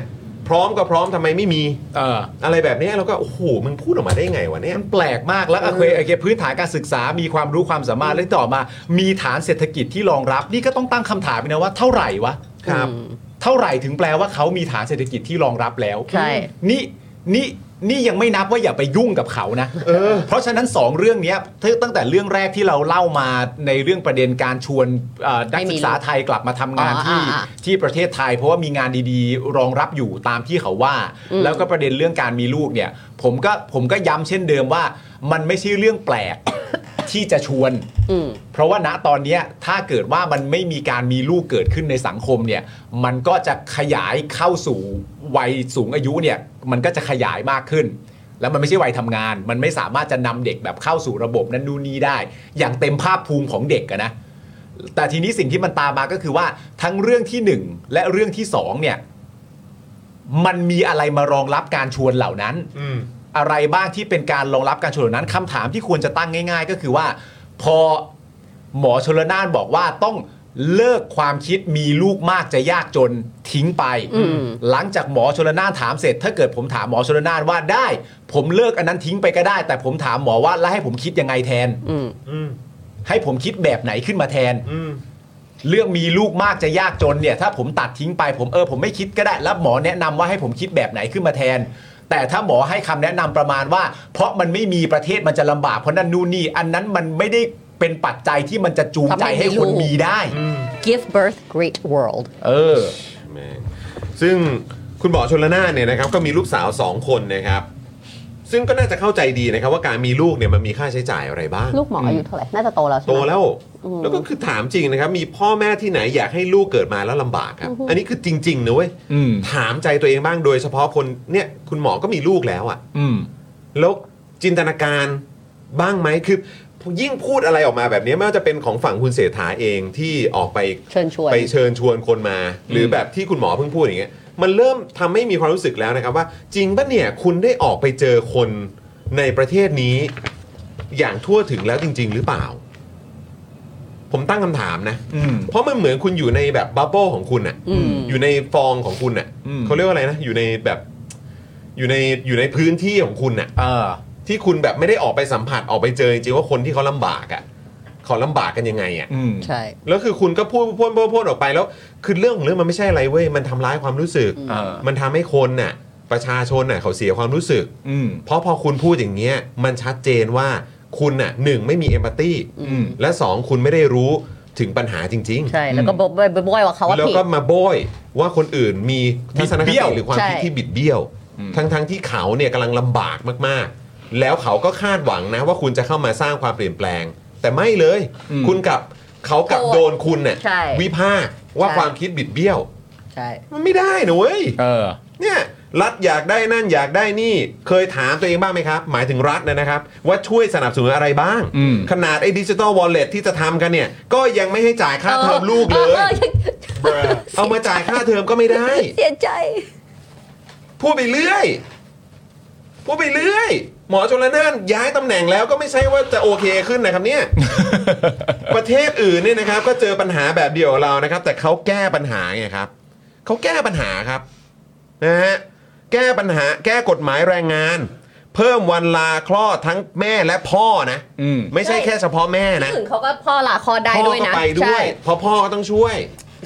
F: พร้อมก็พร้อมทำไมไม่มี
E: เออ
F: อะไรแบบเนี้ยเราก็โอ้โหมึงพูดออกมาได้ไงวะเนี่ย
E: มันแปลกมากแล้ว
F: เออ
E: โอเคโอเคพื้นฐานการศึกษามีความรู้ความสามารถและต่อมา มีฐานเศรษฐกิจที่รองรับ นี่ก็ต้องตั้งคำถามไปนะว่าเท่าไหร่วะ
F: ครับ
E: เท่าไหร่ถึงแปลว่าเขามีฐานเศรษฐกิจที่รองรับแล้ว
C: ใช่
E: นี่นี่นี่ยังไม่นับว่าอย่าไปยุ่งกับเขานะเเพราะฉะนั้นสองเรื่องเนี้ยถ้าตั้งแต่เรื่องแรกที่เราเล่ามาในเรื่องประเด็นการชวนเอ่อนักศึกษาไทยกลับมาทำงาน
C: อ๋อ
E: ที่
C: อ่าอ่า
E: ที่ประเทศไทย เพราะว่ามีงานดีๆ รองรับอยู่ตามที่เขาว่า
C: อืม
E: แล้วก็ประเด็นเรื่องการมีลูกเนี่ย ผมก็ผมก็ย้ำเช่นเดิมว่า มันไม่ใช่เรื่องแปลก ที่จะชวน
C: อืม
E: เพราะว่าณตอนเนี้ยถ้าเกิดว่ามันไม่มีการมีลูกเกิดขึ้นในสังคมเนี่ย มันก็จะขยายเข้าสู่วัยสูงอายุเนี่ย มันก็จะขยายมากขึ้น แล้วมันไม่ใช่วัยทำงาน มันไม่สามารถจะนำเด็กแบบเข้าสู่ระบบนั้นนู่นนี่ได้ อย่างเต็มภาพภูมิของเด็กอะนะ แต่ทีนี้สิ่งที่มันตามมาก็คือว่าทั้งเรื่องที่หนึ่งและเรื่องที่สองเนี่ย มันมีอะไรมารองรับการชวนเหล่านั้น
F: อืม
E: อะไรบ้างที่เป็นการรองรับการชนเหล่านั้นคำถามที่ควรจะตั้งง่าย ๆ ก็คือว่า พอหมอชนละนานบอกว่าต้องเลิกความคิดมีลูกมากจะยากจนทิ้งไป
C: อืม
E: หลังจากหมอชนละนานถามเสร็จ ถ้าเกิดผมถามหมอชนละนานว่าได้ ผมเลิกอันนั้นทิ้งไปก็ได้ แต่ผมถามหมอว่าแล้วให้ผมคิดยังไงแทน
C: อืม
F: อืม
E: ให้ผมคิดแบบไหนขึ้นมาแทน
F: อืม
E: เรื่องมีลูกมากจะยากจนเนี่ย ถ้าผมตัดทิ้งไปผมเออผมไม่คิดก็ได้ แล้วหมอแนะนำว่าให้ผมคิดแบบไหนขึ้นมาแทน แต่ถ้าหมอให้คำแนะนำประมาณว่า เพราะมันไม่มีประเทศมันจะลำบากเพราะนั่นนู่นนี่อันนั้นมันไม่ได้เป็นปัจจัยที่มันจะจูงใจให้คนมีได้
C: give birth great world
E: เออ
F: แม่งซึ่งคุณหมอชนละนานเนี่ยนะครับ ก็มีลูกสาว 2 คนนะครับ ซึ่งก็น่าจะเข้าใจดีนะครับ ว่าการมีลูกเนี่ยมันมีค่าใช้จ่ายอะไรบ้าง
C: ลูกหมออายุเท่าไหร่ น่าจะโตแล้วใช่
F: โต
C: ไหม
F: แล้ว
C: อืม
F: แล้วก็คือถามจริงนะครับ มีพ่อแม่ที่ไหนอยากให้ลูกเกิดมาแล้วลำบากครับ อันนี้คือจริงๆนะเว้ย
E: อืม
F: ถามใจตัวเองบ้างโดยเฉพาะคนเนี่ยคุณหมอก็มีลูกแล้วอ่ะ
E: อืม
F: แล้วจินตนาการบ้างไหมคือยิ่งพูดอะไรออกมาแบบนี้ไม่ว่าจะเป็นของฝั่งคุณเศรษฐาเองที่ออกไป
C: เชิญชวน
F: ไปเชิญชวนคนมา หรือแบบที่คุณหมอเพิ่งพูดอย่างเงี้ยมันเริ่มทำให้มีความรู้สึกแล้วนะครับว่า จริงปะเนี่ยคุณได้ออกไปเจอคนในประเทศนี้ อย่างทั่วถึงแล้วจริง ๆ หรือเปล่า ผมตั้งคำถามนะ
E: อืม
F: เพราะมันเหมือนคุณอยู่ในแบบบับเบิลของคุณอะ
C: อืม
F: อยู่ในฟองของคุณอะ
E: อืม
F: เขาเรียกว่าอะไรนะ อยู่ในแบบอยู่ในอยู่ในพื้นที่ของคุณอะ
E: เออ
F: ที่คุณแบบไม่ได้ออกไปสัมผัสออกไปเจอจริงๆว่าคนที่เขาลำบากอะ่ะเขาลำบากกันยังไงอะ่ะ
E: อืม
C: ใช่
F: แล้วคือคุณก็พูดพูดพูดพูดออกไปแล้ว คือเรื่องของเรื่องมันไม่ใช่อะไรเว้ยมันทำร้ายความรู้สึก
E: เออ
F: มันทำให้คนน่ะ ประชาชนน่ะเขาเสียความรู้สึก
E: อืม
F: เพราะพอคุณพูดอย่างเงี้ยมันชัดเจนว่าคุณน่ะหนึ่งไม่มีเอมพัตตี
E: อืม
F: และสองคุณไม่ได้รู้ถึงปัญหาจริง ๆ
C: ใช่ แล้วก็บอกบอกบอกว่าเขาว่า
F: แล้ว
C: ผิด
F: ก็มาโบยว่าคนอื่นมีทัศนค
E: บิดเบี้ย
F: ติ
E: ว
F: หรือความ
C: ใช่
F: คิดที่บิดเบี้ยว ทั้งๆที่เขาเนี่ยกำลังลำบากมากๆ แล้วเขาก็คาดหวังนะว่าคุณจะเข้ามาสร้างความเปลี่ยนแปลง แต่ไม่เลย คุณกลับเขากลับโดนคุณเนี่ย
C: ใช่
F: วิพากษ์ว่า
C: ใช่
F: ความคิดบิดเบี้ยว
C: ใช่
F: มันไม่ได้นะเว้ย
E: เออ
F: เนี่ย รัฐอยากได้นั่นอยากได้นี่ เคยถามตัวเองบ้างไหมครับ หมายถึงรัฐนะครับ ว่าช่วยสนับสนุนอะไรบ้าง
E: อืม
F: ขนาดไอ้ดิจิตอลวอลเล็ตที่จะทำกันเนี่ย ก็ยังไม่ให้จ่ายค่าเทอมลูกเลย
C: ออออง
F: เอามาจ่ายค่าเทอมก็ไม่ได้
C: เสียใจ
F: พูดไปเรื่อย พูดไปเรื่อย หมอชนละนานย้ายตำแหน่งแล้วก็ไม่ใช่ว่าจะโอเคขึ้นนะครับ เนี่ย ประเทศอื่นเนี่ยนะครับ ก็เจอปัญหาแบบเดียวกับเรานะครับ แต่เขาแก้ปัญหาไงครับเขาแก้ปัญหาครับนะฮะแก้ปัญหาแก้กฎหมายแรงงาน เพิ่มวันลาคลอดทั้งแม่และพ่อนะ
E: อืม
F: ไม่ใช่
C: ใช่
F: แค่เฉพาะแม่นะ
C: ที่อื่นเขาก็พ่อลาคลอดได้
F: พ่อ
C: ด้วย
F: ก็
C: นะ
F: ไปด้วยเพราะพ่อก็ต้องช่วย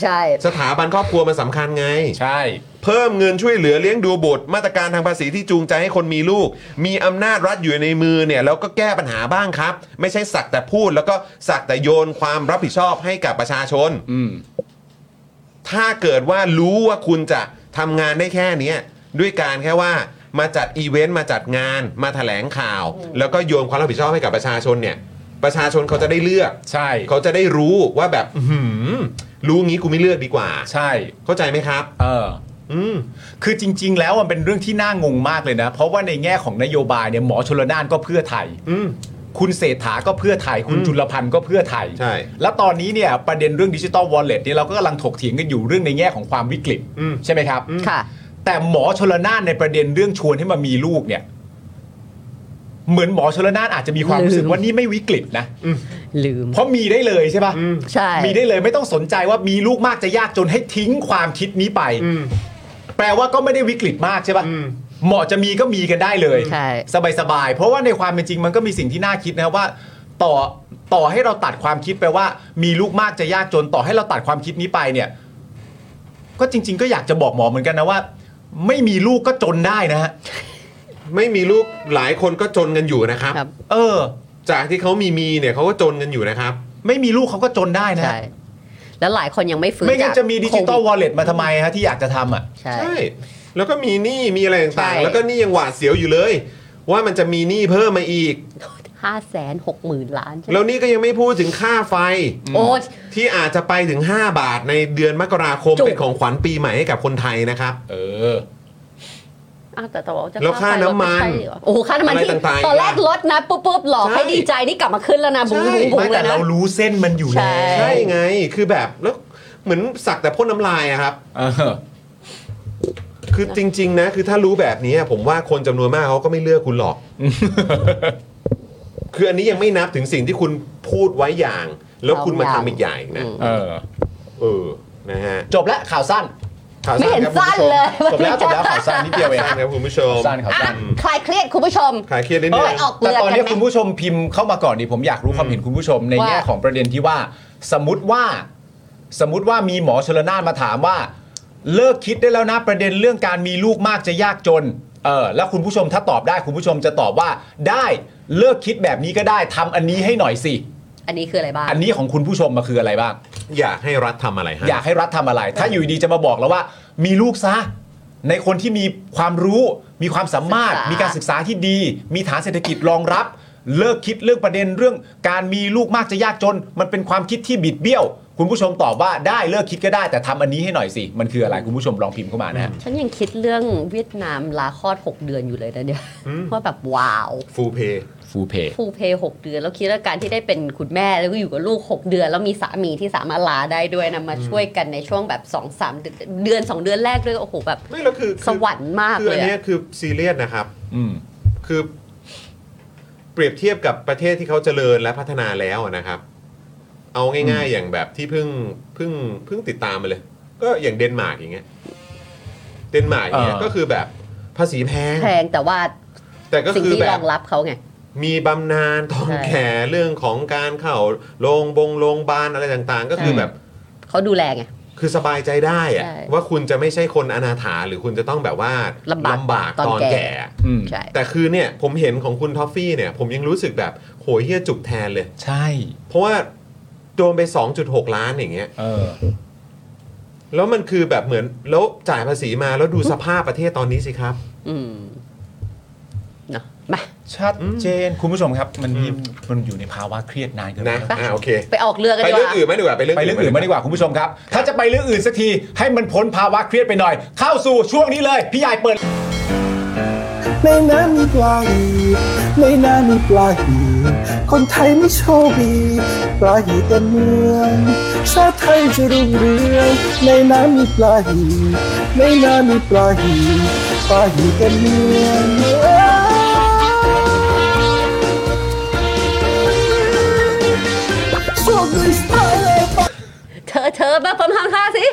C: ใช่
F: สถาบันครอบครัวมันสำคัญไง
E: ใช่
F: เพิ่มเงินช่วยเหลือเลี้ยงดูบุตรมาตรการทางภาษีที่จูงใจให้คนมีลูก มีอำนาจรัฐอยู่ในมือเนี่ยแล้วก็แก้ปัญหาบ้างครับ ไม่ใช่สักแต่พูดแล้วก็สักแต่โยนความรับผิดชอบให้กับประชาชน
E: อืม
F: ถ้าเกิดว่ารู้ว่าคุณจะทำงานได้แค่เนี้ยด้วยการแค่ว่ามาจัดอีเวนต์มาจัดงาน มาแถลงข่าว แล้วก็โยนความรับผิดชอบให้กับประชาชนเนี่ย ประชาชนเขาจะได้เลือก
E: ใช่
F: เขาจะได้รู้ว่าแบบอื้อหือรู้งี้กูไม่เลือกดีกว่า
E: ใช่
F: เข้าใจไหมครับ
E: เออ
F: อืม
E: คือจริง ๆ แล้วมันเป็นเรื่องที่น่างงมากเลยนะ เพราะว่าในแง่ของนโยบายเนี่ยหมอชลนานก็เพื่อไทย
F: อืม
E: คุณเศรษฐาก็เพื่อไทย คุณ
F: อืม
E: จุลพันธ์ก็เพื่อไทย
F: ใช่
E: แล้วตอนนี้เนี่ยประเด็นเรื่องดิจิ t a ลวอลเล็ตเนี่ยเราก็กำลังถกเถียงกันอยู่เรื่องในแง่ของความวิกฤต
F: อืม
E: ใช่ไหมครับ
C: ค่ะ
E: แต่หมอชลนานในประเด็นเรื่องชวนให้มามีลูกเนี่ย เหมือนหมอชลนานอาจจะมีความรู้สึกว่านี่ไม่วิกฤตนะ
C: ลืม
E: เพราะมีได้เลยใช่ปะ
F: อืม
C: ใช่
E: มีได้เลยไม่ต้องสนใจว่ามีลูกมากจะยากจนให้ทิ้งความคิดนี้ไป
F: อืม
E: แปลว่าก็ไม่ได้วิกฤตมากใช่
F: อืม
E: ปะ่ะเหมาะจะมีก็มีกันได้เลย
C: ใช่
E: สบายสบายๆเพราะว่าในความเป็นจริงมันก็มีสิ่งที่น่าคิดนะครับว่า ต่อต่อให้เราตัดความคิดไปว่า มีลูกมากจะยากจนต่อให้เราตัดความคิดนี้ไปเนี่ย ก็จริง ๆ ก็อยากจะบอกหมอเหมือนกันนะว่า ไม่มีลูกก็จนได้นะฮะ
F: ไม่มีลูกหลายคนก็จนกันอยู่นะครับ
C: ครับ
E: เออ
F: จากที่เขามีมีเนี่ยเขาก็จนกันอยู่นะครับ
E: ไม่มีลูกเขาก็จนได้นะ
C: ใช่
E: ฮะ
C: แล้วหลายคนยังไม่ฟื้น
E: ไม่งั้น
C: าก
E: จะมีดิจิตอล
C: โคว
E: อลเล็ตมาทำไมฮะที่อยากจะทำอ่ะ
C: ิดใช่
F: ใช่ แล้วก็มีหนี้มีอะไร
C: ใช่
F: ต่างๆ แล้วก็หนี่ยังหวาดเสียวอยู่เลย ว่ามันจะมีหนี้เพิ่มมาอีก
C: ห้าแสนหกหมื่นล้านใช่ไหม
F: แล้วนี่ก็ยังไม่พูดถึงค่าไฟ
C: โอ้ย
F: ที่อาจจะไปถึง 5 บาทในเดือนมกราคม
C: จุก
F: เป็นของขวัญปีใหม่ให้กับคนไทยนะครับ
E: เออ
C: อ้าวแต่แต่ว่าจะ
F: แล้วค่าน้ำมัน
C: ไฟลดไปเหรอโอ้โหค่าน้ำมันที่
F: อะไรต่างๆ
C: ตอนแรกลดนะปุ๊บปุ๊บหลอก
F: ใช่
C: ให้ดีใจนี่กลับมาขึ้นแล้วนะบุ้ง
F: ใช่
C: บุ้งบุ้
E: ไม่
C: งเล
E: แต่
C: ยนะ
E: เรารู้เส้นมันอยู่
C: ใช่
E: แล้ว
F: ใช่ไง คือแบบแล้วเหมือนสักแต่พ่นน้ำลายอะครับ
E: เออ
F: คือจริง ๆ นะ คือถ้ารู้แบบนี้ผมว่าคนจำนวนมากเขาก็ไม่เลือกคุณหรอก คืออันนี้ยังไม่นับถึงสิ่งที่คุณพูดไว้อย่าง แล้วคุณมาทำอีกอย่างนะ
E: เออ
F: เออ นะฮะ
E: จบแล้วข่าวสั้น
F: ข่าว
C: ไม่เห็น
F: ครับ
C: สั้นเลย
E: จบแล้วจบแล้วข่าวสั้นนิดเดียวเอง
F: สั้นครับคุณผู้ชม
E: สั้นข่าว
C: อ่ะ
E: สั้น
C: คลายเครียดคุณผู้ชม
F: ขายเครียดนิด
E: เอ
F: นึ
E: อง
C: ไปออกเรื
E: แต่
C: อ
E: ตอน
C: กัน
E: นี้
C: ไหม
E: คุณผู้ชมพิมพ์เข้ามาก่อนดิผมอยากรู้ความเห็นคุณผู้ชมใน
C: ว่า
E: แง่ของประเด็นที่ว่า สมมติว่า สมมติว่ามีหมอชลนานมาถามว่า เลิกคิดได้แล้วนะประเด็นเรื่องการมีลูกมากจะยากจนเออแล้วคุณผู้ชมถ้าตอบได้คุณผู้ชมจะตอบว่า ได้เลิกคิดแบบนี้ก็ได้ทำอันนี้ให้หน่อยสิ
C: อันนี้คืออะไรบ้าง
E: อันนี้ของคุณผู้ชมมาคืออะไรบ้าง
F: อยากให้รัฐทำอะไรฮะ
E: อยากให้รัฐทำอะไร ถ้าอยู่ดีๆจะมาบอกแล้วว่า มีลูกซะ ในคนที่มีความรู้ มีความสามารถ
C: ศึกษามี
E: มีการศึกษาที่ดี มีฐานเศรษฐกิจรองรับ เลิกคิดเรื่องประเด็นเรื่อง การมีลูกมากจะยากจน มันเป็นความคิดที่บิดเบี้ยว คุณผู้ชมตอบว่าได้เลิกคิดก็ได้แต่ทำอันนี้ให้หน่อยสิ มันคืออะไรคุณผู้ชมลองพิมพ์เข้ามานะฮะ
C: ฉันยังคิดเรื่องเวียดนามลาคลอด 6 เดือนอยู่เลยนะเนี่ยว่าแบบว้าว
F: ฟูลเพย์
E: ฟูเพย์
C: ฟูลเพย์หกเดือน แล้วคิดว่าการที่ได้เป็นคุณแม่แล้วก็อยู่กับลูก 6 เดือน แล้วมีสามีที่สามารถลาได้ด้วยนะมาช่วยกันในช่วงแบบ2อสามเดือน 2 เดือนแรกด้วยโอ้โหแบบ
F: ไม่แล้วคือคือ
C: สวรรค์มาก
F: คือ
C: เล
F: อั
C: ย
F: น
C: อะ
F: เนี้ยคือซีเรียสนะครับ
E: อืม
F: คือเปรียบเทียบกับประเทศที่เขาเจริญและพัฒนาแล้วอะนะครับ เอาง่ายๆอย่างแบบที่เพิ่งเพิ่งเพิ่งติดตามมาเลย ก็อย่างเดนมาร์กอย่างเงี้ยเดนมาร์กอย่างเงี้ย
E: เออ
F: ก็คือแบบภาษีแพง
C: แพงแต่ว่า
F: แต่ก็
C: สิ่ง
F: คือ
C: ที่
F: แบ
C: ร
F: บ
C: องรับเขาไง
F: มีบำนาญทอง
C: ใช่
F: แก่เรื่องของการเข้าโรงบงโรงพยาบาลอะไรต่างๆ ก็คือแบบ
C: เขาดูแลไง
F: คือสบายใจได้อะ
C: ใช่
F: ว่าคุณจะไม่ใช่คนอนาถาหรือคุณจะต้องแบบว่า
C: ลำบาก
F: ต
C: ต
F: อ
C: อน น
F: แก่
C: แก่
F: อะ
E: อืม
C: ใช่
F: แต่คือเนี่ยผมเห็นของคุณท็อฟฟี่เนี่ย ผมยังรู้สึกแบบโหยเฮียจุกแทนเลย
E: ใช่
F: เพราะว่าโดนไป 2.6 ล้านอย่างเงี้ย
E: เออ
F: แล้วมันคือแบบเหมือนแล้วจ่ายภาษีมาแล้วดูสภาพประเทศตอนนี้สิครับ
C: อืมเนาะมา
E: ชัดเจนคุณผู้ชมครับ มันยิ่งมันอยู่ในภาวะเครียดนานเกินไป
F: นะ
E: แล้ว
F: อ่าโอเค
C: ไปออกเรือกัน
F: ไป
C: ดีก
F: เรื่อง
C: ว่า
F: อื่นไหมดีกว่าไปเรื่อง
E: ไปเรื่องอื่นมางดีกว่าคุณผู้ชมครับ ถ้าจะไปเรื่องอื่นสักทีให้มันพ้นภาวะเครียดไปหน่อย เข้าสู่ช่วงนี้เลย พี่ใหญ่เปิด
G: ในน้ำมีปลาหีในน้ำมีปลาหีคนไทยไม่โชคดีปลาหีเต็มเมืองชาติไทยจะรุ่งเรืองในน้ำมีปลาหีในน้ำมีปลาหีปลาหีเต็มเมืองโชคดีสไตล์
C: เธอเธอมาผมทำท่าสิ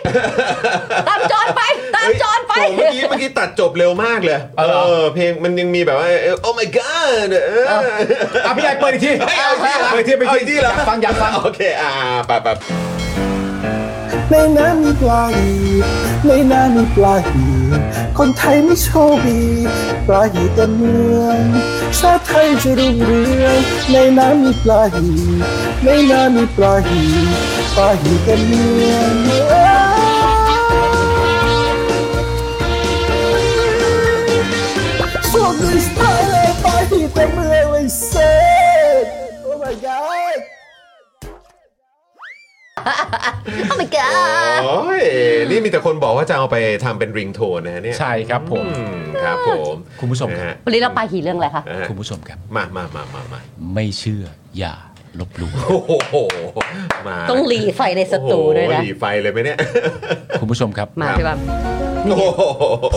C: ตามจอนไป ตามจอนไป
F: เฮ้ยเมื่อกี้เมื่อกี้ตัดจบเร็วมากเลย
E: เออ
F: เพลงมันยังมีแบบว่า โอ้ my god เออ
E: อ่ะพี่ใหญ่เปิดอีกที
F: เฮ้ยเอาอีกที
E: เปิดอีกทีเปิด
F: เอา
E: อี
F: อีก
E: กที
F: ทีเหรอ
E: อยากฟังอยากฟัง
F: โอเคอ่าไปไป
G: ในน้ำมีปลาหีในน้ำมีปลาหีคนไทยไม่โชคดีปลาหีเต็มเมืองชาติไทยจะรุ่งเรืองในน้ำมีปลาหีในน้ำมีปลาหีปลาหีเต็มเมืองโชคดีสไตล์เลยปลาหีเต็มเมืองเลยเซ่โอ้ my god
C: โอ้ my god
F: โอ้ย นี่มีแต่คนบอกว่าจะเอาไปทำเป็นริงโทนนะฮะเนี่ย
E: ใช่ครับผม
F: อืมครับผม
E: คุณผู้ชมค
F: นะ
E: รับ
F: ฮะ
C: วันนี้เราไปหีเรื่องอะไรคะ
F: นะฮะ
E: คุณผู้ชมครับ
F: มามามามามา
E: ไม่เชื่ออย่าลบหลู่
F: โอ้โห มา
C: ต้องหลีไฟในสตูด้วยนะ
F: โอ้โหหลีไฟเลยไหมเนี่ย
E: คุณผู้ชมครับ
C: มาพี่บัม
F: โอ้โห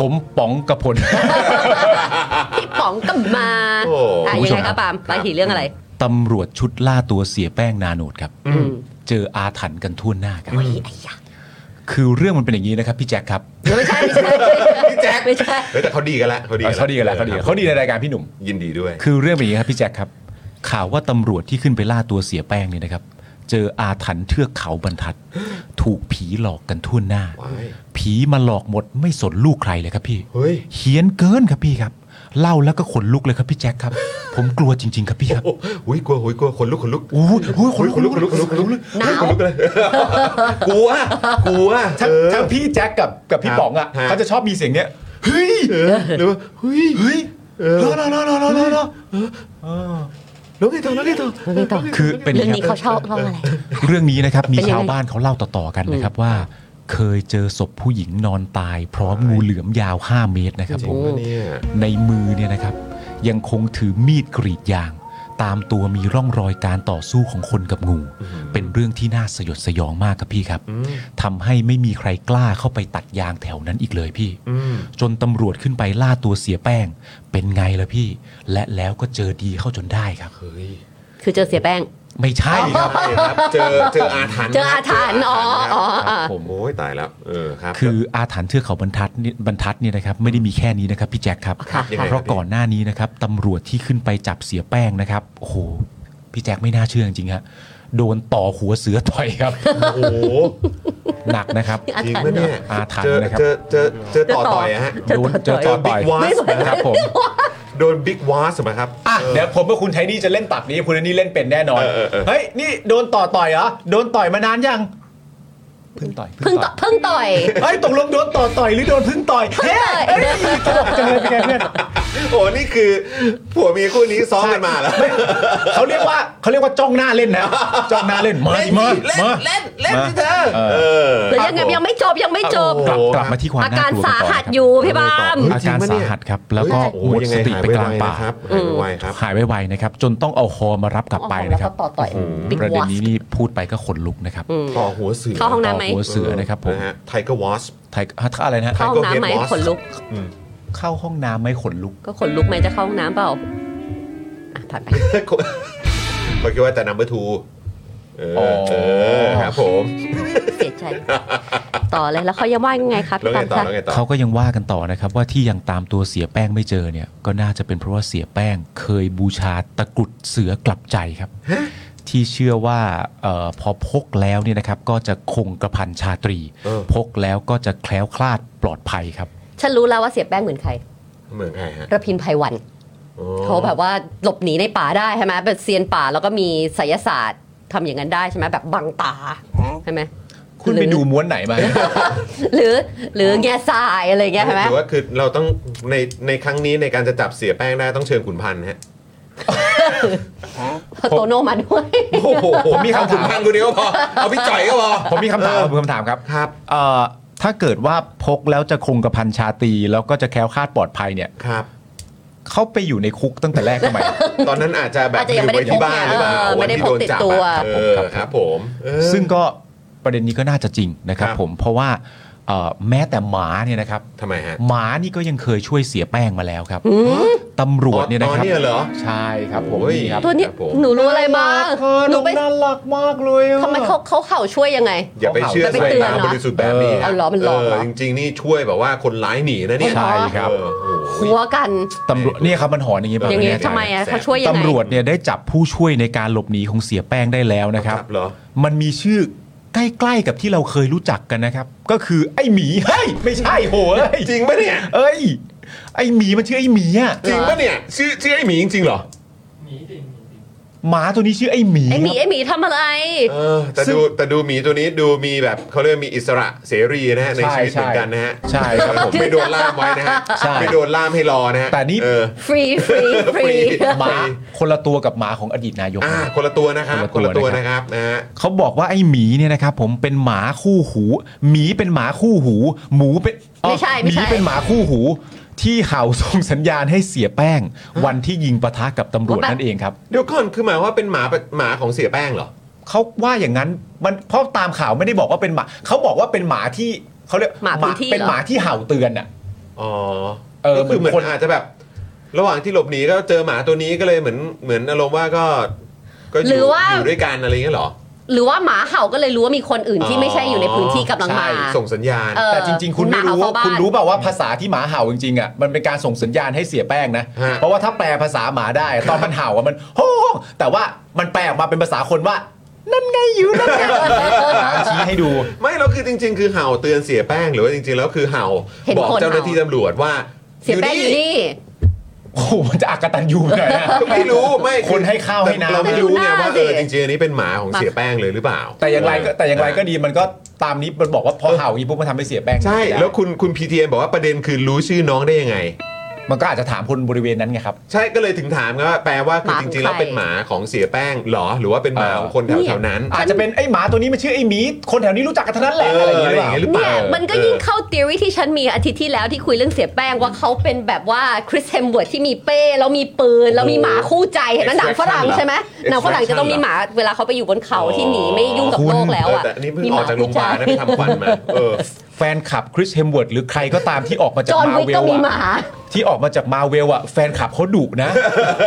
E: ผมป๋องกระพล
C: พี่ป๋องก็มา
F: โอ้โห
C: อ่ะ
E: คุณผู้
C: ยัง
E: ชม
C: ไง
E: ครั
C: คะ
E: บ
C: ปาล์มไปหีเรื่องอะไร
E: ตำรวจชุดล่าตัวเสียแป้งนาโนดครับ
C: อืม
E: เจออาถรรพ์กันทั่วหน้าครับ
C: โอ้ยไอ้ยะ
E: คือเรื่องมันเป็นอย่างนี้นะครับพี่แจ็คครับ
C: ไม่ใช่ไม่ใช่
F: พี่แจ็ค
C: ไม่ใช่
F: เฮ้ยแต่เขาดีกันละเขาดี
E: เออเขาดีกันแล้วเขาดีกันเขาดีในรายการพี่หนุ่ม
F: ยินดีด้วย
E: คือเรื่องเป็นอย่างนี้ครับพี่แจ็คครับ ข่าวว่าตำรวจที่ขึ้นไปล่าตัวเสียแป้งเนี่ยนะครับ เจออาถรรพ์เทือกเขาบรรทัด ถูกผีหลอกกันทั่วหน้า
F: ว้าย
E: ผีมาหลอกหมดไม่สนลูกใครเลยครับพี่
F: เฮ้ย
E: เฮี้ยนเกินครับพี่ครับ เล่าแล้วก็ขนลุกเลยครับพี่แจ็คครับ ผมกลัวจริง ๆ ครับพี่ครับ
F: โอ้อุ้ยกลัวอุ้ยกลัวขนลุกขนลุก
E: อู้ยอู้ยขนลุก
F: ขนลุกขนลุกขน ลุกขนลุก
C: หนาว
F: ขนลุกเลยกลัวกลัว
E: ทั้ง
F: เออ
E: ทั้งพี่แจ็คกับกับพี่
F: ครับ
E: ป๋องอ่ะ
F: ฮะ
E: เขาจะชอบมีเสียงเนี้ยเฮ้ย
F: เออหรือว่าเฮ้ย
E: เฮ้ย
F: เออ
E: รอรอรอรอรอรอรอ
F: แล้วไงต่อแล้วไงต่อ
E: คือเป็น
C: เรื่อง
E: ย่าง
C: นี้
E: นี้ครับ
C: เขาชอบเล่าอะไร
E: เรื่องนี้นะครับ มี
C: เป็นยังไง
E: ชาวบ้านเขาเล่าต่อ ๆ กันนะครับว่า เคยเจอศพผู้หญิงนอนตาย พร้อมงูเหลือมยาว 5 เมตรนะครับผม
F: จริงปะเนี่ย
E: ในมือเนี่ยนะครับ ยังคงถือมีดกรีดยาง ตามตัวมีร่องรอยการต่อสู้ของคนกับงู เป็นเรื่องที่น่าสยดสยองมากครับพี่ครับทำให้ไม่มีใครกล้าเข้าไปตัดยางแถวนั้นอีกเลยพี่ จนตำรวจขึ้นไปล่าตัวเสียแป้ง เป็นไงล่ะพี่ และแล้วก็เจอดีเข้าจนได้ครับ
F: เฮ้ย
C: คือเจอเสียแป้ง
E: ไม่ใช่ครับ
F: ใช่ครับเจอเจออาถรรพ์
C: เจออาถรรพ์อ๋ออ๋อ
F: ครับผมโอ้ยตายแล้วเออครับ
E: คืออาถรรพ์เทือกเขาบรรทัดเนี่ยบรรทัดเนี่ยนะครับไม่ได้มีแค่นี้นะครับพี่แจ็คครับ
C: ค่ะ
F: ยังไง
E: เพราะก่อนหน้านี้นะครับตำรวจที่ขึ้นไปจับเสียแป้งนะครับโอ้โหพี่แจ็คไม่น่าเชื่อจริงๆฮะโดนต่อหัวเสือต่อยครับ
F: โอ้โห
E: หนักนะครับ
F: จริงปะเนี่ย
E: อาถรรพ์
F: เจอ
E: นะครับ
F: เจอเจอเจอต่อต่อยอะฮะ
E: โดนเจอต่อต่อย
F: โดน Big Wasp
E: นะครับผม
F: โดนบิ๊กวาสมาครับ
E: อ่ะเดี๋ยวผมกับคุณไทนี่จะเล่นตับนี้คุณไทนี่เล่นเป็นแน่นอน
F: เออเออเออ
E: เฮ้ยนี่โดนต่อต่อยเหรอโดนต่อยมานานยังเพึ่งต่อย
C: เพิ่งต่อเพิ่งต่อย
E: เฮ้ยตกลงโดนต่อต่อยหรือโดนเพึ่งต่อยเฮ้ยเฮ้ยตลก จังเลยเป็นไงเพื่อน
F: โอ้นี่คือผัวเมียคู่นี้ซ้อมกันมาแล้ว
E: ไม่เขาเรียกว่าเขาเรียกว่าจ้องหน้าเล่น นะ จ้องหน้าเล่นมาดิมา
F: เล่น
E: มา
F: เล่นเล่นที่เธอ
E: เออ
F: เออ
C: แต่ยัง
F: ค
C: ไง
F: รับผม
C: ยังไม่จบยังไม่จบ
F: โอ้โห
E: กลับกลับมาที่ความ
C: อา
E: น่
C: การ
E: กลัวกัน
C: สา
E: ต่อ
C: หัส
E: ครับ
C: อยู่พี่บาล์ม
E: อาการสาหัสครับ แล้วก็
F: โอ้
E: หมด
F: ยังไง
E: สติ
F: หาย
E: ไปกลาง
F: ไวๆ
E: ป่า
F: นะครับหายไวๆครับ
E: หายไวๆนะครับ จนต้องเอาคอมารับกลับไปนะค
C: เอาคอมารั
E: รับ
C: บต่อต่อย
E: โโห
C: บิ๊ก
E: ประเด็นนี้
C: wasp
E: นี่พูดไปก็ขนลุกนะครับ
F: ต่อหัวเสือ
C: เข้าห้องน้ำไหม
E: หัวเสือนะครับผม
F: นะฮะไทเกอร์วอ ส
E: ไทยอ่ะอะไรนะฮะ
C: เข้าห้องน้ำไหม
F: Tiger Head Boss
C: ขนลุก
E: เข้าห้องน้ำไม่ขนลุก
C: ก็ขนลุกไหมจะเข้าห้องน้ำเปล่าอ่ะผ่านไป
F: เขาคิดว่าแต่ number two เออ
E: อ
F: เออครับผม
C: เสียใจ ต่อเลยแล้วเขายังว่ายังไงครับ
F: แล้ว
C: พี่
F: ไงต่
C: ปาล์ม
F: อ
C: คะ
F: แล้วไงต่อ
E: เขาก็ยังว่ากันต่อนะครับว่าที่ยังตามตัวเสียแป้งไม่เจอเนี่ยก็น่าจะเป็นเพราะว่าเสียแป้ง เคยบูชาตะกรุดเสือกลับใจครับ ที่เชื่อว่าเออพอพกแล้วเนี่ยนะครับก็จะคงกระพันชาตรี
F: เออ
E: พกแล้วก็จะแคล้วคลาดปลอดภัยครับ
C: ฉันรู้แล้วว่าเสียแป้งเหมือนใคร
F: เหมือนใครฮะ
C: ระพินไพวัน
F: อ๋อ
C: เขาแบบว่าหลบหนีในป่าได้ใช่ไหมเป็นเซียนป่าแล้วก็มีไสยศาสตร์ทำอย่างนั้นได้ใช่ไหมแบบบังตาใช่ไหม
E: คุณไปดูม้วนไหนมา
C: หรือหรือแง่ทรายอะไรเงี้ยใช่ไหม
F: หรือว่าคือเราต้องในในครั้งนี้ในการจะจับเสียแป้งได้ต้องเชิญขุนพันธ์ฮะ
C: โตโน่มาด้วย
A: โอ้โห
E: ผมมีคำ
A: ขุน
E: ถาม
A: พังคนเดียวก็พอเอาพี่จ่อยก็พอ
E: ผมมีคำถามผมมีคำถามครับ
A: ครับ
E: เอ่อถ้าเกิดว่าพกแล้วจะคงกระพันชาตรีแล้วก็จะแคล้วคลาดปลอดภัยเนี่ย
A: ครับ
E: เขาไปอยู่ในคุกตั้งแต่แรกทำไม
A: ตอนนั้นอาจจะแบบ
C: อาจจะยังไม่ได้
A: ลืว้
C: พก
A: ที่บ้า
C: ไง
A: นหรื
C: เอ
A: อเปล่า
C: อไม่ได้
A: วันที่
C: พก
A: โน
C: ติด
A: จับ
C: ตัว
A: อะเออครับผมเออ
E: ซึ่งก็ประเด็นนี้ก็น่าจะจริงนะครับ
A: ครับ
E: ผมเพราะว่าเอ่อแม้แต่หมาเนี่ยนะครับ
A: ทำไมฮะ
E: หมานี่ก็ยังเคยช่วยเสียแป้งมาแล้วครับตำรวจเนี่ยนะครั
A: อ๋อตอนเนี่ยเหรอ
E: ใช่ครับผม
A: โอ้ย
E: นี่ครับ
C: ตัวนี้
A: ครับผม
C: หนูรู้อะไรบ้าง หนูไป
E: น่ารักมากเลยอะ
C: ทำไมเขาเขาเข่าช่วยยังไง
A: อย่าไปเชื่อ
C: แต่
A: สา
C: ไป
A: ย
C: เตือน
A: ตา
C: เนอะ
A: บริสุทธิ์แบบนี้
C: เออเอาเหรอมันหลอกเหรอ
A: จริงๆนี่ช่วยแบบว่าคนร้ายหนีนะเนี่ย
E: ใช่ครับ
A: เออโอ้โห
C: หัวกัน
E: ตำรวจเนี่ยครับมันหอนอย่างนี้แบบ
C: อย่างนี้
E: เนี้
C: ทำไมอ่ะ
A: แสบ
C: เขาช่วยยังไง
E: ตำรวจเนี่ยได้จับผู้ช่วยในการหลบหนีของเสียแป้งได้แล้วนะครับ
A: เหรอ
E: มันมีชื่อใกล้ๆกับที่เราเคยรู้จักกันนะครับ ก็คือไอ้หมีเฮ้ยไม่ใช่โหเอ้ย
A: จริงปะเนี่ย
E: เอ้ย ไอ้หมีมันชื่อไอ้หมีอ่ะ
A: จริงปะเนี่ยชื่อชื่อไอ้หมีจริงๆเหรอ
E: หมาตัวนี้ชื่อไอ้หมี
C: ไอหมี
E: ครับ
C: ไอหมีทำอะไร
A: เออแต่
E: ซึ่ง
A: ดูแต่ดูหมีตัวนี้ดูมีแบบเขาเรียกมีอิสระเสรีนะฮะใน
E: ใช่
A: ชีวิตเหมือนกันนะฮะ
E: ใช่ครับผม
A: ไม่โดนล่ามไว้นะฮะ
E: ใช่
A: ไม่โดนล่ามให้รอนะฮะ
E: แต่นี่
A: เออ
C: ฟรีฟรีฟรี
E: หมาคนละตัวกับหมาของอดีตนายก
A: อ่า
E: นะ
A: คนละตัวนะครับ ค
E: คนน
A: ละ
E: ละตั
A: ตัว
E: ว
A: นะครับนะฮะ
E: เขาบอกว่าไอ้หมีเนี่ยนะครับผมเป็นหมาคู่หูหมีเป็นหมาคู่หู หมูเป็นอ๋อ
C: ไม่ใช่ไม่
E: ห
C: ใช่
E: มีเป็นหมาคู่หู ที่เห่าส่งสัญญาณให้เสียแป้ง วันที่ยิงปะทะกับตำรวจนั่นเองครับ
A: เดี๋ยวก่อนคือหมายว่าเป็นหมาหมาของเสียแป้งเหรอ
E: เขาว่าอย่างนั้นมันเพราะตามข่าวไม่ได้บอกว่าเป็นหมาเขาบอกว่าเป็นหมาที่เขาเรียก
C: หมาพื้นที่เหรอ
E: เป็นหมาที่เห่าเตือนอ่ะ
A: อ๋อ
E: เออ
A: ก็คือเห
E: เหมื
A: มือ
E: อน นคน
A: อาจจะแบบ ระหว่างที่หลบหนีก็เจอหมาตัวนี้ก็เลยเหมือนเหมือนอารมณ์ว่าก็ ก็ยู่
C: หรือว่า
A: ยู่ด้วยกันอะไรอย่างเงี้ยเหรอ
C: หรือว่าหมาเห่าก็เลยรู้ว่ามีคนอื่นที่ไม่ใช่อยู่ในพื้นที่กำลังมา
A: ใช่ส่งสัญญาณ
C: เออ
E: แต่จริง ๆ คุณ
C: หมา
E: ไม่รู้
C: เข้าบ้าน
E: คุณรู้เปล่าว่าภาษาที่หมาเห่าจริงๆอ่ะมันเป็นการส่งสัญญาณให้เสียแป้งนะ
A: ฮะ
E: เพราะว่าถ้าแปลภาษาหมาได้ตอนมันเห่าอะมันโฮ้แต่ว่ามันแปลออกมาเป็นภาษาคนว่า นั่นไงอยู่นั่นไงหมาชี้ให้ดู
A: ไม่เราคือจริง ๆ คือเห่าเตือนเสียแป้งหรือว่าจริง ๆ แล้วคือเห่า
C: เห็น
A: บอก
C: คน
A: เจ้าหน้า
C: เห่า
A: ที่ตำรวจว่า
C: เสียแป้งอยู่นี่
E: โอ้โหมันจะอักกตันยูหน่อยนะ
A: ก็ไม่รู้ไม่อ
E: คนให้ข้าวให้น้ำ
A: เราไม่รู้ไงว่า
C: ดูหน้าสิ
A: เออจริงๆอันนี้เป็นหมาของเสียแป้งเลยหรือเปล่า
E: แต่อย่างไรก็แต่อย่างไรก็ดีมันก็ตามนี้มันบอกว่าพอเห่าอีปุ๊บมันทำให้เสียแป้ง
A: ใช่แล้วคุณคุณพีทีเอ็มบอกว่าประเด็นคือรู้ชื่อน้องได้ยังไง
E: มันก็อาจจะถามคนบริเวณนั้นไงครับ
A: ใช่ก็เลยถึงถามไงว่าแปลว่าคือจริงๆแล้วเป็นหมาของเสียแป้งเหรอ หรือว่าเป็นหมาของคนแถวๆนั้น
E: อาจจะเป็นไอ้หมาตัวนี้มันชื่อไอ้หมีคนแถวนี้รู้จักกันทั้งนั้นแหละ
A: เออ
E: อะไรอย่างเงี้ยหรือ
A: อะไรอ
E: เป
A: ย่า
E: ล่าง
A: เงี้ยหรือเปล่า
C: เนี่ยมันก็ยิ่งเข้าทฤษฎีที่ฉันมีอาทิตย์ที่แล้วที่คุยเรื่องเสียแป้งว่าเขาเป็นแบบว่าคริสเฮมเวิร์ดที่มีเป้แล้วมีปืน แล้วมีหมาคู่ใจเห็นไหมหนังฝรั่งใช่ไหมหนังฝรั่งจะต้องมีหมาเวลาเขาไปอยู่บนเขาที่หนีไม่ยุ่งกับโลกแล้วอ่ะ
A: เแต่นนี่เพิ่งออกจากโรงพยาบาลนะไปทำฟันมาเออ
E: แฟนคลับคริสเฮมเวิร์ดหรือใครก็ตามที่ออกมาจาก
C: จอห์น
E: มา
C: วิก
E: เวล
C: ก็ มีหม
E: อะ
C: า
E: ที่ออกมาจากมาเวลอะแฟนคลับเขาดุนะ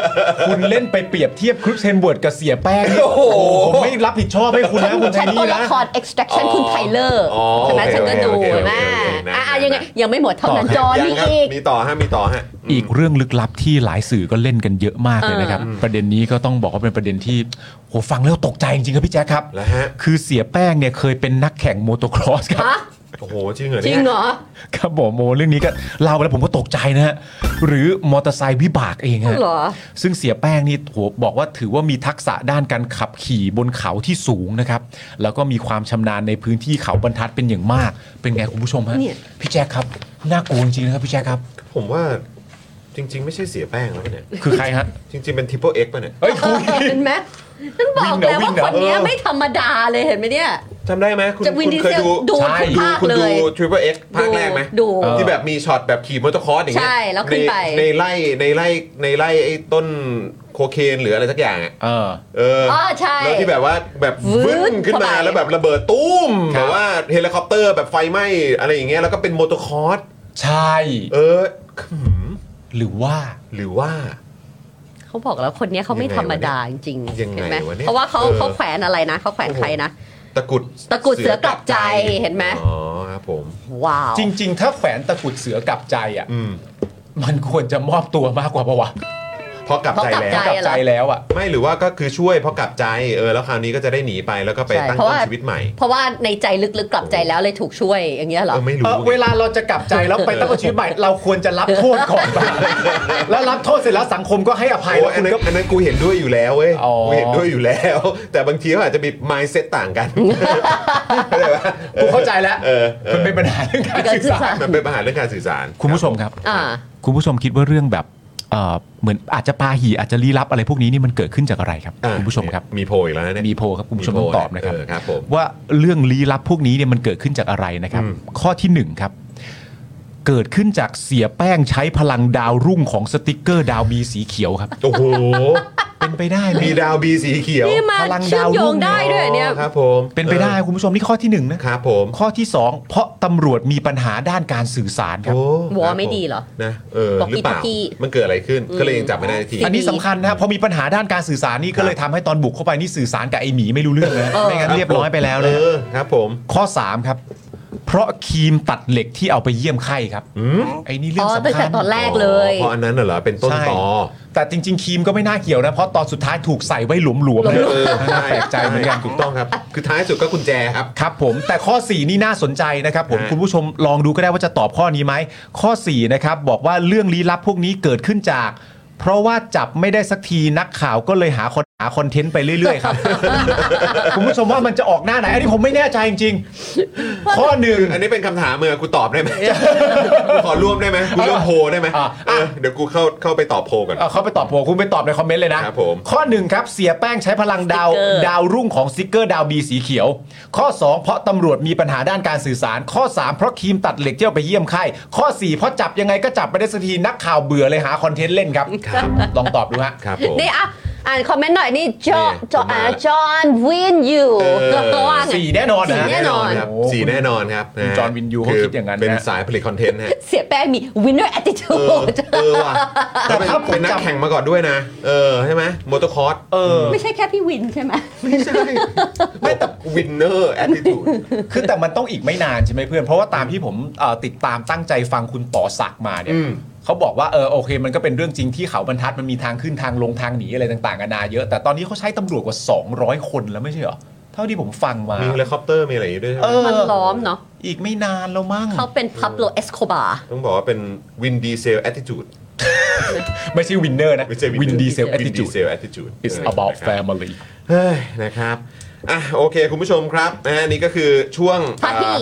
E: คุณเล่นไปเปรียบเทียบคริสเฮนเวิร์ดกับเสียแป้งนี่
A: โอ้โห
E: ผมไม่รับผิดชอบให้คุณนะคุณไท
C: ฉัน
E: นี่
C: ตัวละ
E: นะ
C: คร extraction คุณไทเลอร์
A: อ๋อ
C: ใช่ไหม
A: โอเค
C: ฉันก็ดู
A: โอเคโอเค
C: แม่
A: โอเคนะ
C: อ่ะอ่ะ
A: นะ
C: ยังไงยังไม่หมดเท่านั้นจอห์นมี
A: ยังครับ
C: อีก
A: มีต่อฮะมีต่อฮะ
E: อีกเรื่องลึกลับที่หลายสื่อก็เล่นกันเยอะมากเลยนะครับ ประเด็นนี้ก็ต้องบอกว่าเป็นประเด็นที่โหฟังแล้วตกใจจริงๆครับพี่แจ๊คครับ
A: แล้วฮะ
E: คือเสียแป้งเนี่ยเคยเป็นนักแข่งโมโตครอสครับ
C: ฮะ
A: โอ้โหจริงเหรอ
C: จริ
A: เนี่
C: ง
A: ย
C: เหรอ
E: ครับผมโมเรื่องนี้ก็เล่าไปแล้วผมก็ตกใจนะฮะหรือมอเตอร์ไซค์วิบากเองฮะ
C: เหรอ
E: ซึ่งเสียแป้งนี่โหบอกว่าถือว่ามีทักษะด้านการขับขี่บนเขาที่สูงนะครับ แล้วก็มีความชำนาญในพื้นที่เขาบรรทัดเป็นอย่างมาก เป็นไงคุณผู้ชมฮะ
C: เนี่ย
E: พี่แจ๊คครับน่ากลัวจริงๆนะครับพี่แจ๊คครับ
A: ผมว่าจริง ๆ ไม่ใช่เสียแป้งแล้วเนี่ย
E: คือใครฮะ
A: จริง ๆเป็นทิปเปิลเอ็กซ์ป่ะเนี่ย
E: เอ้ยคุย
C: เห็นไหมฉันบ
E: วิ่
C: อก
E: งเหรอ
C: แล้ว
E: วิ่
C: ว่าง
E: เหร
C: ค
E: อ
C: นเนี้ยไม่ธรรมดาเลยเห็นไหมเนี่ย
A: จำได้ไหมคุณ
C: จะวิน
A: คุณ
C: ดี
A: เค
C: เซ
A: ย
C: ล
A: ดู
C: ดู
E: ใช่
C: ทุกภาค
A: คุณ
C: เล
A: ดู
C: ย
A: ทริปเปิลเอ็กซ์ภาคแรกไหม
C: ดู
A: ที่แบบมีช็อตแบบขี่มอเตอร์คอร์สอย่างเงี้ย
C: ใช่แล้วขึ้นไป
A: ในไร่ในไร่ในไร่ไอ้ต้นโคเคนหรืออะไรสักอย่างอะ
E: เออ
A: เออ
C: อใช่
A: แล้วที่แบบว่าแบบ
C: วื
A: วึ้
C: ด
A: นขึ้นมา
C: เข้าไป
A: แล้วแบบระเบิดตุ้มแบ
E: ครับ
A: บว่าเฮลิคอปเตอร์แบบไฟไหม้อะไรอย่างเงี้ยแล้วก็เป็นโมโตคอร์ส
E: ใช่
A: เออหืม
E: หรือว่า
A: หรือว่า
C: เขาบอกแล้วคนเนี้ยเขาไม่ธรรมดาจริงๆ
A: ยังไง
C: เห็นไหม
A: วะเนี่ย
C: เพราะว่าเขา
A: เออ
C: เขาแขวนอะไรนะเขาแขวนใครนะ
A: ตะกรุด
C: ตะกรุดเสือกลับใจเห็นไหม
A: อ๋อครับผม
C: ว้าว
E: จริง ๆ ถ้าแขวนตะกรุดเสือกลับใจอ่ะ
A: อืม
E: มันควรจะมอบตัวมากกว่าปะวะ
A: พอกลับใจ
C: พอกลับ
A: แล้
C: ใจ
A: ว
E: กลับใจแล้วอ่ะ
A: ไม่หรือว่าก็คือช่วยพอกลับใจเออแล้วคราวนี้ก็จะได้หนีไปแล้วก็ไป
C: ใช่
A: ตั้ง
C: เพราะ
A: ต้น
C: ว่า
A: ชีวิตใหม่
C: เพราะว่าในใจลึกๆกลับใจแล้วเลยถูกช่วยอย่างเงี้ยเหร
A: เอ
C: อ
A: อไม่รู้
E: เอ่อเวลาเราจะกลับใจ แล้วไปตั้งชีวิตใหม่เราควรจะรับโทษก่ อนป่ะแล้วรับโทษเสร็จแล้วสังคมก็ให้อภัย
A: โอ้
E: แล้ว
A: อันนั้น
E: คุณก็
A: อันนั้นกูเห็นด้วยอยู่แล้วเว้ย
E: อ๋อ
A: กูเห็นด้วยอยู่แล้ว แต่บางทีเขาอาจจะมี mindset ต่างกันเข้าใจปะ
E: กูเข้าใจแล้ว
A: เออเออ
E: มันเป็นปัญหาเรื่องการ
C: การสื่
E: สื่อ
C: อ
E: สา
C: สาร ร
A: มันเป็นปัญหาเรื่องการสื่อสาร
E: คุณผู้ชมครับ
C: อ่า
E: คุณผู้ชมคิดว่าเรื่องแบบ เอ่อเหมือนอาจจะปาหีอาจจะลี้ลับอะไรพวกนี้นี่มันเกิดขึ้นจากอะไรครับ
A: อ่ะ
E: คุณผู้ชมครับ
A: มีโพลอีกแล้วนะเนี่ย
E: มีโพลครับคุณผู้ชม
A: มี
E: ต้
A: โพ
E: อ
A: ล
E: งตอบนะครับ
A: เออครับผม
E: ว่าเรื่องลี้ลับพวกนี้เนี่ยมันเกิดขึ้นจากอะไรนะครับ ข้อที่หนึ่งครับ เกิดขึ้นจากเสียแป้งใช้พลังดาวรุ่งของสติกเกอร์ดาวบีสีเขียวครับ
A: โอ้โห
E: เป็นไปได้ไหม
A: มีดาวบีสีเขียว
C: นี่มา
E: พลังดาวรุ่ง
C: เชื่อมโยงได้ด้วยเนี่ย
A: ครับผม
E: เป็นไปได้คุณผู้ชมนี่ข้อที่หนึ่งนะครับ
A: ผม
E: ข้อที่สองเพราะตำรวจมีปัญหาด้านการสื่อสารครับ
A: โอ้
C: วอ
A: คบผ
C: ไม่ดีเหรอ
A: นะเออ
C: บอก
A: หรือเปล่า
C: พี่ทัพพี่
A: มันเกิดอะไรขึ้น ก็เลยยังจับไม่ได้สักที
C: อืม
E: อันนี้สำคัญนะครับพอมีปัญหาด้านการสื่อสารนี่ก็เลยทำให้ตอนบุกเข้าไปนี่สื่อสารกับไอหมีไม่รู้เรื่องนะ
C: เออ
E: ไม่งั้นเรียบร้อยไปแล้ว
A: เอ
E: นะ
A: อครับผม
E: ข้อ 3 ครับ เพราะครีมตัดเหล็กที่เอาไปเยี่ยมไข้ครับไอ้นี่เรื่
C: อ๋
E: อ
C: อง
E: สำ
C: ตั้ง
E: คั
C: แต่
E: ญ
C: ตอนแรกเลย
A: อ๋อเพราะอันนั้นน่ะเหรอ เป็นต้น
E: ใช่
A: ตอ
E: แต่จริง ๆครีมก็ไม่น่าเกี่ยวนะ เพราะตอนสุดท้ายถูกใส่ไว้หลวมๆ
A: เอ
E: เลย
A: อ
E: น่าแปลกใจเหมือนกัน
A: ถูกต้องครับ คือท้ายสุดก็กุญแจครับ
E: ครับผมแต่ข้อ 4 นี่น่าสนใจนะครับผม
A: ฮะ
E: คุณผู้ชมลองดูก็ได้ว่าจะตอบข้อนี้ไหม ข้อ 4 นะครับ บอกว่าเรื่องลี้ลับพวกนี้เกิดขึ้นจาก เพราะว่าจับไม่ได้สักทีนักข่าวก็เลยหาคนหาคอนเทนต์ไปเรื่อยๆครับ คุณผู้ชมว่ามันจะออกหน้าไหนอันนี้ผมไม่แน่ใจจริงๆข้อหนึ่ง
A: อันนี้เป็นคำถามเมื่อกูตอบได้ ไหมกูขอร่วมได้ไหมกูร่วมโพลได้ไหม
E: อ่ะ
A: เออเดี๋ยวกูเข้าเข้าไปตอบโพลก่อน
E: เอ่อเขาไปตอบผมคุณไปตอบในคอมเมนต์เลยนะครับ
A: ผม
E: ข้อหนึ่งครับ เสียแป้งใช้พลังดาว
C: สติ๊กเกอร์
E: ดาวรุ่งของสติกเกอร์ดาวบีสีเขียว ข้อ 2 เพราะตำรวจมีปัญหาด้านการสื่อสาร ข้อ 3 เพราะครีมตัดเหล็กที่เอาไปเยี่ยมไข้ข้อ 4 เพราะจับยังไงก็จับไม่ได้สักทีนักข่าวเบื่อเลยหาคอนเทนต์เล่นครับ ลองตอบดูฮะ
A: ครับผม
C: นี่อ่ะอ่านคอมเมนต์หน่อยนี่จอ
A: นี่
C: จอ
A: ผมมา
C: อ่า
A: ละ
C: จอห์นวินยู
A: เออ
C: ว่าไง
E: สี่แน่นอนนะ
C: สี่แน่นอน
A: ครับ
E: โอ้
A: สีแน่นอนครับ
E: คุณจอห์นวินยูเขาคิดอย่างนั้นนะ
A: เป็นสายผลิตคอนเทนต์ฮะ
C: เสียแป้งมี winner
A: เออ
C: attitude
A: เออว่ะ
E: แต่ถ้าผม
A: เป็นนัก
E: จำ
A: แข่งมาก่อนด้วยนะ เออใช่ไหมมอเตอร์คอร์ส
E: เออ
C: ไม่ใช่แค่พี่วินใช่ไหม
A: ไม่ใช่ไม่แต่วินเนอร์แอตติจูด
E: คือแต่มันต้องอีกไม่นานใช่ไหมเพื่อนเพราะว่าตามที่ผมเอ่อติดตามตั้งใจฟังคุณต่อศักดิ์มาเนี่ย
A: อืม
E: เขาบอกว่าเออโอเค มันก็เป็นเรื่องจริงที่เขาบรรทัดมันมีทางขึ้นทางลงทางหนีอะไรต่างๆนานาเยอะ แต่ตอนนี้เขาใช้ตำรวจกว่า 200 คนแล้วไม่ใช่เหรอเท่าที่ผมฟังมา
A: มีเฮลิคอปเตอร์มีอะไรอย่างงี้ด้วยใช่ไหม
E: เอ
C: มันล้อมเนาะ
E: อีกไม่นานแล้วมั้ง
C: เขาเป็น Pablo Escobar
A: ต้องบอกว่าเป็นวินดีเซลแอตติจูด
E: ไม่ใช่วินเนอร์นะวินดีเซลแอตติจูด
A: Diesel attitude
E: is
A: เออ
E: about
A: นะครับ
E: family
A: เฮ้ยนะครับอ่ะโอเคคุณผู้ชมครับนะฮะนี่ก็คือช่วง
C: พาหี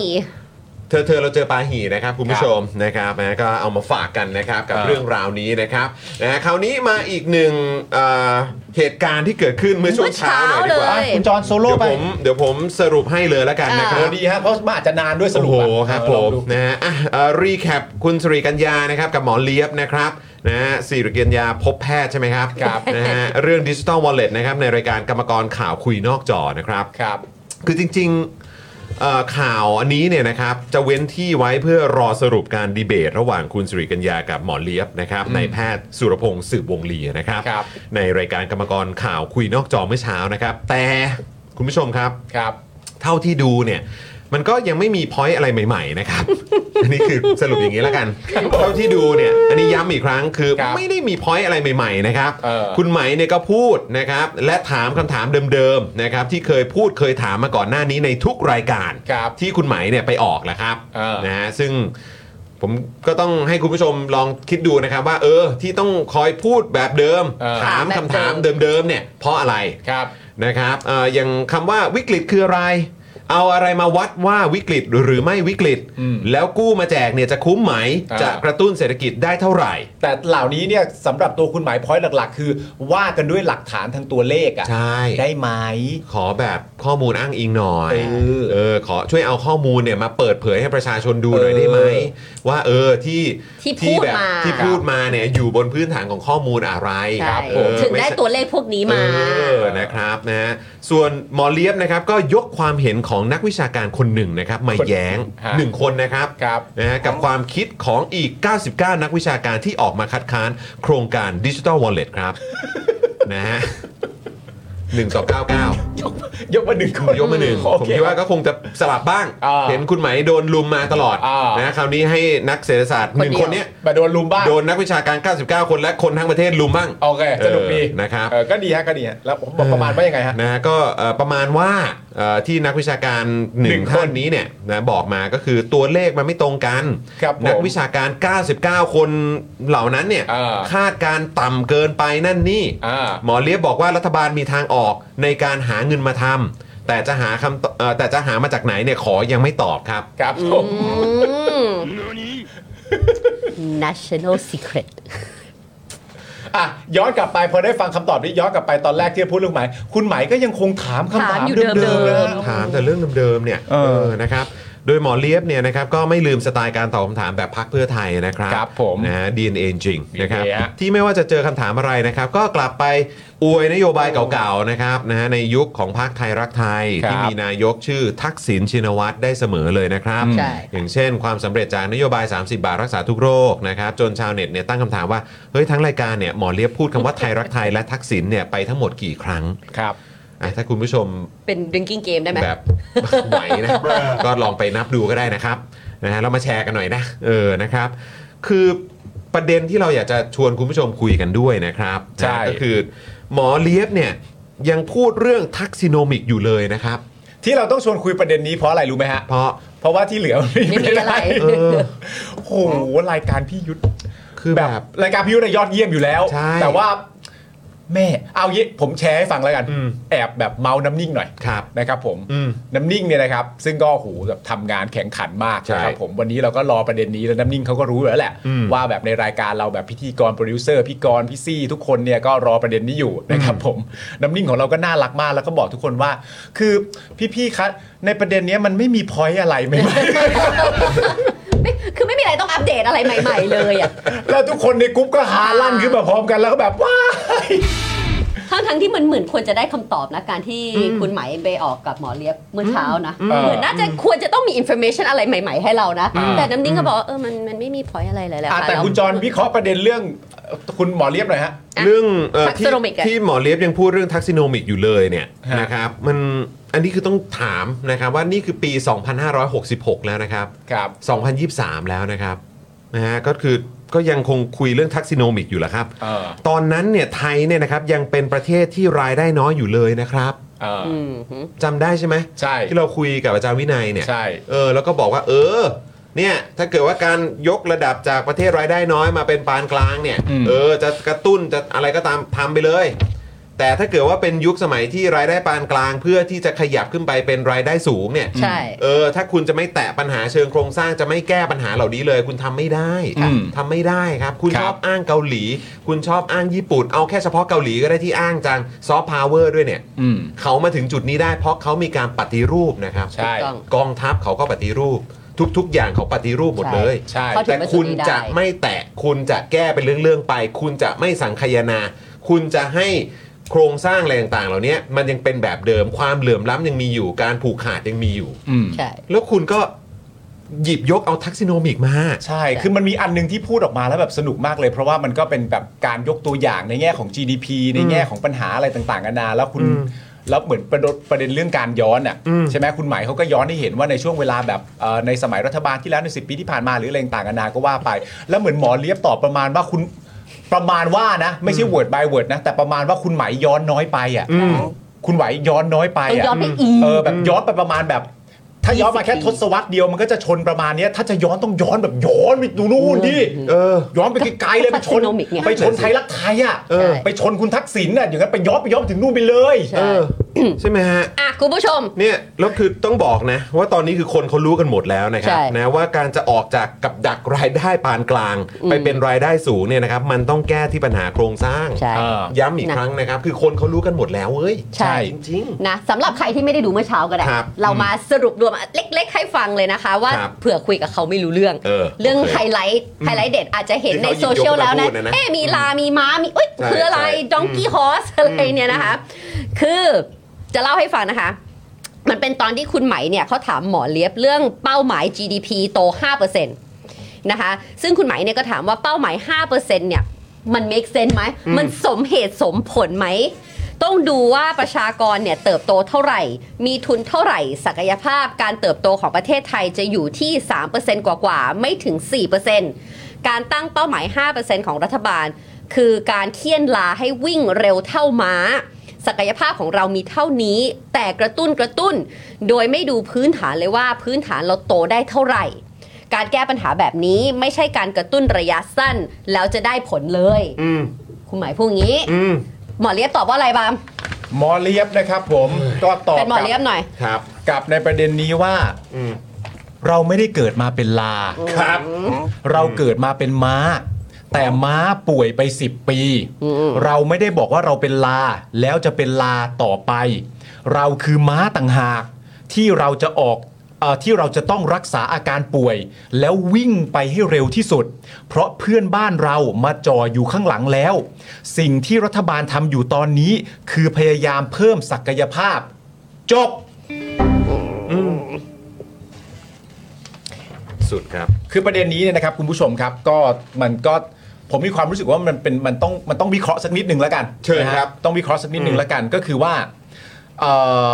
A: เอ่อเธอเธอเราเจอปาหีนะครับคุณผู้ชมนะครับนะก็เอามาฝากกันนะครับกับ
E: อ่า
A: เรื่องราวนี้นะครับนะฮะคราวนี้มาอีกหนึ่งเอ่อเหตุการณ์ที่เกิดขึ้นเมื่อช่วงเช้าหน่อยดีกว่า
C: เมื่อเช้าเลย
E: คุณจอห์นโซโล่
A: เดี๋ยว
E: ไป
A: ผมเดี๋ยวผมสรุปให้เลยแล้วกันนะค
E: เอ
A: รับ
E: อดีฮะเพราะมันอาจจะนานด้วยสรุปอะ
A: โอ้โหครับ
E: เอ
A: ผ
E: อลอ
A: ม
E: งดู
A: นะฮะอ่ะเอ่อรีแคปคุณสิริกัญญานะครับกับหมอเลียบนะครับนะฮะสิริกัญญาพบแพทย์ใช่ไหมครับ
E: ครับ
A: นะฮะเรื่องดิจิ t a ลวอลเล็ตนะครับในรายการกรรมกรข่าวคุยนอกจอนะครับ
E: ครับ
A: คือจริงๆเอ่อข่าวอันนี้เนี่ยนะครับจะเว้นที่ไว้เพื่อรอสรุปการดีเบต ระหว่างคุณสิริกัญญากับหมอเลียบนะครับในายแพทย์สุรพงศ์สืบวงลีนะครับ
E: ครับ
A: ในรายการกรรมกรข่าวคุยนอกจอเมื่อเช้านะครับ แต่คุณผู้ชมครับ
E: ครับ
A: เท่าที่ดูเนี่ยมันก็ยังไม่มีพอยต์อะไรใหม่ ๆ นะครับ อันนี้คือสรุปอย่างนี้แล้วกัน เท่าที่ดูเนี่ยอันนี้ย้ำอีกครั้งคือ
E: ครับ
A: ไม่ได้มีพอยต์อะไรใหม่ๆนะครับ
E: เออ
A: คุณไหมเนี่ยก็พูดนะครับและถามคำถามเดิมๆนะครับที่เคยพูดเคยถามมาก่อนหน้านี้ในทุกรายการ
E: ครับ
A: ที่คุณไหมเนี่ยไปออกแหละครับ
E: เออ
A: นะฮะซึ่งผมก็ต้องให้คุณผู้ชมลองคิดดูนะครับว่า เออ ที่ต้องคอยพูดแบบเดิม
E: เออ
A: ถาม
C: ถามแบบ
A: คำถามเดิมๆเนี่ยเพราะอะไร
E: ครับ
A: นะครับเอออย่างคำว่าวิกฤตคืออะไร เอาอะไรมาวัดว่าวิกฤตหรือไม่วิกฤต
E: อืม
A: แล้วกู้มาแจกเนี่ยจะคุ้มไหม
E: เออ
A: จะกระตุ้นเศรษฐกิจได้เท่าไหร่
E: แต่เหล่านี้เนี่ยสำหรับตัวคุณหมายพอยต์หลัก ๆ คือ ว่ากันด้วยหลักฐานทางตัวเลขอะ
A: ใช่
E: ได้ไหม
A: ขอแบบข้อมูลอ้างอิงหน่อย
E: เออ
A: เออ ขอช่วยเอาข้อมูลเนี่ยมาเปิดเผยให้ประชาชนดูหน่อยได้ไหม
E: เออ
A: ว่าเออที่
C: ที่พูด
A: แบบ
C: มา
A: ที่พูดมาเนี่ยอยู่บนพื้นฐานของข้อมูลอะไร
C: ใช่
A: เออ
C: ถึง
A: ม่
C: ได้
A: ใช่
C: ตัวเลขพวกนี้มา
A: เออนะครับนะฮะส่วนหมอเลียบนะครับก็ยกความเห็นของนักวิชาการคนหนึ่งนะครับมา
E: คน
A: แย้ง
E: ฮะ
A: หนึ่งคนนะครับ
E: ครับ
A: นะฮะกับความคิดของอีก 99 นักวิชาการที่ออกมาคัดค้านโครงการดิจิ t a ลวอลเล็ตครับ นะฮะหนึ่งต่อเก้าเก้าย
E: กมาหนึ่งคน
A: ยกมาหนึ่ง
E: โอ
A: ผม
E: เค
A: คิดว่าก็คงจะสลับบ้าง
E: อ่า
A: เห็นคุณไหมโดนลุมมาตลอด
E: อ่าน
A: นะคราวนี้ให้นักเศรษฐศาสตร์หนึ่ง
C: คนเดียว
A: คนเนี้ย
E: มาโดนลุมบ้าง
A: โดนนักวิชาการ 99 คนและคนทั้งประเทศลุมบ้าง
E: โอเคสนุกดี
A: เออนะครับ
E: เออก็ดีฮะก็ดีฮะแล้วผมบอกประมาณว่ายังไงฮะ
A: นะฮะก็เอ่อประมาณว่าเอ่อที่นักวิชาการหนึ่
E: หนึ่
A: ง
E: ง
A: ท่าน
E: คน
A: นี้เนี่ยนะบอกมาก็คือตัวเลขมันไม่ตรงกัน
E: ครับผม
A: นัวิชาการ 99 คนเหล่านั้นเนี่ย
E: อ่า
A: คาดการณ์ต่ำเกินไปนั่นนี่
E: อ่า
A: หมอเลียบบอกว่ารัฐบาลมีทางออกในการหาเงินมาทำแต่จะหาคำตอบเอ่อแต่จะหามาจากไหนเนี่ยขอยังไม่ตอบครับ
E: ครับผม
C: อืม National Secret
E: อ่ะย้อนกลับไปพอได้ฟังคำตอบนี้ย้อนกลับไปตอนแรกที่พูดเรื่องไหมายคุณไหมายก็ยังคงถามคำถาม
C: ถามอยู่
E: เดิมๆ
C: เดิ
E: นะ
C: ม
F: ถามแต่เรื่องเดิมๆเนี่ย
E: เออ
F: เออนะครับโดยหมอเลียบเนี่ยนะครับก็ไม่ลืมสไตล์การตอบคำถามแบบพักเพื่อไทยนะครับ
E: ครับผม
F: นะฮะ DNA จริงนะครับ
E: DNA ฮะ
F: ที่ไม่ว่าจะเจอคำถามอะไรนะครับ ก็กลับไปอวยนโยบายเก่าๆนะครับนะฮะในยุคของพรรคไทยรักไทย
E: ครับ
F: ที่มีนายกชื่อทักษิณชินวัตรได้เสมอเลยนะครับ
E: อืมใช่
F: อย่างเช่น ความสำเร็จจากนโยบาย 30 บาทรักษาทุกโรคนะครับจนชาวเน็ตเนี่ยตั้งคำถามว่าเฮ้ยทั้งรายการเนี่ยหมอเลียบพูดคำว่าไทยรักไทยและทักษิณเนี่ยไปทั้งหมดกี่ครั้ง
E: ครับ
F: อ่ะถ้าคุณผู้ชม
C: เป็น drinking game ได้ไหม
F: แบบ ไหวนะ ก็ลองไปนับดูก็ได้นะครับนะฮะเรามาแชร์กันหน่อยนะ เออนะครับ คือประเด็นที่เราอยากจะชวนคุณผู้ชมคุยกันด้วยนะครับ
E: ใช่
F: นะก็คือหมอเลียบเนี่ยยังพูดเรื่องทักซิโนมิกอยู่เลยนะครับ
E: ที่เราต้องชวนคุยประเด็นนี้เพราะอะไรรู้ไหมฮะ
F: เพราะ
E: เพราะว่าที่เหลือมันไม่
C: ไม่มีอะไร
F: เอ อ
E: โอ้โหรายการพี่ยุทธ
F: คือ
E: แบ
F: แบบ บ
E: รายการพี่ยุทธน่ะยอดเยี่ยมอยู่แล้ว
F: ใช่
E: แต่ว่าแม่เอางี้ผมแชร์ให้ฟังแล้วกัน
F: อืม
E: แอบแบบเมาน้ำนิ่งหน่อย
F: ครับ
E: นะครับผม
F: อืม
E: น้ำนิ่งเนี่ยนะครับ ซึ่งก็โหแบบทำงานแข่งขันมาก
F: ใช่
E: นะครับผมวันนี้เราก็รอประเด็นนี้แล้วน้ำนิ่งเขาก็รู้อยู่แล้วแหละ
F: อืม
E: ว่าแบบในรายการเราแบบพิธีกรโปรดิวเซอร์พี่กรณ์พี่ซี่ ทุกคนเนี่ยก็รอประเด็นนี้อยู่นะครับผมน้ำนิ่งของเราก็น่ารักมากแล้วก็บอกทุกคนว่า คือพี่ๆคะในประเด็นเนี้ยมันไม่มีพอยอะไรไหม
C: ไม่คือไม่มีอะไรต้องอัปเดตอะไรใหม่ ๆ เลยอ่ะ
E: แล้วทุกคนในกรุ๊ปก็หาลั่นขึ้นมาพร้อมกันแล้วก็แบบว้าย
C: ทั้งทั้งๆที่มันเหมือนควรจะได้คำตอบนะ การที่คุณไหมไปออกกับหมอเลียบเมื่อเช้านะเหมือนน่าจะควรจะต้องมี information อะไรใหม่ ๆ ให้เรานะ แต่น้ำนิ่งก็บอกว่าเออมันมันไม่มี point อะไรเลยแหละ
E: อ่ะ
C: ค่ะ
E: แต่
C: ล้ว
E: คุณจรวิเคราะห์ประเด็นเรื่องเอ่อคุณหมอเลียบหน่อยฮะ
C: อ่ะ
F: เรื่องเอ่อที่
C: Taxonomic อะ
F: ที่หมอเลียบยังพูดเรื่องทักซิโนมิกอยู่เลยเนี่ย
E: ฮะ
F: นะครับมันอันนี้คือต้องถามนะครับว่านี่คือปี 2566 แล้วนะครับ
E: ครับ
F: 2023 แล้วนะครับนะฮะก็คือก็ยังคงคุยเรื่องทักซิโนมิกอยู่แหละครับ
E: เออ
F: ตอนนั้นเนี่ยไทยเนี่ยนะครับยังเป็นประเทศที่รายได้น้อยอยู่เลยนะครับ
E: เอออ
C: ืมหืม
F: จำได้ใช่ไหม
E: ใช่
F: ที่เราคุยกับอาจารย์วินัยเนี่ย
E: ใช่
F: เออแล้วก็บอกว่า เออเนี่ยถ้าเกิดว่าการยกระดับจากประเทศรายได้น้อยมาเป็นปานกลางเนี่ย
E: อืม
F: เออจะกระตุ้นจะอะไรก็ตามทำไปเลย แต่ถ้าเกิดว่าเป็นยุคสมัยที่รายได้ปานกลาง เพื่อที่จะขยับขึ้นไปเป็นรายได้สูงเนี่ย
C: ใช่
F: เออถ้าคุณจะไม่แตะปัญหาเชิงโครงสร้างจะไม่แก้ปัญหาเหล่านี้เลย คุณทำไม่ได้
E: อืม
F: ทำไม่ได้ครับ คุณ
E: ครั
F: ช
E: บ
F: อบอ้างเกาหลี คุณชอบอ้างญี่ปุ่น เอาแค่เฉพาะเกาหลีก็ได้ที่อ้างจังซอฟต์พาวเวอร์ด้วยเนี่ย
E: อืม
F: เขามาถึงจุดนี้ได้เพราะเขามีการปฏิรูปนะครับ
E: ใช่
C: ถูกต้อง
F: กองทัพเขาก็ปฏิรูป ทุก ๆ อย่างเขาปฏิรูปหมด
H: ใช่
F: เลย
E: ใช่
C: เขาถึ
F: แต่
C: งมาจุ
F: คุ
C: ด
F: ณ
C: นี้ได้
F: จะไม่แตะคุณจะแก้เป็นเรื่องๆไป คุณจะไม่สังคายนา คุณจะให้โครงสร้างอะไรต่างๆ เหล่านี้มันยังเป็นแบบเดิมความเหลื่อมล้ำยังมีอยู่การผูกขาดยังมีอยู่
E: อืม
C: ใช่
F: แล้วคุณก็หยิบยกเอาทักซิโนมิกมา
E: ใช่ คือมันมีอันหนึงที่พูดออกมาแล้วแบบสนุกมากเลย เพราะว่ามันก็เป็นแบบการยกตัวอย่างในแง่ของ GDP ในแง่ของปัญหาอะไรต่างๆนานาแล้วคุณแล้วเหมือนประเด็นประเด็นเรื่องการย้อนอ่ะใช่ไหมคุณหมายเขาก็ย้อนให้เห็นว่าในช่วงเวลาแบบเอ่อในสมัยรัฐบาลที่แล้วในสิปีที่ผ่านมาหรืออะไรต่างๆนานาก็ว่าไป แล้วเหมือนหมอเลียบตอบประมาณว่าคุณประมาณว่านะ ไม่ใช่ word by word นะแต่ประมาณว่าคุณหมายย้อนน้อยไปอ่ะคุณไหวย้อนน้อยไป
C: ต้อง
E: อ่ะ
C: ย้อนไปอีก
E: เออแบบย้อนไปประมาณแบบ ถ้าย้อนมาแค่ทศวรรษเดียวมันก็จะชนประมาณเนี้ยถ้าจะย้อนต้องย้อนแบบย้อนไปดูนู่นดิ
F: เออ
E: ย้อนไปไกลๆเลยไปชน
C: Taxonomic ไง
E: ไปชนไทยรักไทยอ่ะ
C: เออ
E: ไปชนคุณทักษิณอ่ะอย่างนั้นไปย้อนไปย้อนถึงนู่นไปเลย
F: เออ ใช่ไหมฮะ
C: อ่ะคุณผู้ชม
F: เนี่ยแล้วคือต้องบอกนะ ว่าตอนนี้คือคนเขารู้กันหมดแล้วนะครับ
C: ใช่
F: นะว่าการจะออกจากกับดักรายได้ปานกลาง ไปเป็นรายได้สูงเนี่ยนะครับ มันต้องแก้ที่ปัญหาโครงสร้าง
C: ใช่
E: เออ
F: ย้ำอีกครั้งนะครับ คือคนเขารู้กันหมดแล้วเว้ย
C: ใช่
F: จริง
C: นะสำหรับใครที่ไม่ได้ดูเมื่อเช้าก็ได้
F: ครับ
C: เรามาสรุปรวมเล็ก ๆ ให้ฟังเลยนะคะ ว่า
F: ครับ
C: เผื่อคุยกับเขาไม่รู้เรื่อง
F: เออ
C: อง
F: โอเค
C: ไฮไลท์ไฮไลท์เด็ดอาจจะเห็น
F: ที่
C: ใน
F: เขา
C: โซเชียล
F: หยิบยก
C: แล้ว
F: มาพูด
C: นะ
F: นะนะ
C: เอ๊ะมีลา มีม้ามีเอ้ย
F: ใช่
C: คืออะไร
F: ใช่
C: ดองกี้ฮอสอะไรเนี่ยนะคะ คือจะเล่าให้ฟังนะคะ มันเป็นตอนที่คุณไหมเนี่ยเขาถามหมอเลียบเรื่องเป้าหมาย GDP โต 5%นะคะ ซึ่งคุณไหมเนี่ยก็ถามว่าเป้าหมาย 5%เนี่ย มัน make sense ไหม มันสมเหตุสมผลไหม ต้องดูว่าประชากรเนี่ยเติบโตเท่าไหร่ มีทุนเท่าไหร่ ศักยภาพการเติบโตของประเทศไทยจะอยู่ที่ 3%กว่าๆ ไม่ถึง 4%การตั้งเป้าหมาย 5%ของรัฐบาล คือการเคี่ยนลาให้วิ่งเร็วเท่าม้า ศักยภาพของเรามีเท่านี้ แต่กระตุ้นกระตุ้น โดยไม่ดูพื้นฐานเลยว่าพื้นฐานเราโตได้เท่าไหร่ การแก้ปัญหาแบบนี้ไม่ใช่การกระตุ้นระยะสั้น แล้วจะได้ผลเลย
F: อืม
C: คุณหมายพูดงี้
F: อืม
C: หมอเลียบตอบว่าอะไรบาม
E: หมอเลียบนะครับผมก็ตอบ
C: เป็นหมอเลียบหน่อย
F: ครับ
E: กลับในประเด็นนี้ว่า
F: อืม
E: เราไม่ได้เกิดมาเป็นลา
F: ครับ
E: เราเกิดมาเป็นม้า แต่ม้าป่วยไป 10 ปี เราไม่ได้บอกว่าเราเป็นลา แล้วจะเป็นลาต่อไป เราคือม้าต่างหาก ที่เราจะออกเออที่เราจะต้องรักษาอาการป่วย แล้ววิ่งไปให้เร็วที่สุด เพราะเพื่อนบ้านเรามาจ่ออยู่ข้างหลังแล้ว สิ่งที่รัฐบาลทำอยู่ตอนนี้ คือพยายามเพิ่มศักยภาพ จบ
F: สุดครับ
E: คือประเด็นนี้เนี่ยนะครับคุณผู้ชมครับก็มันก็ผมมีความรู้สึกว่ามันเป็นมันต้องมันต้องวิเคราะห์สักนิดหนึ่งแล้วกัน
F: เชิญ
E: นะฮะ
F: ครับ
E: ต้องวิเคราะห์สักนิดหนึ่งแล้วกันก็คือว่าเอ่อ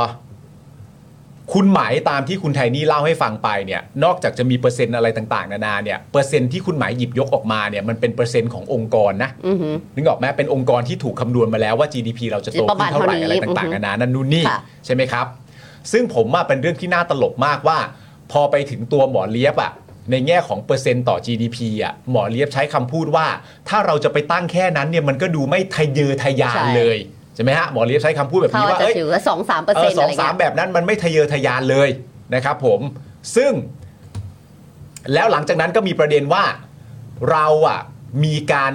E: คุณหมายตามที่คุณไทนี่เล่าให้ฟังไปเนี่ยนอกจากจะมีเปอร์เซ็นต์อะไรต่างๆ นานาเนี่ยเปอร์เซ็นต์ที่คุณหมายหยิบยกออกมาเนี่ยมันเป็นเปอร์เซ็นต์ขององค์กรนะ
C: อือหือ
E: นึกออกไหมเป็นองค์กรที่ถูกคำนวณมาแล้วว่า GDP เราจะโตขึ้นเท่าไหร่อะไรต่างๆนานานั่นนู่นนี่
C: ค่ะ
E: ใช่ไหมครับ ซึ่งผมว่าเป็นเรื่องที่น่าตลกมากว่า พอไปถึงตัวหมอเลียบอะในแง่ของเปอร์เซ็นต์ต่อ GDP อะหมอเลียบใช้คำพูดว่า ถ้าเราจะไปตั้งแค่นั้นเนี่ยมันก็ดูไม่ทะเยอทะยาน
C: ใช่
E: เลยใช่ไหมฮะหมอเลียบใช้คำพูดแบบ
C: เขา
E: นี้
C: อาจ
E: ว่า
C: จะ
E: เอ้ย
C: ถือว่าสองสามเปอร์เซ็นต์
E: ส
C: อะ
E: อ
C: ไรง เงี้
E: สาม
C: ย
E: แบบนั้นมันไม่ทะเยอทะยานเลยนะครับผม ซึ่งแล้วหลังจากนั้นก็มีประเด็นว่าเราอ่ะมีการ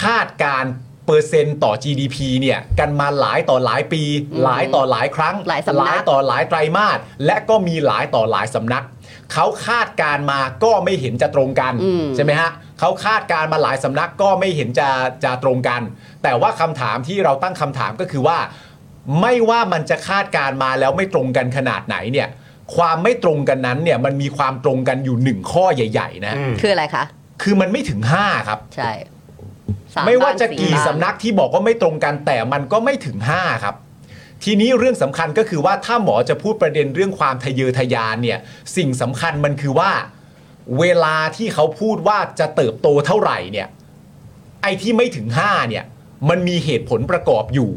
E: คาดการณ์เปอร์เซ็นต์ต่อ GDP เนี่ยกันมาหลายต่อหลายปี หลายต่อหลายครั้ง
C: หลายสำนัก
E: ต่อหลายไตรมาสและก็มีหลายต่อหลายสำนัก เขาคาดการณ์มาก็ไม่เห็นจะตรงกัน ใช่ไหมฮะเขาคาดการณ์มาหลายสำนักก็ไม่เห็นจะจะตรงกัน แต่ว่าคำถามที่เราตั้งคำถามก็คือว่า ไม่ว่ามันจะคาดการณ์มาแล้วไม่ตรงกันขนาดไหนเนี่ย ความไม่ตรงกันนั้นเนี่ยมันมีความตรงกันอยู่หนึ่งข้อใหญ่ ๆ นะ
C: คืออะไรคะ
E: คือมันไม่ถึง 5 ครับ
C: ใช่ส
E: ไม่ว่าจะ
C: บ้น
E: กี่
C: บ้า
E: สำนักที่บอกว่าไม่ตรงกันแต่มันก็ไม่ถึง 5 ครับ ทีนี้เรื่องสำคัญก็คือว่าถ้าหมอจะพูดประเด็นเรื่องความทะเยอทะยานเนี่ยสิ่งสำคัญมันคือว่า เวลาที่เขาพูดว่าจะเติบโตเท่าไหร่เนี่ยไอ้ที่ไม่ถึง 5 เนี่ย มันมีเหตุผลประกอบอยู่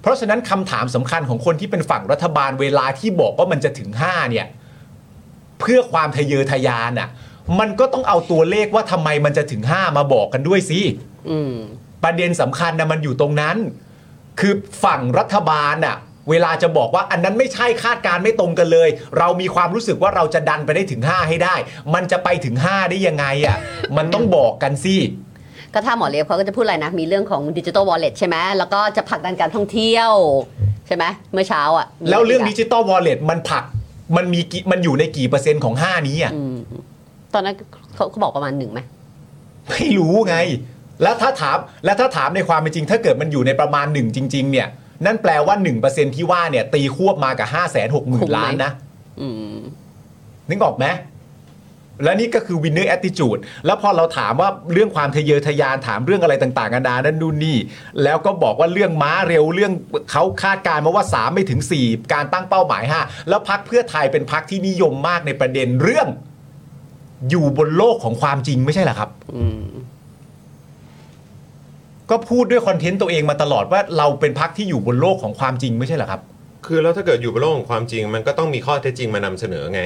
E: เพราะฉะนั้นคำถามสำคัญของคนที่เป็นฝั่งรัฐบาลเวลาที่บอกว่ามันจะถึง 5 เนี่ย เพื่อความทะเยอทะยานอ่ะ มันก็ต้องเอาตัวเลขว่าทำไมมันจะถึง 5 มาบอกกันด้วยสิ ประเด็นสำคัญนะมันอยู่ตรงนั้น คือฝั่งรัฐบาลน่ะ เวลาจะบอกว่าอันนั้นไม่ใช่คาดการณ์ไม่ตรงกันเลย เรามีความรู้สึกว่าเราจะดันไปได้ถึง 5 ให้ได้ มันจะไปถึง 5 ได้ยังไงอ่ะ มันต้องบอกกันสิ
C: ก็ถ้าหมอเลียบเขาก็จะพูดอะไรนะ มีเรื่องของดิจิ t a ลวอลเล็ตใช่ไหมแล้วก็จะผลักดันการท่องเที่ยว ใช่ไหมเมื่อเช้าอ่ะมี
E: แล้วเรื่องดิ
C: ะไกะ
E: จิตอลวอลเล็ตมันผลักมันมีกี่มันอยู่ในกี่เปอร์เซ็นต์ของ 5 นี้อ่ะ
C: อืมตอนนั้นเขาเขาบอกประมาณหนึ่งไหม
E: ไม่รู้ไง แล้วถ้าถาม แล้วถ้าถามในความเป็นจริง ถ้าเกิดมันอยู่ในประมาณหนึ่งจริง ๆ เนี่ย นั่นแปลว่า1%ที่ว่าเนี่ย ตีควบมากับ5 6 0 0
C: คุ้มไหม
E: 0ล้านนะ
C: อืม
E: นึกออกไหมและนี่ก็คือวินเนอร์แอ i ติจูด แล้วพอเราถามว่าเรื่องความทะเยอทะยานถามเรื่องอะไรต่างๆนานานั่นนู่นนี่ แล้วก็บอกว่าเรื่องม้าเร็วเรื่องเขาคาดการณ์มาว่า 3 ไม่ถึง 4 การตั้งเป้าหมาย 5 แล้วพักเพื่อไทยเป็นพักที่นิยมมากในประเด็นเรื่อง อยู่บนโลกของความจริงไม่ใช่เหรอครับ
C: อืม
E: ก็พูดด้วยคอนเทนต์ตัวเองมาตลอดว่าเราเป็นพักที่อยู่บนโลกของความจริงไม่ใช่เหรอครับ
F: คือแล้วถ้าเกิดอยู่บนโลกของความจริง มันก็ต้องมีข้อเท็จจริงมานำเสนอไง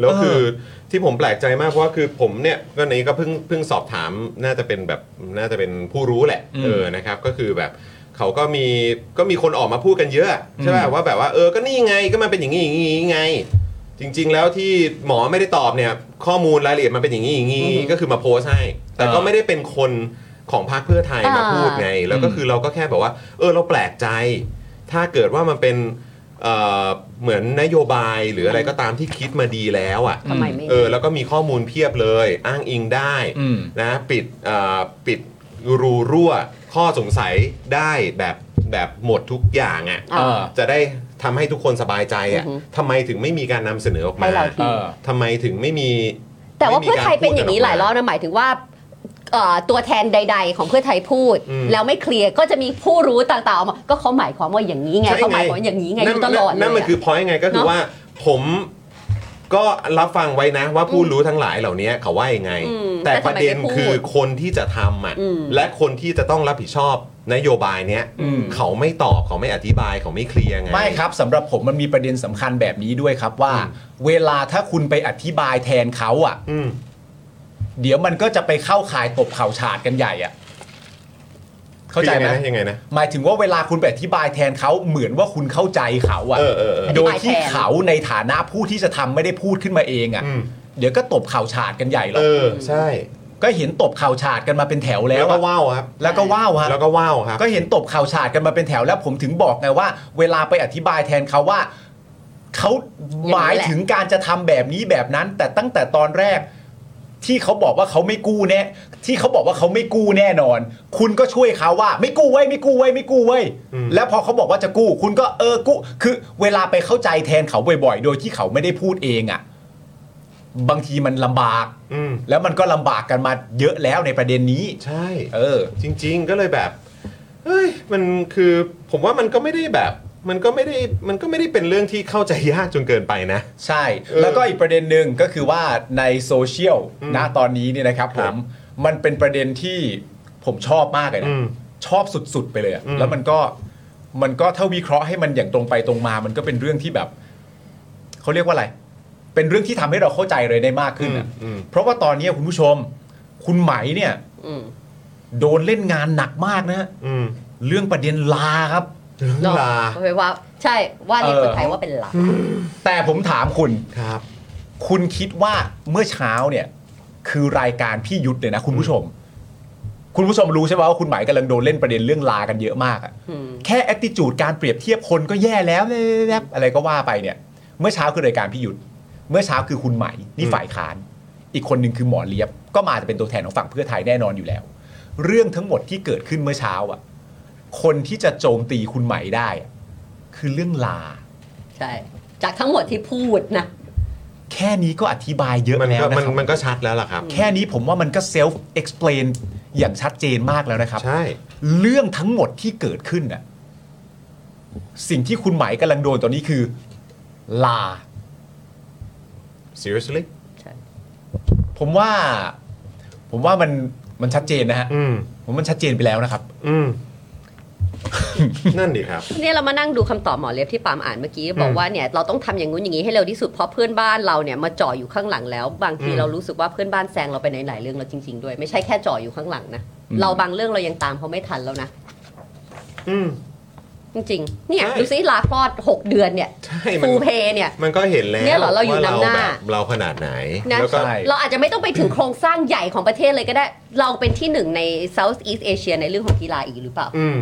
F: แล้วคือที่ผมแปลกใจมากเพราะว่าคือผมเนี่ยก็นี้ก็เพิ่งเพิ่งสอบถามน่าจะเป็นแบบน่าจะเป็นผู้รู้แหละ
E: อืม
F: เออนะครับก็คือแบบเขาก็มีก็มีคนออกมาพูดกันเยอะใช่ป่ะ
E: อืม
F: ว่าแบบว่าเออก็นี่ไงก็มันเป็นอย่างนี้อย่างนี้ไง จริง ๆ แล้วที่หมอไม่ได้ตอบเนี่ยข้อมูลรายละเอียดมันเป็นอย่างนี้อย่างนี้ก็คือมาโพสต์ให้ แต่ก็ไม่ได้เป็นคนของพรรคเพื่อไทยมาพูดไง แล้วก็คือเราก็แค่แบบว่า เออเราแปลกใจ ถ้าเกิดว่ามันเป็นเอ่อเหมือนนโยบายหรืออะไรก็ตามที่คิดมาดีแล้วอ่ะ
C: ทำไมไม่
F: เออแล้วก็มีข้อมูลเพียบเลย อ้างอิงได้
E: อืม
F: นะปิดเอ่อปิดรูรั่ว ข้อสงสัยได้แบบแบบหมดทุกอย่างอ่ะ
C: อ่ะ
E: เออ
F: จะได้ทำให้ทุกคนสบายใจอ่ะ
C: อือหือ
F: ทำไมถึงไม่มีการนำเสนอออกมา
C: ให้เราคิด
E: เออ
F: ทำไมถึงไม่มี
C: แต่ว่าเพื่อไทย
F: ม่
C: เป็น
F: มีก
C: อ
F: พูด
C: ย่างนี้หลายรอบ
F: กม
C: นะหมายถึงว่าเอ่อตัวแทนใด ๆ ของเพื่อไทยพูด
F: อืม
C: แล้วไม่เคลียร์ก็จะมีผู้รู้ต่างๆออกมาก็เขาหมายความว่าอย่างนี้ไง
F: ใช่
C: เขาหมายความว่าอย่างนี้ไง
F: นั่น
C: อยู่ตลอด
F: นั่น
C: เลย
F: นั่นมัน
C: อะ
F: คือพอยต์ไงก็คือ
C: เนอะ
F: ว่าผมก็รับฟังไว้นะ ว่าผู้รู้ทั้งหลายเหล่านี้เขาว่ายังไง
C: อืม
F: แต่
C: แต่ทำไม
F: ประเด็น
C: ไม่
F: คื
C: พูด
F: อคนที่จะทำอ่ะ
C: อืม
F: และคนที่จะต้องรับผิดชอบนโยบายเนี้ย
E: อืม
F: เขาไม่ตอบเขาไม่อธิบายเขาไม่เคลียร์ไง
E: ไม่ครับสำหรับผมมันมีประเด็นสำคัญแบบนี้ด้วยครับว่า
F: อืม
E: เวลาถ้าคุณไปอธิบายแทนเขาอ่ะ
F: อืม
E: เดี๋ยวมันก็จะไปเข้าข่ายตบเข่าฉาดกันใหญ่อะเข้าใจไหม
F: คือยังไงนะยังไงนะ
E: หมายถึงว่าเวลาคุณไปอธิบายแทนเขาเหมือนว่าคุณเข้าใจเขาอะ
F: เออเออเออ
E: โดย
C: อธิบายแทน
E: ที่เขาในฐานะผู้ที่จะทำไม่ได้พูดขึ้นมาเองอะ
F: อืม
E: เดี๋ยวก็ตบเข่าฉาดกันใหญ่หรอ
F: เอก อใช่
E: ก็เห็นตบเข่าฉาดกันมาเป็นแถวแล้ว
F: แล้วก็
E: อะ
F: ว้าวครับ
E: แล้วก็ว้าวฮะ
F: แล้วก็ว้าวครับ
E: ก็เห็นตบข่าวฉาดกันมาเป็นแถวแล้วผมถึงบอกไงว่า เวลาไปอธิบายแทนเขาว่า เขาหมายถึงการจะทำแบบนี้แบบนั้น แต่ตั้งแต่ตอนแรก ที่เขาบอกว่าเขาไม่กู้แน่ที่เขาบอกว่าเขาไม่กู้แน่นอน คุณก็ช่วยเขาว่า ไม่กู้เว้ยไม่กู้เว้ยไม่กู้เว้ย
F: อืม
E: แล้วพอเขาบอกว่าจะกู้ คุณก็เออกู้คือเวลาไปเข้าใจแทนเขาบ่อยๆ โดยที่เขาไม่ได้พูดเองอะ่ะ บางทีมันลำบาก
F: อืม
E: แล้วมันก็ลำบากกันมาเยอะแล้วในประเด็นนี้
F: ใช่
E: เออ
F: จริง ๆ ก็เลยแบบ เฮ้ย มันคือผมว่ามันก็ไม่ได้แบบ มันก็ไม่ได้ มันก็ไม่ได้เป็นเรื่องที่เข้าใจยากจนเกินไปนะ
E: ใช่
F: เออ
E: แล้วก็อีกประเด็นหนึ่งก็คือว่าในโซเชียล
F: อืม
E: ณตอนนี้เนี่ยนะครับ
F: ค
E: ผ
F: รับ
E: มมันเป็นประเด็นที่ผมชอบมากเลย
F: อื
E: นะ
F: ม
E: ชอบสุดๆ ไปเลยอะ
F: อืม
E: แล้วมันก็มันก็ถ้าวิเคราะห์ให้มันอย่างตรงไปตรงมา มันก็เป็นเรื่องที่แบบเขาเรียกว่าอะไร เป็นเรื่องที่ทำให้เราเข้าใจเลยได้มากขึ้นอะ
F: อืม
E: เพราะว่าตอนนี้คุณผู้ชม คุณไหมเนี่ย
C: อืม
E: โดนเล่นงานหนักมากนะฮะ
F: อืม
E: เรื่องประเด็นลาครับ
F: อืม
C: เนอะ
F: ลา
C: เอาไปว่าใช่ว่าเรียก
E: เออ
C: คนไทยว่าเป็นลา
E: แต่ผมถามคุณ
F: ครับ
E: คุณคิดว่าเมื่อเช้าเนี่ย คือรายการพี่ยุทธเนี่ยนะคุณผู้ชม คุณผู้ชมรู้ใช่ไหมว่าคุณหมายกำลังโดนเล่นประเด็นเรื่องลากันเยอะมากอะ
C: อืม
E: แค่ a อ t i t u d e การเปรียบเทียบคนก็แย่แล้วแบบอะไรก็ว่าไปเนี่ย เมื่อเช้าคือรายการพี่ยุทธเมื่อเช้าคือคุณไหมนี่
F: อืม
E: ฝ่ายค้าน อีกคนหนึ่งคือหมอเลียบ ก็มาจะเป็นตัวแทนของฝั่งเพื่อไทยแน่นอนอยู่แล้ว เรื่องทั้งหมดที่เกิดขึ้นเมื่อเช้าอ่ะ คนที่จะโจมตีคุณไหมได้อะคือเรื่องลา
C: ใช่ จากทั้งหมดที่พูดนะ
E: แค่นี้ก็อธิบายเยอะ
F: มัน
E: แล้ว
F: ก็
E: นะค
F: มั
E: รั
F: น
E: บ
F: มันก็ชัดแล้วล่ะครับ
E: แค่นี้ผมว่ามันก็เซลฟ์เอ็กซ์เพลนอย่างชัดเจนมากแล้วนะครับ
F: ใช่
E: เรื่องทั้งหมดที่เกิดขึ้นน่ะสิ่งที่คุณหมายกำลังโดนตอนนี้คือ ลา
F: seriously
E: ผมว่า ผมว่ามันมันชัดเจนนะฮะ
F: อืม
E: ผมว่ามันชัดเจนไปแล้วนะครับ
F: อืมนั่นดีครับ
C: เนี่ยเรามานั่งดูคำตอบหมอเล็บที่ปาล์มอ่านเมื่อกี้ บอกว่าเนี่ยเราต้องทำอย่างงู้นอย่างนี้ให้เร็วที่สุดเพราะเพื่อนบ้านเราเนี่ยมาจ่ออยู่ข้างหลังแล้ว บางที
F: อืม
C: เรารู้สึกว่าเพื่อนบ้านแซงเราไปในหลายเรื่องแล้วจริง ๆ ด้วย ไม่ใช่แค่จ่ออยู่ข้างหลังนะ
E: อืม
C: เราบางเรื่องเรายังตามเขาไม่ทันแล้วนะ
F: อืม
C: จริงๆ เนี่ย
F: ใช่
C: ดูซิลาคลอด 6 เดือนเนี่ย
F: ใช่มั
C: ฟูเพเนี่ย
F: มันก็เห็นแล้ว
C: เนี่ยเหรอเราอยู่
F: ว่
C: นำหน้า
F: แบบเราขนาดไหน
C: นะ
F: แล้วก็
E: ใช่
C: เราอาจจะไม่ต้องไปถึงโครงสร้างใหญ่ของประเทศเลยก็ได้ เราเป็นที่หนึ่งใน Southeast Asia ในเรื่องของกีฬาอีกหรือเปล่า
F: อืม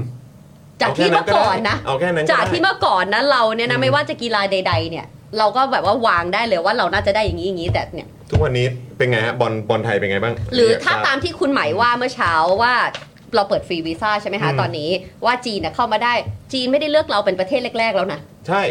C: จากที่เมื่อก่อนนะ
F: เอาแค่นั้นได้
C: จากที่เมื่อก่อนนะเราเนี่ยนะ
F: อืม
C: ไม่ว่าจะกีฬาใด ๆ เนี่ย เราก็แบบว่าวางได้เลยว่าเราน่าจะได้อย่างนี้อย่างนี้แต่เนี่ย
F: ทุกวันนี้เป็นไงฮะบอลบอลไทยเป็นไงบ้าง
C: หรือถ้า
F: ครับ
C: ตามที่คุณหมายว่าเมื่อเช้าว่าเราเปิดฟรีวีซ่าใช่ไหมคะ
F: อืม
C: ตอนนี้ว่าจีนน่ะเข้ามาได้จีนไม่ได้เลือกเราเป็นประเทศแรก ๆ แล้วนะ
F: ใช่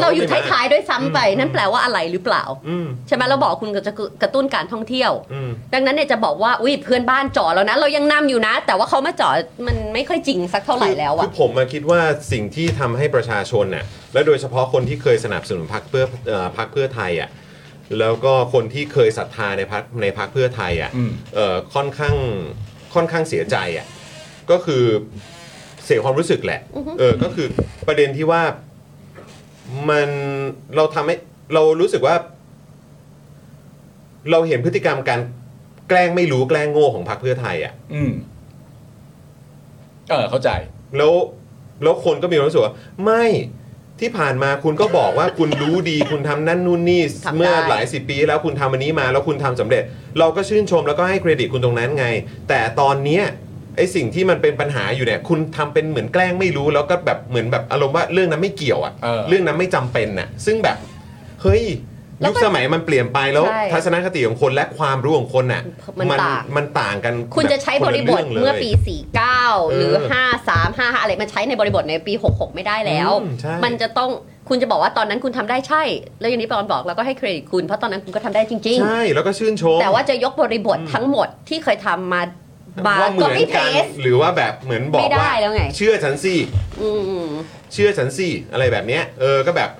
C: เราอยู่
F: ไม่ม
C: ท้ายๆด้วยซ้ำไป
F: อืม
C: นั่นแปลว่าอะไรหรือเปล่า
F: อืม
C: ใช่ไหมเราบอกคุณก็จะกระตุ้นการท่องเที่ยว
F: อืม
C: ดังนั้นเนี่ยจะบอกว่าอุ้ยเพื่อนบ้านจ่อแล้วนะ เรายังนำอยู่นะ แต่ว่าเขามาจ่อมันไม่ค่อยจริงสักเท่าไหร่แล้ว
F: คื
C: อะ
F: อผมมาคิดว่าสิ่งที่ทำให้ประชาชนน่ะและโดยเฉพาะคนที่เคยสนับสนุนพรรคเพื่อเอ่อพรรคเพื่อไทยอ่ะแล้วก็คนที่เคยศรัทธาในพรรคในพรรคเพื่อไทยอ่ะ
E: อืม
F: เอ่อค่อนข้างค่อนข้างเสียใจอ่ะก็คือเสียความรู้สึกแหละ
C: อือฮึ
F: เออก็คือประเด็นที่ว่ามันเราทำให้เรารู้สึกว่า เราเห็นพฤติกรรมการแกล้งไม่รู้แกล้งโง่ของพรรคเพื่อไทยอ่ะ
E: อืม เออ เข้าใจ
F: แล้วแล้วคนก็มีความรู้สึกว่าไม่ที่ผ่านมาคุณก็บอกว่าคุณรู้ดี คุณทำนั่นนู่นนี่
C: ทำได้
F: เมื่อหลายสิบปีแล้วคุณทำอันนี้มาแล้วคุณทำสำเร็จ เราก็ชื่นชมแล้วก็ให้เครดิตคุณตรงนั้นไง แต่ตอนเนี้ยไอสิ่งที่มันเป็นปัญหาอยู่เนี่ย คุณทำเป็นเหมือนแกล้งไม่รู้ แล้วก็แบบเหมือนแบบอารมณ์ว่าเรื่องนั้นไม่เกี่ยวอะ
E: เออ
F: เรื่องนั้นไม่จำเป็นน่ะ ซึ่งแบบเฮ้ยยุคสมัยมันเปลี่ยนไปแล้ว
C: ใช่
F: ทัศนคติของคนและความรู้ของคนน่ะ
C: มันต่าง
F: มันต่างกัน
C: คุณจะใช้บริบท
F: คนละรื่งลย
C: เมื่อปี 49 หรือ
F: เออ
C: 53 55 อะไรมาใช้ในบริบทในปี 66 ไม่ได้แล้ว
F: อืมใช่
C: มันจะต้องคุณจะบอกว่าตอนนั้นคุณทำได้ใช่ แล้วอย่างนี้ปอนบอกแล้วก็ให้เครดิตคุณเพราะตอนนั้นคุณก็ทำได้จริง
F: ใช่แล้วก็ชื่นชม
C: ๆ แต่ว่าจะยกบริบททั้งหมดที่เคยทำมาบา
F: ว่าเหมื
C: ก็
F: อน
C: ไม่เพ
F: กัน
C: ส
F: หรือว่าแบบเหมือนบอ
C: ไม่
F: ก
C: ได้
F: ว่า
C: แล้วไง
F: เชื่อฉันสิ
C: อืม
F: เชื่อฉันสิอะไรแบบเนี้ยเออก็แบบ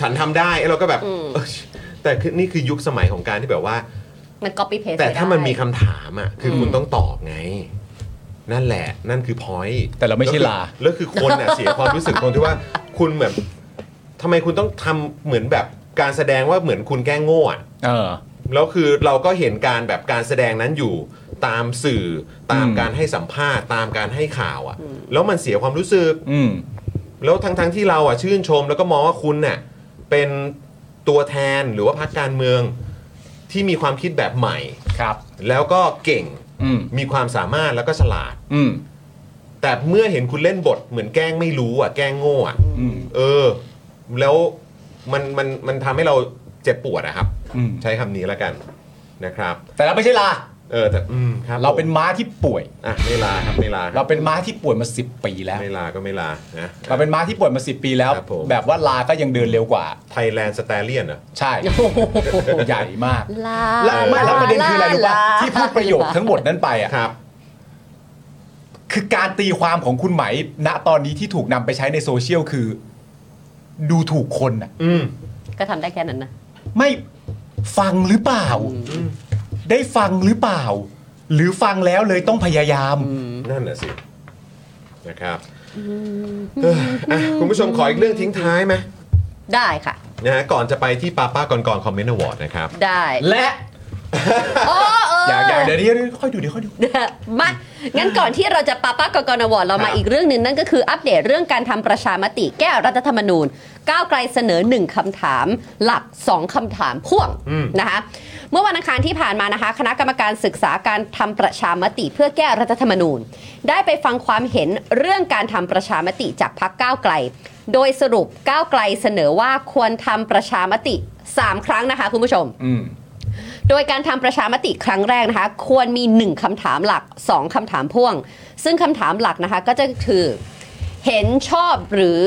F: ฉันทำได้แล้วเราก็แบบ
C: อืม
F: เออแต่คือนี่คือยุคสมัยของการที่แบบว่า
C: มันก็ไม่เพส
F: แต่ถ้ามันมีคำถามอ่ะคืออ
C: ม
F: คุณต้องตอบไง นั่นแหละ นั่นคือพอยต์
E: แต่เราไม่ใช่ลา
F: แล้วคือคนอ่ะ เสียความรู้สึกตรงที่ว่าคุณแบบทำไมคุณต้องทำเหมือนแบบการแสดงว่าเหมือนคุณแกล้งโง่อะ
E: เออ
F: แล้วคือเราก็เห็นการแบบการแสดงนั้นอยู่ตามสื่อตาม
E: อืม
F: การให้สัมภาษณ์ตามการให้ข่าวอ่ะ แล้วมันเสียความรู้สึก
E: อืม
F: แล้วทั้งๆที่เราอ่ะชื่นชมแล้วก็มองว่าคุณเนี่ยเป็นตัวแทนหรือว่าพรรคการเมืองที่มีความคิดแบบใหม่
E: ครับ
F: แล้วก็เก่ง
E: อืม
F: มีความสามารถแล้วก็ฉลาด
E: อืม
F: แต่เมื่อเห็นคุณเล่นบทเหมือนแกล้งไม่รู้อ่ะแกล้งโง่อ่ะ
E: อืม
F: เออ แล้วมันมันมันทำให้เราเจ็บปวดนะครับ
E: อืม
F: ใช้คำนี้แล้วกันนะครับ
E: แต่เราไม่ใช่ลา
F: เออแต่อืมครับ
E: เราเป็นม้าที่ป่วย
F: อ่ะไม่ลาครับไม่ลาค
E: เรา
F: รับ
E: เป็นม้าที่ป่วยมา 10 ปีแล้ว
F: ไม่ลาก็ไม่ลานะ
E: เราเป็นม้าที่ป่วยมา 10 ปีแล้ว
F: ครับผม
E: แบบว่าลาก็ยังเดินเร็วกว่า
F: ไทยแลนด์สแตเลียนอ่ะ
E: ใช่ ใหญ่มาก
C: ลา
E: และไม่แล้วประเด็นคืออะไรรู้ป่ะ
C: ลา
E: ที่พูดประโยคทั้งหมดนั้นไปอ่ะ
F: ครับ
E: คือการตีความของคุณไหม ณตอนนี้ที่ถูกนำไปใช้ในโซเชียลคือ ดูถูกคนอ่ะ
F: อืม
C: ก็ทำได้แค่นั้นนะ
E: ไม่ฟังหรือเปล่า ได้ฟังหรือเปล่า หรือฟังแล้วเลยต้องพยายาม
F: นั่นน่ะสินะครับเอ้ยอ่ะคุณผู้ชมขออีกเรื่องทิ้งท้ายไหม
C: ได้ค่ะ
F: นะฮะก่อนจะไปที่ป้าป้าก่อนก่อนคอมเมนต์อวอร์ดนะครับ
C: ได้
E: และ
C: โอ้เออ
E: อ
C: อ
E: ย่าอย่าเดี๋ยวนี้ค่อยดูเดี๋ยวค่อยดู
C: มา งั้นก่อนที่เราจะปาป้ากกนวอร์ดเรามา
F: ครับ
C: อีกเรื่องหนึ่งนั่นก็คืออัปเดตเรื่องการทำประชามติแก้รัฐธรรมนูญ ก้าวไกลเสนอ 1คำถาม หลัก 2คำถามพ่วงนะคะ เมื่อวันอังคารที่ผ่านมานะคะ คณะกรรมการศึกษาการทำประชามติเพื่อแก้รัฐธรรมนูญ ได้ไปฟังความเห็นเรื่องการทำประชามติจากพรรคก้าวไกล โดยสรุปก้าวไกลเสนอว่าควรทำประชามติสามครั้งนะคะคุณผู้ชม
E: อืม
C: โดยการทำประชามติครั้งแรกนะคะ ควรมี 1คำถามหลัก 2คำถามพ่วง ซึ่งคำถามหลักนะคะก็จะคือ เห็นชอบหรือ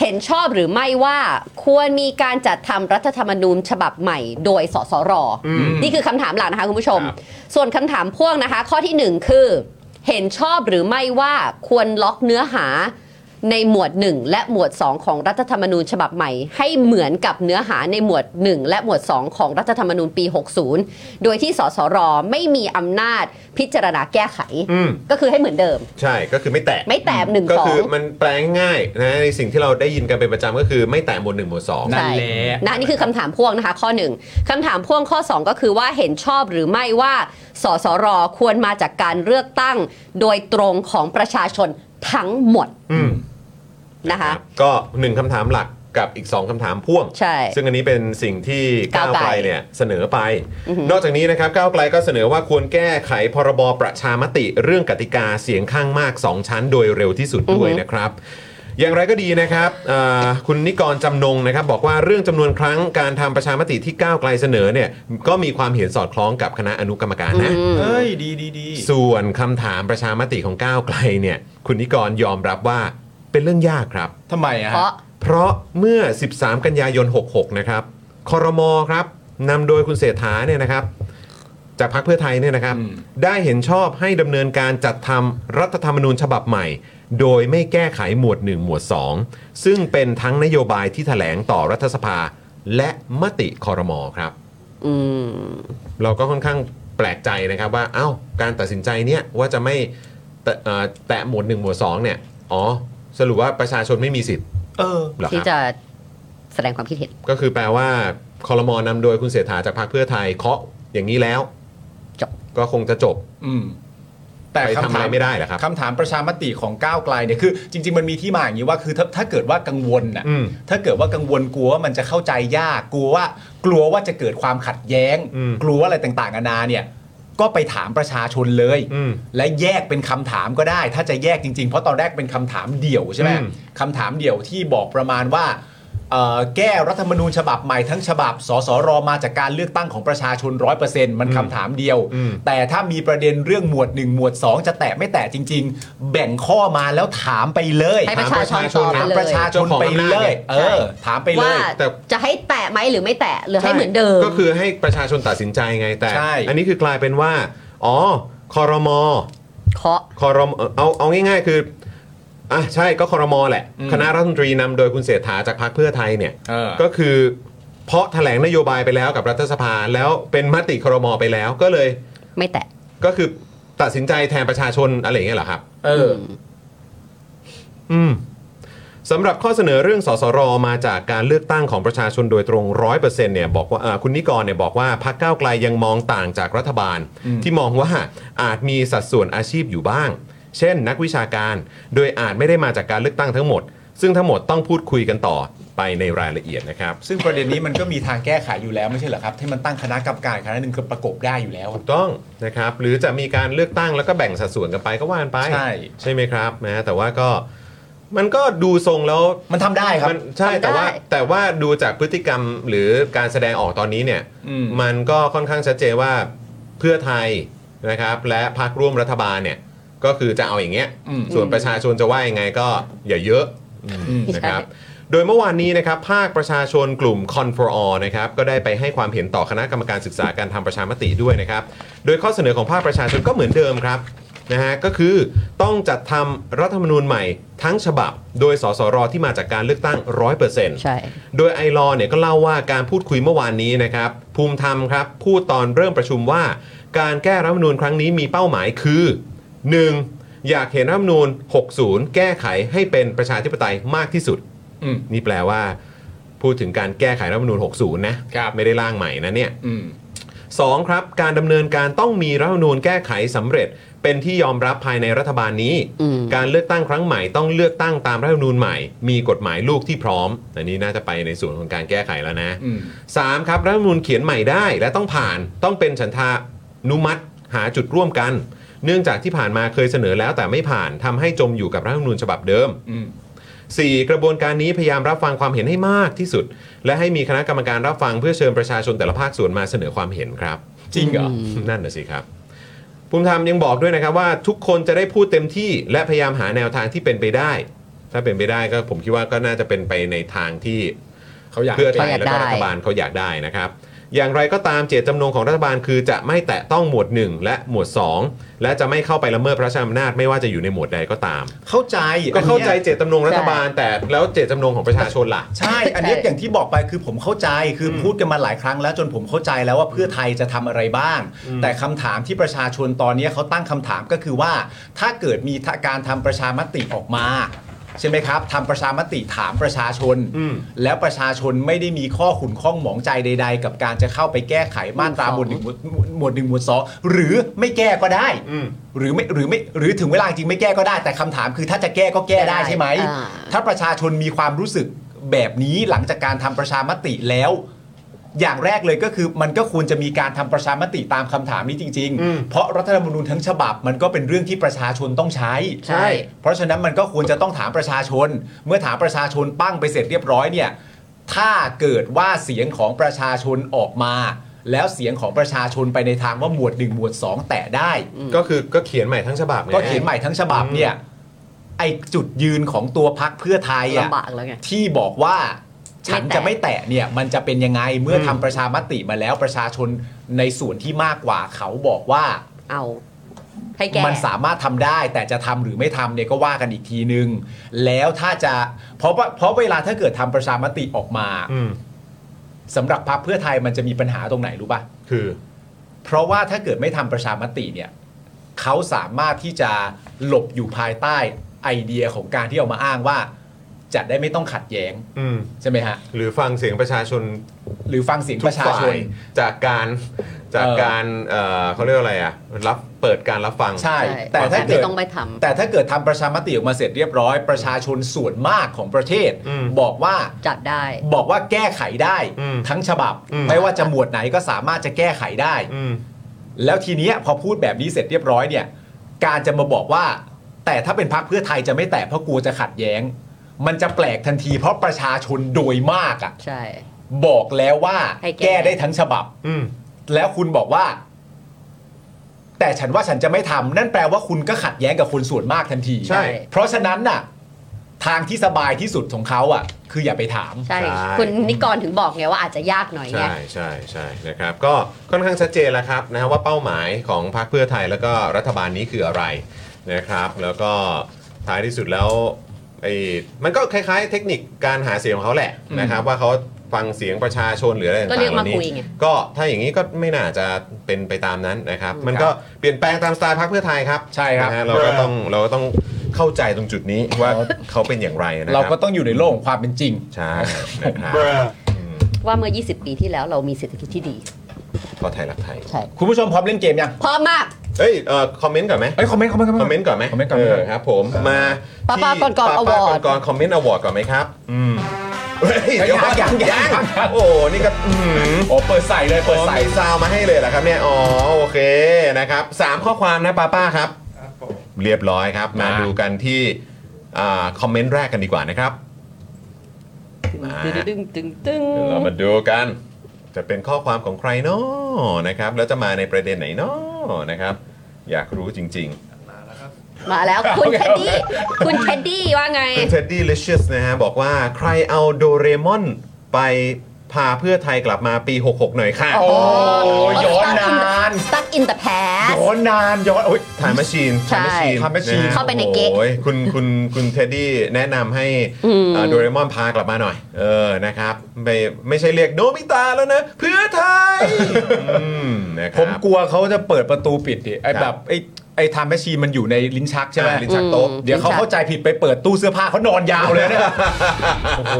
C: เห็นชอบหรือไม่ว่าควรมีการจัดทำรัฐธรรมนูญฉบับใหม่ โดยสสร นี่คือคำถามหลักนะคะคุณผู้ชม
F: ครับ
C: ส่วนคำถามพ่วงนะคะ ข้อทีหนึ่1 คือ เห็นชอบหรือไม่ว่าควรล็อกเนื้อหาในหมวด 1 และหมวด 2 ของรัฐธรรมนูญฉบับใหม่ ให้เหมือนกับเนื้อหาในหมวด 1 และหมวด 2 ของรัฐธรรมนูญปี 60 โดยที่สสรไม่มีอำนาจพิจารณาแก้ไข
F: อืม
C: ก็คือให้เหมือนเดิม
F: ใช่ก็คือไม่แตะ
C: ไม่แตะหนึ่ง
F: ก็
C: สอ
F: คื
C: ง
F: อมันแปลง่ายๆนะในสิ่งที่เราได้ยินกันเป็นประจำก็คือไม่แตะหมวดหนึ่งหมวดสอง
E: นั่น
C: ใช่
E: แหละ
C: นะนี่คือคำถามพ่วงนะคะ ข้อ 1คำถามพ่วงข้อ 2 ก็คือว่าเห็นชอบหรือไม่ว่าสสรควรมาจากการเลือกตั้ง โดยตรงของประชาชนทั้งหมด
F: อืม
C: นะคะ
F: ก็หนึ่งคำถามหลักกับอีก 2คำถามพ่วง
C: ใช่
F: ซึ่งอันนี้เป็นสิ่งที่ก้าว
C: ก้าว
F: ไก
C: ไก
F: ล
C: ล
F: เนี่ยเสนอไป
C: อือหือ
F: นอกจากนี้นะครับก้าวไกลก็เสนอว่าควรแก้ไขพรบประชามติเรื่องกติกาเสียงข้างมาก 2 ชั้นโดยเร็วที่สุดด้วยนะครับ อย่างไรก็ดีนะครับเอ่อคุณนิกรจำนงนะครับ บอกว่าเรื่องจำนวนครั้งการทำประชามติที่ก้าวไกลเสนอเนี่ยก็มีความเห็นสอดคล้องกับคณะอนุกรรมการนะ
E: เอ้ยดีดีดี
F: ส่วนคำถามประชามติของก้าวไกลเนี่ยคุณนิกรยอมรับว่าเป็นเรื่องยากครับ
E: ทำไมอะ
C: เพ
E: ฮะ
C: ราะ
F: เพราะเมื่อ 13 กันยายน 66 นะครับ คอรมอครับนำโดยคุณเศรษฐาเนี่ยนะครับ จากพรรคเพื่อไทยเนี่ยนะครับ ได้เห็นชอบให้ดำเนินการจัดทำรัฐธรรมนูญฉบับใหม่ โดยไม่แก้ไขหมวด 1 หมวด 2 ซึ่งเป็นทั้งนโยบายที่ถแถลงต่อรัฐสภา และมติคอรมอครับ
C: อืม
F: เราก็ค่อนข้างแปลกใจนะครับว่าเอ้าการตัดสินใจเนี่ยว่าจะไม่แตะเอ่อแตะหมวด 1 หมวด 2 เนี่ยอ๋อสรุปว่าประชาชนไม่มีสิทธิ์
E: เออ
F: เหรอค
C: ที่
F: รับ
C: จะแสดงความคิดเห็น
F: ก็คือแปลว่าคอรมอนำโดยคุณเศรษฐาจากพรรคเพื่อไทยเคาะอย่างนี้แล้ว
C: จบ
F: ก็คงจะจบ
E: อืม แต่
F: ไปทำอะ
E: คำ
F: ไร
E: ถาม
F: ไม่ได้เหรอครับ
E: คำถามประชามติของก้าวไกลเนี่ยคือ จริง ๆ มันมีที่มาอย่างนี้ว่าคือถ้าถ้าเกิดว่ากังวลน่ะ
F: อืม
E: ถ้าเกิดว่ากังวลกลัวว่ามันจะเข้าใจยากกลัวว่ากลัวว่าจะเกิดความขัดแย้ง
F: อืม
E: กลัวอะไรต่างๆนานาเนี่ย ก็ไปถามประชาชนเลย
F: อืม
E: และแยกเป็นคำถามก็ได้ ถ้าจะแยกจริง ๆ เพราะตอนแรกเป็นคำถามเดี่ยวใช่ไหม
F: อืม
E: คำถามเดี่ยวที่บอกประมาณว่าเอ่อแก้รัฐธรรมนูญฉบับใหม่ทั้งฉบับสสรมาจากการเลือกตั้งของประชาชนร้อยเปอร์เซ็นต์มันคำถามเดียว
F: อืม
E: แต่ถ้ามีประเด็นเรื่องหมวด 1 หมวด 2 จะแตะไม่แตะจริง ๆ แบ่งข้อมาแล้วถามไปเลย
C: ให้ประชาชนตอบ
E: ถาม
C: ไปเลย
E: ประชาชนไปเลย เออ ถามไปเล
C: ว่าย
F: แต่
C: จะให้แตะไหมหรือไม่แตะหรือให้เหมือนเดิม
F: ก็คือให้ประชาชนตัดสินใจไงแต่
E: ใช่
F: อันนี้คือกลายเป็นว่า อ๋อคอรมอ
C: เคาะ
F: คอรมเอาเอาง่าย ๆ คืออ่ะใช่ก็คอรมอแหละ คณะรัฐมนตรีนำโดยคุณเศรษฐาจากพรรคเพื่อไทยเนี่ย
E: เออ
F: ก็คือเพราะแถลงนโยบายไปแล้วกับรัฐสภาแล้วเป็นมติคอรมอไปแล้วก็เลย
C: ไม่แตะ
F: ก็คือตัดสินใจแทนประชาชนอะไรอย่างเงี้ยเหรอครับ
E: เออ
F: อืมสำหรับข้อเสนอเรื่องสสรมาจากการเลือกตั้งของประชาชนโดยตรง 100%เนี่ยบอกว่าอ่าคุณนิกรเนี่ยบอกว่าพรรคก้าวไกลยังมองต่างจากรัฐบาล ที่มองว่าอาจมีสัดส่วนอาชีพอยู่บ้าง เช่น นักวิชาการ โดยอาจไม่ได้มาจากการเลือกตั้งทั้งหมด ซึ่งทั้งหมดต้องพูดคุยกันต่อ ไปในรายละเอียดนะครับ
E: ซึ่งประเด็นนี้มันก็มีทางแก้ไขอยู่แล้วไม่ใช่เหรอครับที่มันตั้งคณะกรรมการคณะหนึ่งคือประกบได้อยู่แล้ว
F: ถูกต้องนะครับหรือจะมีการเลือกตั้งแล้วก็แบ่งสัดส่วนกันไปก็ว่ากันไป
E: ใช่
F: ใช่ไหมครับนะแต่ว่าก็มันก็ดูทรงแล้ว
E: มันทำได้ครับ
F: มันใช่
C: ทำ
F: แต่
C: ได้
F: ว่าแต่ว่าดูจากพฤติกรรมหรือการแสดงออกตอนนี้เนี่ย
E: อืม
F: มันก็ค่อนข้างชัดเจนว่าเพื่อไทยนะครับและพรรคร่วมรัฐบาลเนี่ยก็คือจะเอาอย่างเงี้ย
E: อืม
F: ส่วนประชาชนจะว่ายังไงก็อย่าเยอะ
E: อืม
F: นะครับ
C: ใช่
F: โดยเมื่อวานนี้นะครับภาคประชาชนกลุ่ม c o n for All นะครับก็ได้ไปให้ความเห็นต่อคณะกรรมการศึกษาการทำประชามติด้วยนะครับ โดยข้อเสนอของภาคประชาชนก็เหมือนเดิมครับนะฮะก็คือต้องจัดทำรัฐธรรมนูญใหม่ทั้งฉบับ โดยสสรที่มาจากการเลือกตั้ง 100%
C: ใช่
F: โดยไอรอเนี่ยก็เล่าว่าการพูดคุยเมื่อวานนี้นะครับ ภูมิธรรมครับพูดตอนเริ่มประชุมว่า การแก้รัฐธรรมนูญครั้งนี้มีเป้าหมายคือ 1. อยากเห็นรัฐธรรมนูญ 60 แก้ไขให้เป็นประชาธิปไตยมากที่สุด
E: อืม
F: นี่แปลว่า พูดถึงการแก้ไขรัฐธรรมนูญ 60 นะครับ ไม่ได้ร่างใหม่นะเนี่ย
E: อืม
F: สองครับการดำเนินการต้องมีรัฐธรรมนูญแก้ไขสำเร็จ เป็นที่ยอมรับภายในรัฐบาลนี้
C: อืม
F: การเลือกตั้งครั้งใหม่ต้องเลือกตั้งตามรัฐธรรมนูญใหม่ มีกฎหมายลูกที่พร้อมอันนี้น่าจะไปในส่วนของการแก้ไขแล้วนะ
E: อืม
F: สามครับรัฐธรรมนูญเขียนใหม่ได้ และต้องผ่านต้องเป็นฉันทานุมัติหาจุดร่วมกัน เนื่องจากที่ผ่านมาเคยเสนอแล้วแต่ไม่ผ่านทำให้จมอยู่กับรัฐธรรมนูญฉบับเดิม
E: อืม
F: 4 กระบวนการนี้พยายามรับฟังความเห็นให้มากที่สุด และให้มีคณะกรรมการรับฟังเพื่อเชิญประชาชนแต่ละภาคส่วนมาเสนอความเห็นครับ
E: จริงเหรอ
F: นั่นน่ะสิครับภูมิธรรมยังบอกด้วยนะครับว่าทุกคนจะได้พูดเต็มที่และพยายามหาแนวทางที่เป็นไปได้ ถ้าเป็นไปได้ก็ผมคิดว่าก็น่าจะเป็นไปในทางที่
E: เขาอยาก
F: เพื่อไทย
C: เขาอยาก
F: แล้วก็
C: ได้
F: รัฐบาลเขาอยากได้นะครับ อย่างไรก็ตามเจตจำนงของรัฐบาลคือจะไม่แตะต้องหมวด 1 และหมวด 2 และจะไม่เข้าไปละเมิดพระราชอำนาจไม่ว่าจะอยู่ในหมวดใดก็ตาม
E: เข้าใจ
F: ก็เข้าใจ
E: อันนี้ย
F: เจตจำนงรัฐบาล แต่แล้วเจตจำนงของประชาชนล่ะ
E: ใช่อันเนี้ยอย่างที่บอกไปคือผมเข้าใจคืออพูดกันมาหลายครั้งแล้วจนผมเข้าใจแล้วว่าเพื่อไทยจะทำอะไรบ้าง แต่คำถามที่ประชาชนตอนเนี้ยเขาตั้งคำถามก็คือว่า ถ้าเกิดมีการทำประชามติออกมา ใช่ไหมครับทำประชามติถามประชาชน
F: อืม
E: แล้วประชาชนไม่ได้มีข้อขุนข้องหมองใจใด ๆ กับการจะเข้าไปแก้ไขมาตราหมวดหนึ่งหมวดหมวดหนึ่งหมวดสองหรือไม่แก้ก็ได้
F: อืม
E: หรือไม่หรือไม่หรือถึงเวลาจริงไม่แก้ก็ได้ แต่คำถามคือถ้าจะแก้ก็แก้ได้ใช่ไหม
C: ได้อ่า
E: ถ้าประชาชนมีความรู้สึกแบบนี้หลังจากการทำประชามติแล้ว อย่างแรกเลยก็คือมันก็ควรจะมีการทำประชามติตามคำถามนี้จริง
F: อืม
E: ๆ เพราะรัฐธรรมนูญทั้งฉบับมันก็เป็นเรื่องที่ประชาชนต้องใช้
C: ใช่
E: เพราะฉะนั้นมันก็ควรจะต้องถามประชาชน เมื่อถามประชาชนปั้งไปเสร็จเรียบร้อยเนี่ย ถ้าเกิดว่าเสียงของประชาชนออกมา แล้วเสียงของประชาชนไปในทางว่าหมวด1หมวด2 แตะได้
F: ก็คือก็เขียนใหม่ทั้งฉบับไง
E: ก็เขียนใหม่ทั้งฉบับเนี่ย ไอจุดยืนของตัวพักเพื่อไทยอะ
C: ลำบากแล้วไง
E: ที่บอกว่าฉัน
C: ไม่แตะ
E: จะไม่แตะเนี่ย มันจะเป็นยังไงเมื่อทำประชามติมาแล้วประชาชนในส่วนที่มากกว่าเขาบอกว่า
C: เอาให้แก้
E: มันสามารถทำได้แต่จะทำหรือไม่ทำเนี่ยก็ว่ากันอีกทีนึง แล้วถ้าจะเพราะว่าเพราะเวลาถ้าเกิดทำประชามติออกมา
F: อืม
E: สำหรับพรรคเพื่อไทยมันจะมีปัญหาตรงไหนรู้ป่ะ
F: คือ
E: เพราะว่าถ้าเกิดไม่ทำประชามติเนี่ยเขาสามารถที่จะหลบอยู่ภายใต้ไอเดียของการที่เอามาอ้างว่า จะได้ไม่ต้องขัดแย้ง
F: อืม
E: ใช่ไหมฮะ
F: หรือฟังเสียงประชาชน
E: หรือฟังเสียง
F: ทุ
E: ป
F: ก
E: ระชา
F: ฝ่า
E: ชน
F: ยจากการจากการเอ่อเขาเรียกว่าอะไรอ่ะรับเปิดการรับฟัง
E: ใช่
C: ใช่
E: แต่ถ้าเกิด
C: ไม่ต้องไปทำ
E: แต่ถ้าเกิดทำประชามติออกมาเสร็จเรียบร้อย ประชาชนส่วนมากของประเทศ
F: อืม
E: บอกว่า
C: จัดได้
E: บอกว่าแก้ไขได้
F: อืม
E: ทั้งฉบับ
F: อืม
E: ไม่ว่าจะหมวดไหนก็สามารถจะแก้ไขได้
F: อืม
E: แล้วทีเนี้ยพอพูดแบบนี้เสร็จเรียบร้อยเนี่ย การจะมาบอกว่า แต่ถ้าเป็นพักเพื่อไทยจะไม่แตะเพราะกลัวจะขัดแย้ง มันจะแปลกทันทีเพราะประชาชนโดยมากอะ่ะ
C: ใช่
E: บอกแล้วว่า
C: ให้แก้
E: ได้ทั้งฉบับ
F: อืม
E: แล้วคุณบอกว่า แต่ฉันว่าฉันจะไม่ทำนั่นแปลว่าคุณก็ขัดแย้งกับคนส่วนมากทันที
F: ใช่
E: เพราะฉะนั้นน่ะ ทางที่สบายที่สุดของเขาอ่ะ คืออย่าไปถาม
C: ใช่
F: ใช่
C: คุณนิกรถึงบอกไงว่าอาจจะยากหน่อยไง
F: ใช่ใช่ใช่นะครับ ก็ค่อนข้างชัดเจนแล้วครับนะฮะว่าเป้าหมายของพรรคเพื่อไทยแล้วก็รัฐบาลนี้คืออะไรนะครับ แล้วก็ท้ายที่สุดแล้วไอ้มันก็คล้ายๆ เทคนิคการหาเสียงของเขาแหละ
E: อืม
F: นะครับ ว่าเขาฟังเสียงประชาชนหรืออะไรต่างๆ
C: ก็เรียกมา
F: เหล่านี้
C: คุยไง
F: ก็ถ้าอย่างนี้ก็ไม่น่าจะเป็นไปตามนั้นนะครับ มันก็เปลี่ยนแปลงตามสไตล์พรรคเพื่อไทยครับ
E: ใช่ครับ
F: นะฮะเราก็ต้องเราก็ต้องเข้าใจตรงจุดนี้ว่าเขาเป็นอย่างไรนะค
E: เรา
F: รับ
E: ก็ต้องอยู่ในโลกของความเป็นจริง
F: ใช่นะครับ
C: ว่าเมื่อ 20 ปีที่แล้วเรามีเศรษฐกิจที่ดี
F: พอไทยรักไทย
C: ใช่
E: คุณผู้ชมพร้อมเล่นเกมยัง
C: พร้อมมาก
F: เอ้ยเอ่อคอมเมนต์ก่อนไหม
E: เอ้ยคอมเมนต์คอมเมนต์
F: คอมเมนต์ก่อนไหม
E: คอมเมนต์ก่อน
F: ครับผมมา
C: ป้าป้า
F: ที่
C: ก่อนก่อน
F: ป้าป้า
C: award
F: ก่อนก่อนคอมเมนต์อวอร์ดก่อนไหมครับ อืม เฮ้ยเดี๋ยวก่อน
E: ยังยังยัง
F: โอ้นี่ก็อื้อหือ
E: โอ้เปิดใส่เลยเปิดใส่
F: ใส่ซาวมาให้เลยเหรอครับเนี่ย อ๋อ โอเคนะครับสามข้อความนะป้าป้าครับ เรียบร้อยครับ มา
E: อ่า
F: ดูกันที่อ่าคอมเมนต์แรกกันดีกว่านะครับ
C: ตึงตึงตึงตึง
F: เดี๋ยวเรามาดูกัน จะเป็นข้อความของใครเนาะนะครับ แล้วจะมาในประเด็นไหนเนาะนะครับ อยากรู้จริง
C: มาแล้วคุณเท็ดดี้คุณเท็ดดี้ว่าไง
F: ๆคุณเท็ดดี้ลิเชียสนะฮะบอกว่าใครเอาโดเรมอนไปพาเพื่อไทยกลับมาปี 66 หน่อยค่ะ
E: โอ้ย้อนนาน
C: stuck in the past
E: ย้อนนานย้อนโอ้ย
F: ทายมาชีน
C: ใช่
F: ทายมาชีนะฮะ
C: เข้าไปในเก๊ก
F: โอ้ยคุณคุณคุณเท็ดดี้แนะนำให้อ่าโดเรมอนพากลับมาหน่อย เออนะครับ ไม่ไม่ใช่เรียกโนบิตาแล้วนะ เพื่อไทยอืมนะค
E: ผม
F: รับ
E: กลัวเขาจะเปิดประตูปิดดิไอ้
F: ครับ
E: แบบไอ้ไอ้ทำแมชชีนมันอยู่ในลิ้นชักใช่ไหม
F: อ่าลิ้นชักโต๊ะ
E: เดี๋ยวเขาเข้าใจผิดไปเปิดตู้เสื้อผ้าเขานอนยาว เลยนะ โอ้โห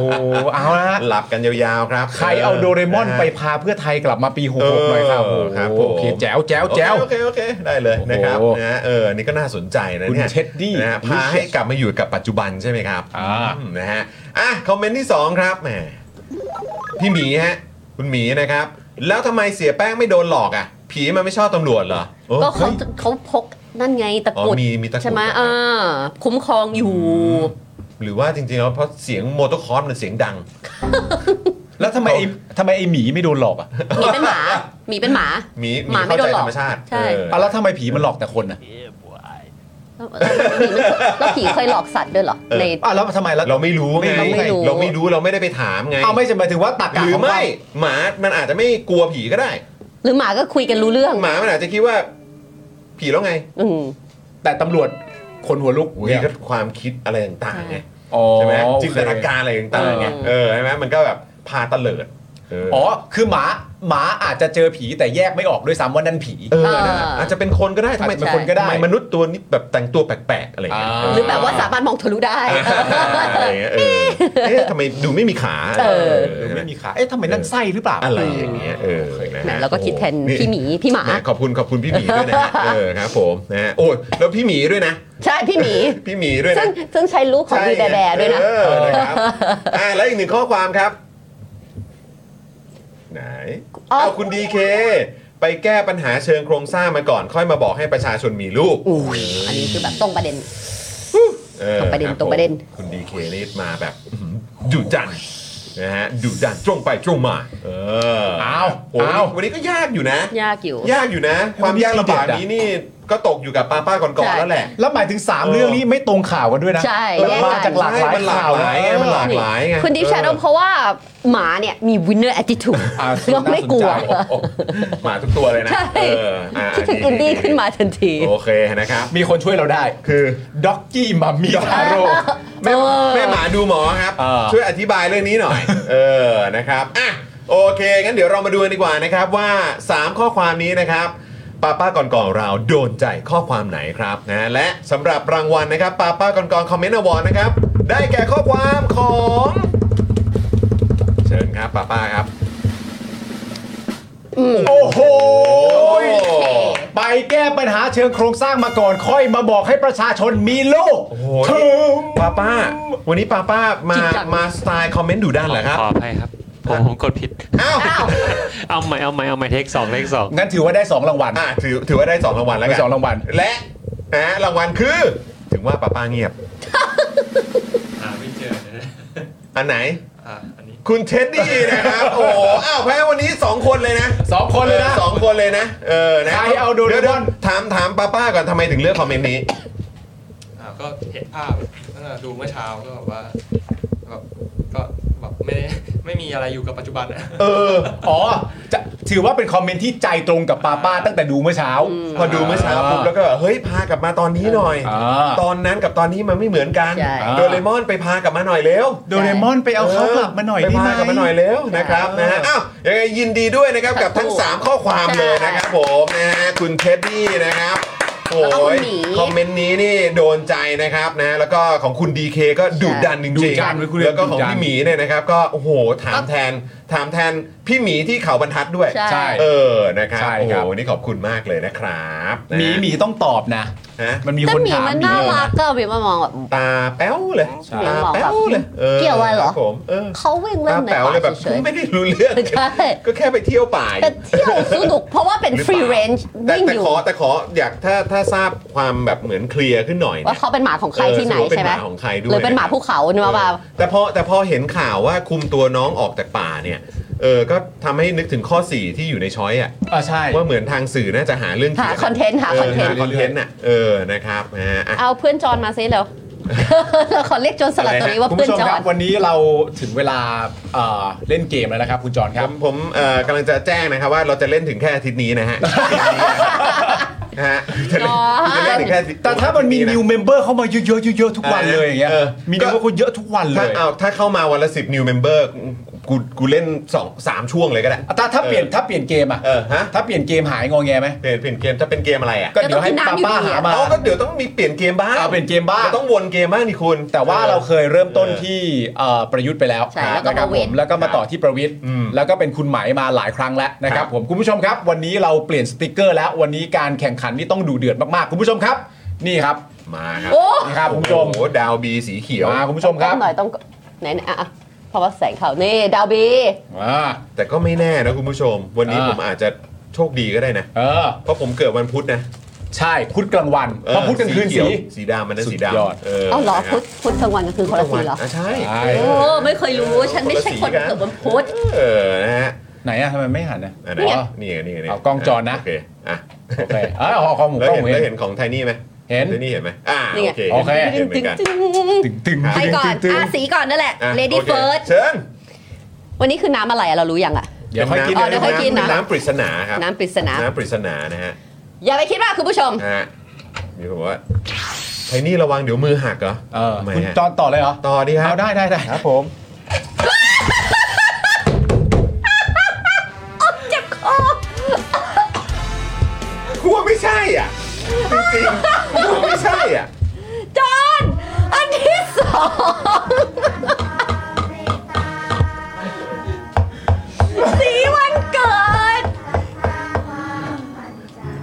E: เอาละฮะ
F: หลับกันยาวๆครับ
E: ใครเอาโดเรมอนไป
F: ะฮะ
E: พาเพื่อไทยกลับมาปี
F: เออ
E: 66หน่อยครับโอ้โห
F: ครับผม
E: โอเคแจ๋วแจ๋ว
F: โอเค
E: แจ๋ว
F: โอเคโอเคได้เลยนะครับ
E: โอ้โห
F: นะฮะเออนี่ก็น่าสนใจนะ
E: คุณ
F: เนี่ย
E: เท็ดดี้
F: นะฮะพาให้กลับมาอยู่กับปัจจุบันใช่ไหมครับ
E: อ่า
F: อืมนะฮะอ่ะคอมเมนต์ที่สองครับแหมพี่หมีฮะคุณหมีนะครับ แล้วทำไมเสียแป้งไม่โดนหลอกอ่ะ ผีมันไม่ชอบตำรวจเหรอโอ้
C: ก็เขา
F: ฮ้ย
C: เขาพกนั่นไงตะกรุด
F: อ๋อมีมีตะกรุด
C: ใช่ไหมอ่าคุ้มครองอยู่
F: หรือว่าจริงๆแล้วเพราะเสียงโมโตคอร์สมันเสียงดัง
E: แล้วทำไมไอ้ทำไมไอ้หมีไม่โดนหลอกอะ
C: หมีเป็นหมา หมีเป็นหมา
F: หมีหมี
C: หมาไม่โดนหลอก
F: เข้าใจธรรมชาติ
C: ใช่
F: เออ
E: อ่ะแล้วทำไมผีมันหลอกแต่คนอะ
C: แล้วหมีมันแล้วผีเคยหลอกสัตว์ด้วยเหรอ
F: เออ
C: ใน
E: อ่ะแล้วทำไมแล้ว
F: เราไม่รู้ไง
E: เราไม่รู้
F: เราไม่รู้เราไม่ได้ไปถามไง
E: เอาไม่ใช่หมายถึงว่าตักกะ
F: หรื
E: ข
F: อ
E: อง
F: ไม่
E: เรา
F: หมามันอาจจะไม่กลัวผีก็ได้
C: หรือหมาก็คุยกันรู้เรื่อง
F: หมามันอาจจะคิดว่า ผีแล้วไง
C: อืม
E: แต่ตำรวจคนหัวลุก
F: นี่ก็ความคิดอะไรต่างๆไง
E: อ๋อ
F: ใช่ไหม
E: โอเค
F: จินตนาการอะไรต่างๆไง
C: เออ
F: เออใช่ไหมมันก็แบบพาตะเลิดเออ
E: อ๋อ คือหมาหมาอาจจะเจอผีแต่แยกไม่ออกด้วยซ้ำว่านั่นผี
F: เออนั่นน่ะอาจจะเป็นคนก็ได้ทำไม
E: อาจจะเป็นคนก็ได้
F: ทำไมมนุษย์ตัวนี้แบบแต่งตัวแปลกๆอะไรอย่างเงี้ย
E: อ่า
C: หรือแบบว่าสามารถมองทะลุได้
F: อะไรอย่างเงี้ยเออเอ๊ะทำไมดูไม่มีขา
C: เออ
F: เออ
E: ไม่มีขาเอ๊ะทำไมนั่นไส้หรือเปล่า
F: อะไรอย่างเงี้ยเออนะ
C: แหม
F: ฮะ
C: เราก็คิดแทนพี่หมีพี่หมา
F: แหมขอบคุณขอบคุณพี่หมีด้วยนะฮะเออครับผมนะฮะโอ้ยแล้วพี่หมีด้วยนะ
C: ใช่พี่หมี
F: พี่หมีด้วยนะ
C: ซึ่งซึ่งใช้ลูกของดีแบร์แบร์ด้วยนะ
F: เออนะครับอ่าแล้วอีกหนึ่งข้อความครับ ไหน
C: อ๋อ
F: เอาคุณดีเคไปแก้ปัญหาเชิงโครงสร้างมาก่อน ค่อยมาบอกให้ประชาชนมีลูก
C: อุ้ยอันนี้คือแบบตรงประเด็น
F: เออ
C: ตรงประเด็น
F: คบ
C: ตรงประเด็น
F: ผมคุณดีเคนี่มาแบบอื้อหือดุดันนะฮะดุดันตรงไปตรงมา เออ
E: เอา
F: โอ้โห
E: เอา
F: วันนี้ก็ยากอยู่นะ
C: ยากอยู่
F: ยากอยู่นะ ความยากลำบากนี้นี่ก็ตกอยู่กับป้าป้าๆก่อนๆแล้วแหละ
E: แล้วหมายถึง
F: เอ
E: 3
F: อ
E: เรื่องนี้ไม่ตรงข่าวกันด้วยนะ
C: ใช่
E: มัน
C: แยกกัน
E: มาจากหลากหลาย
F: มันหลา
E: ข่าก ว
F: หลายไงมันหลากหลายไง
C: คุณดิฟ
F: เออ
C: ชาโดเพราะว่าหมาเนี่ยมี winner attitude
E: อ่า
C: ก็ไม่กลัว
E: น่าสนใจ
F: โอ้หมาทุกตัวเลยนะ
C: ใช่
F: เอออ่ะ
C: คิดถึงอินดี้ขึ้นมาทันที
F: โอเคนะครับ
E: มีคนช่วยเราได้ คือด็อกกี้มัมมี่ทาโร่
F: แม่
C: เออ
F: แม่หมาดูหมอครับ
E: เออ
F: ช่วยอธิบายเรื่องนี้หน่อย เออนะครับอ่ะโอเค งั้นเดี๋ยวเรามาดูกันดีกว่านะครับว่า 3 ข้อความนี้นะครับป้าป้าก่อนก่อนเราโดนใจข้อความไหนครับนะและสำหรับรางวัลนะครับป้าป้าก่อนก่อนคอมเมนต์อวอร์นะครับ ได้แก่ข้อความของ เชิญครับป้าป้าครับ
E: โอ้โห ไปแก้ปัญหาเชิงโครงสร้างมาก่อน ค่อยมาบอกให้ประชาชนมีลูก
F: โอ้ย
E: ถึง
F: ป้าป้า วันนี้ป้าป้ามา
C: จริงจัง
F: มาสไตล์คอมเมนต์ดุดันเหรอครับ
I: ขออภัยครับ ผมผมกดผิด
F: อ้าว
C: อ้าว
I: เอาใหม่เอาใหม่เอาใหม่เทคสองเทคสอง
E: งั้นถือว่าได้ 2 รางวัล
F: อ่ะถือถือว่าได้สองรางวัลแล้วกัน
E: ได้สองรางวัล
F: และนะรางวัลคือ ถึงว่าป้าป้าเงียบ
I: หาไม่เจอเลยนะ
F: อันไหน
I: อ่ะอันนี้
F: คุณเท็ดดี้นะครับ โอ้โหอ้าวแพ้วันนี้ 2 คนเลยนะ
E: สองคนเลยนะ
F: ออสองคนเลยนะ เออนะ
E: ใครเอาโดเรมอน
F: ยวยวถามถามป้าป้าก่อนทำไมถึงเลือกคอมเมนต์นี้
I: อ่าก็เห็นภาพตั้งแต่ดูเมื่อเช้าก็แบบว่าแบบก็แบบไม่ได้ไม่มีอะไรอยู่กับปัจจุบันอะ
F: เออ
E: อ๋อจะถือว่าเป็นคอมเมนต์ที่ใจตรงกับป้าป้าตั้งแต่ดูเมื่อเช้า
F: พอดูเมื่อเช้าปุ๊บแล้วก็เฮ้ยพากลับมาตอนนี้หน่อย
E: อ่า
F: ตอนนั้นกับตอนนี้มันไม่เหมือนกัน
C: ใช่
F: โดเรมอนไปพากลับมาหน่อยเร็ว
E: โดเรมอนไปเอาเขากลับมาหน่อยได้ไห
F: ป
E: ม
F: พกลับมาหน่อยเร็วนะครับนะฮะอ้าวยังไงยินดีด้วยนะครับกับทั้ง 3 ข้อความเลยนะครับผมนะฮะคุณเท็ดดี้นะครับโอ้
C: แล้วก็คุ
F: ย
C: ณหมี
F: คอมเมนต์นี้นี่โดนใจนะครับนะแล้วก็ของคุณดีเคก็ดุดันจ
E: ดุ
F: ริง
E: ดันเว้ยคุณ
F: ๆแล้วก็ของ
E: ดุดัน
F: พี่หมีเนี่ยนะครับ ก็โอ้โหถามแทนถามแทน พี่หมีที่เขาบรรทัดด้วย
C: ใช่
E: ใช่
F: เออนะครับ
E: ใช่
F: โอ้
E: ค
F: โห
E: รับ
F: นี่ขอบคุณมากเลยนะครับนะ
E: หมีหมีต้องตอบนะ
F: ฮะ
E: มันมี
C: แต่
E: คน
C: หมี
E: ถาม
C: มัน
E: หมี
C: น่า
E: เยอะ
C: รัก
E: นะ
C: ก็หมีมามองแบบ
F: ตาแป้วเลย
E: ใช่
F: ตาแป้วเลย
C: เกี่ยวอะไรเหรอ
F: คบผมเออ
C: เขาวิ่งเล่
F: ตาน
C: ใน
F: แป้วเลยแบ
C: ป่า
F: บ
C: เฉย
F: ไม่ได้รู้เรื่อง
C: ๆใช่
F: ก็แค่ไปเที่ยวป่าอยู่
C: เป็นเที่ยวสนุกเพราะว่าเป็น
F: หรือ
C: ฟรี
F: เปล่า
C: เรนจ์
F: แต่
C: วิ่ง
F: แต่ข
C: อยู่
F: อแต่ขออยากถ้าถ้าทราบความแบบเหมือนเคลียร์ขึ้นหน่อย
C: ว่า
F: เนี่ย
C: เขาเป็นหมาของใคร
F: เออ
C: ที่ไหน
F: ว่าเป็
C: ใช่ไหม
F: หมาของใครด้วย
C: หรือเป็นหมาภูเขาเน
F: เอ
C: อะ
F: อ
C: ว่า
F: แต่พอแต่พอเห็นข่าวว่าคุมตัวน้องออกจากป่าเนี่ยเออก็ทำให้นึกถึงข้อ 4 ที่อยู่ในช้อยอ่ะ
E: อ่าใช่
F: ว่าเหมือนทางสื่อน่าจะหาเรื่อง
C: หา
F: ขียะ
C: คอนเทนต์หาคอนเทนต์
F: หาคอนเทนต์อ่ะเออนะครับนะฮะอ่ะ
C: เอาเพื่อนจอนมาซิเร็ว เราขอเรียกโจนสลัดตัวนี้ว่า
E: คุณ
C: เพื่อ
E: ผู้
C: น
E: ชม
C: จ
E: ค
C: อ
E: รั
C: น
E: บวันนี้เราถึงเวลาเอ่อเล่นเกมแล้วนะครับ คุณจอนค
F: ผ
E: รับ
F: มผมเอ่อกำลังจะแจ้งนะครับว่าเราจะเล่นถึงแค่อาทิตย์นี้นะ ฮะ นะฮะจะเล่น
C: อ๋อ
F: จะเล่นถึงค่อทิย์
E: แต่ถ้ามันมี new member เข้ามาเยอะๆเยอะๆทุกวัน
F: อะไรนะ
E: เลยอย่างเงี้ย
F: เออ
E: มี
F: ก็
E: new member คนเยอะทุกวันเล
F: ถ้าย เอาถ้าเข้ามาวันละสิบ new member กูกูเล่นสองสามช่วงเลยก็ได้
E: ถ้าถ้าเปลี่ยน
F: เออ
E: ถ้าเปลี่ยนเกมอ่ะ
F: เออฮะ
E: ถ้าเปลี่ยนเกมหายงอแงไหม
F: เปลี่ยนเปลี่ยนเกมถ้าเป็นเกมอะไรอ่ะ
E: ก็เดี๋ยวให้
C: ก็ต้
E: ป้า
C: องกิน
E: ป้า
C: น้ำอยู่ดี
E: หา
C: อะ
E: มา
F: เอาก็เดี๋ยวต้องมีเปลี่ยนเกมบ้าง
E: เอาเปลี่ยนเกมบ้าง
F: จะต้องวนเกมบ้างนี่คุณ
E: แต่ว่าเราเคยเริ่มต้นที่เอ่อประยุทธ์ไปแล้ว
C: ใช่แล้วก็
E: นะค
C: ป
E: รับ
C: ระวิ
E: ผ
C: ต
E: ม
C: ร
E: แล้วก็มาต่อที่ประวิทย์
F: อืม
E: แล้วก็เป็นคุณไหมายมาหลายครั้งแล้วนะค
F: ครั
E: รับบ ผมคุณผู้ชมครับวันนี้เราเปลี่ยนสติกเกอร์แล้ววันนี้การแข่งขันนี่ต้องดูเดือดมากๆคุณผู้ชมครับ นี่ครับ
F: มาครับ
C: โอ้
E: นี่ครับคุณผู้ชม
F: โอ้โหดาวบีสีเขียว
E: มาคุณผู้ชมค
C: ต้
E: รั
C: อบ งหน่อยต้องไหนๆอ่ะอ่ะเพราะว่าแสงเขานี่ดาวบี
E: อ่า
F: แต่ก็ไม่แน่นะคุณผู้ชม วันนี้
E: อ่า
F: ผมอาจจะโชคดีก็ได้นะ
E: เออ
F: เพราะผมเกิดวันพุธนะ
E: ใช่พุธกลางวัน
F: เออ
E: เพราะพุธกลางคืน
F: เขี
E: สี
F: ยวสีดำมันนะ
E: สุด
F: สี
E: ยอด
F: ดำเออ
C: เอ้าเหรอ
F: นะครับ
C: พุธพุธกลางวันกลางคืนคนละสีเหรอ
F: อ่ะใช่
E: ใช่
C: โอ้ไม่เคยรู้ฉันไม่ใช่คน
F: ละสี
C: เกิดวันพุธ
F: เออนะฮะ
E: ไหนอะทำไมไม่หันอะ
F: อันไหน
C: เนี่ย
F: นี่ไงนี่ไงนี่ไ
E: เอากล้องจอนะ
F: โอเคอ่ะ
E: โอเคเอยเอาหอคอหมู
F: แล้ว
E: กล้อ
F: เห็น
E: งหมู
F: แล้ว
E: เห็
F: เห็
E: น
F: นของไทนี่ไหม
E: เห็น
F: ไทนี่เห็นไหมอ่า
C: นี่ไง
F: โอ
E: โอ
F: เค
E: เค
F: เห็นเหมือนกัน
E: ตึงตึง
C: ไปก่อน
E: ตึงตึง
C: อ่ะสีก่อนนั่นแหละ
F: อ่ะ
C: เลดี้
F: โอค
C: เฟิร์ส
F: เชิญ
C: วันนี้คือน้ำอะไรอะเรารู้ยังอะ
E: เดี๋ยวค่อยกิน
C: อ๋อเดี๋ยวค่อยกินนะ
F: น้ำปริศนาครับ
C: น้ำปริศนา
F: น้ำปริศนานะฮะ
C: อย่าไปคิดมากคุณผู้ชม
F: นะฮะมีคนบอกว่าไทนี่ระวังเดี๋ยวมือหักเหรอ
E: เออ
F: ทำไม
E: คุณ
F: ฮะ
E: จอนต่อเลยเหรอ
F: ต่อดีครับ
E: เอาได้ได้ได้
J: ครับผม
C: เจ็บคอ
F: กูว่าไม่ใช่อ่ะจริงๆกูว่าไม่ใช่อ่ะ
C: จอห์นอันที่สองสีวันเกิด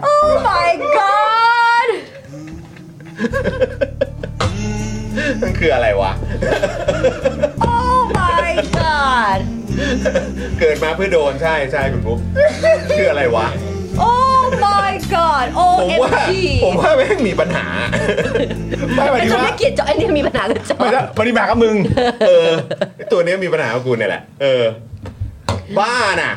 C: โอ้ my god
F: มันคืออะไรวะ
C: โอ้ my god
F: เกิดมาเพื่อโดนใช่ใช่คุณบุ๊คคืออะไรวะ
C: โอ้ my god
F: ผมว่า
C: OMG
F: ผมว่าแม่งมีปัญหา
E: ไม่หมาย
C: ไอ้
E: ถึง
C: คน
E: ว่า
C: ไม่เกลียดจอไอ้เนี่ยมีปัญหากับจอ
E: ไม่ได้ปฏิบัติกับมึง
F: เออไอ้ตัวเนี้ยมีปัญหากับกูเนี่ยแหละ เออ บ้าน่ะ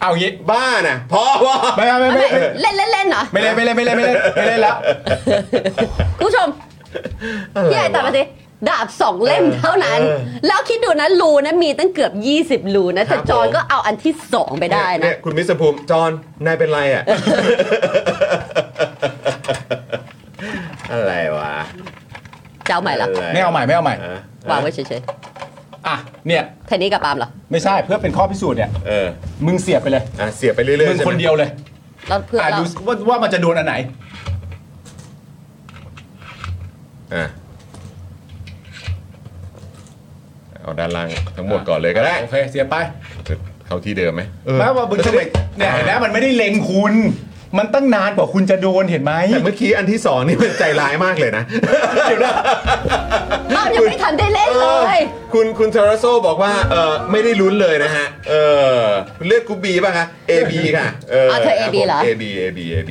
E: เอางี้
F: บ้าน่ะพอพอ
E: ไม่ไม่ไม่ไม่
C: เล่นเล่นเล่นเหรอ
E: ไม่เล่นไม่เล่นไม่เล่นไม่เล่นไม่เล่นแล้ว
C: คุณผู้ชม พี่ใหญ่ตัดมาสิดาบสองเล่มเท่านั้น
F: ออ
C: แล้วคิดดูนะรูนะมีตั้งเกือบ 20รูนะ แต่
F: ครับ
C: จอน
F: ผม
C: ก็เอาอันที่สองไปได้
F: เย
C: นะ
F: เยคุณมิสภูมิจอนนายเป็นไร อ่ะ อะไรวะ
C: เจ้าใหม่ละ
F: อะร
E: ไม่เอาใหม่ไม่เอาใหม่
F: เออ
C: วางไว้เฉย
E: อ่ะเนี่ย
C: ๆแค่นี้กับปาล์มเหรอ
E: ไม่ใช่เพื่อเป็นข้อพิสูจน์เนี่ย
F: เออ
E: มึงเสียบไปเลย
F: อ่ะเสียบไปเรื่อยๆ
E: มึง
F: ใช่ไห
E: คนเดียวเลย
C: แล้วเพื่อน
E: อ่ะ
C: เรา
E: ดูว่าว่ามันจะโดนอันไหน
F: อ่ะเอาด้านล่างทั้งหมดก่อนเลยก็ได้
E: โอเคเสียบไป
F: เข้าที่เดิมไหม
E: แม้ว่ามึงจะได้เนี่ยเห็นไหมมันไม่ได้เล็งคุณ มันตั้งนานกว่าคุณจะโดนเห็นไหม
F: แต่เมื่อกี้อันที่สองนี่มันใจร้ายมากเลยนะ
E: เดี๋ยวนะ
C: อ้าวยังไม่ทันได้เล่นเลย
F: คุณคุณเทอร์โซบอกว่าเออไม่ได้ลุ้นเลยนะฮะ เออเลือกกรุ๊ปบีป่ะคะ A B ค่ะ
C: อ๋อเธอ AB เหรอ
F: ผม A B A B A B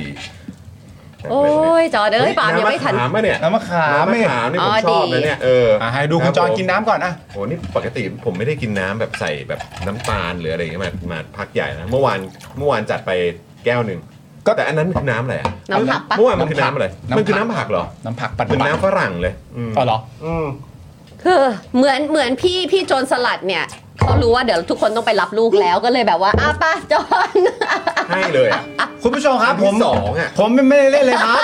C: โอ้ยจอนเอ้ยปาล์มยังไม่ทัน
F: น้ำะขามปะเนี่ย
E: น้ำมะขาม
F: น้ำมะ
E: ไม่
F: ขามนี่
C: อ๋
F: ผม
C: อ
F: ชอบ
C: ดี
F: นะเนี่ยเอออ่ะ
E: ให้ดูคุณจอนกินน้ำก่อนอ่ะ
F: โอ้นี่ปกติผมไม่ได้กินน้ำแบบใส่แบบน้ำตาลหรืออะไรอย่างเงี้ยมามาพักใหญ่นะเมื่อวานเมื่อวานจัดไปแก้วหนึ่ง
E: ก็
F: แต่อันนั้นคือน้ำอะไรอ่ะ
C: น้ำผักปะ
F: เมื่อวานมันคือน้ำอะไรมันคือน้ำผักเหรอ
E: น้ำผักปั่น
F: เหมือนน้ำฝรั่งเลยอืม
E: อ๋อเหรอ
C: เออเหมือนเหมือนพี่พี่โจรสลัดเนี่ยเขารู้ว่าเดี๋ยวทุกคนต้องไปรับลูกแล้วก็เลยแบบว่าอ้าป้าจอน
F: ให้เลยอ่ะ
E: คุณผู้ชมครับ
F: อันที่
E: ผม
F: สองอะ
E: ผมไม่ได้เล่นเลยครับ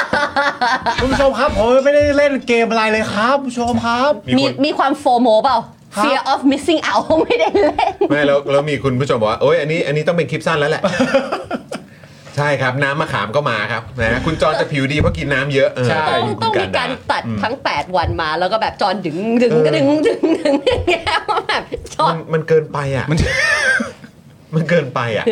E: คุณผู้ชมครับผมไม่ได้เล่นเกมอะไรเลยครับคุณผู้ชมครับ
C: มี
F: คน
C: มีความโฟโมเปล่า
E: ฮะ
C: fear of missing out ไม่ได้เล่น
F: ไม่แล้วแล้วมีคุณผู้ชมบอกว่าโอ้ยอันนี้อันนี้ต้องเป็นคลิปสั้นแล้วแหละ ใช่ครับน้ำมะขามก็มาครับนะคุณจอนจะผิวดีเพราะกินน้ำเยอะเออ
E: ใช่
C: ต้อง
F: คุณ
C: ต้องมีการ
F: ด
C: ตัดทั้ง 8 วันมาแล้วก็แบบจอนดึงดึง
F: เออ
C: ดึงดึงดึงอย่างเงี้ยว่าแบบจอ
F: มัน นมันเกินไปอ่ะ
E: มัน
F: มันเกินไปอ่ะ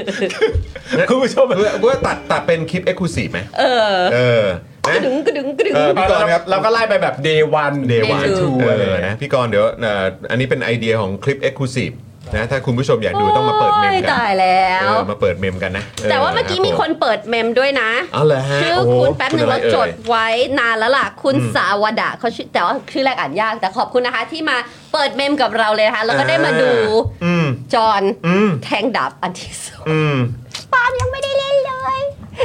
E: คุณผู้ชม
F: ว่าตัดตัดเป็นคลิปเอ็กซ์คลูซีฟไหม
C: เออ
F: เออ
C: กระดึงกระดึงกระดึง
F: เออ พี่กรณ์ครับ
E: เราก็ไล่ไปแบบ day one
F: เด
C: Day
F: วัน
C: one
E: ทู
F: เอ
E: อะไร
F: อ
E: นะ
F: นะพี่กรณ์เดี๋ยวเอ่ออันนี้เป็นไอเดียของคลิปเอ็กซ์คลูซีฟนะถ้าคุณผู้ชมอยากดูต้องมาเปิดเมม
C: โอ้ย
F: กั
C: ตายแล้ว
F: เออมาเปิดเมมกันนะ
C: แต่ว่าเมื่อกี้มีคนเปิดเมมด้วยนะ
F: อ๋อเหรอฮะ
C: ชื่อ
F: โโห
C: คุณแป๊บหนึ่ง
F: คุณ
C: เรา
F: อะไร
C: จด
F: เอ่ย
C: ไว้นานแล้วล่ะ คุณสาวดาเขาชื่อแต่ว่าชื่อแรกอ่านยาก แต่ขอบคุณนะคะที่มาเปิดเมมกับเราเลยนะคะแล้วก็ได้มาดู
F: อืม
C: จอห์น
F: อืม
C: แทงดับอันที่สอง
F: อืม
C: ปาล์มยังไม่ได้เล่นเลย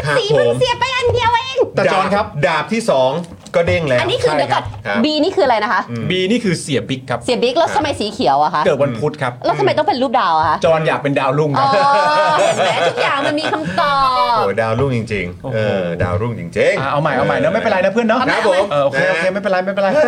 F: ครับ
C: สีเพิ่
F: ผ
C: ง
F: ม
C: เสียไปอันเดียวเอง
E: แต่จอห์นครับ
F: ดาบที่สองก็เด้งแล้ว
C: อันนี้คือเดี๋ยวก่อน
F: ครับ
C: บีนี่คืออะไรนะคะ
E: บีนี่คือเสียบิ๊กครับ
C: เสียบิ๊กแล้วทำไมสีเขียวอะคะ
E: เกิดวันพุธครับ
C: แล้วทำไมต้องเป็นรูปดาวอะคะ
E: จอห์นอยากเป็นดาวรุ่งค
C: อ๋
E: รั
C: อบ เห็นไหมทุกอย่างมันมีคำตอบ
F: โอ้ยดาวรุ่งจริง
E: โอ้
F: ๆ
E: โห
F: เออ ดาวรุ่งจริง
E: อ่ะเอาใหม่เอาใหม่เนอะไม่เป็นไรนะเพื่อนเนาะ
F: ครับผม
E: เออโอเคโอเคไม่เป็นไรไม่เป็นไร
F: เฮ้ย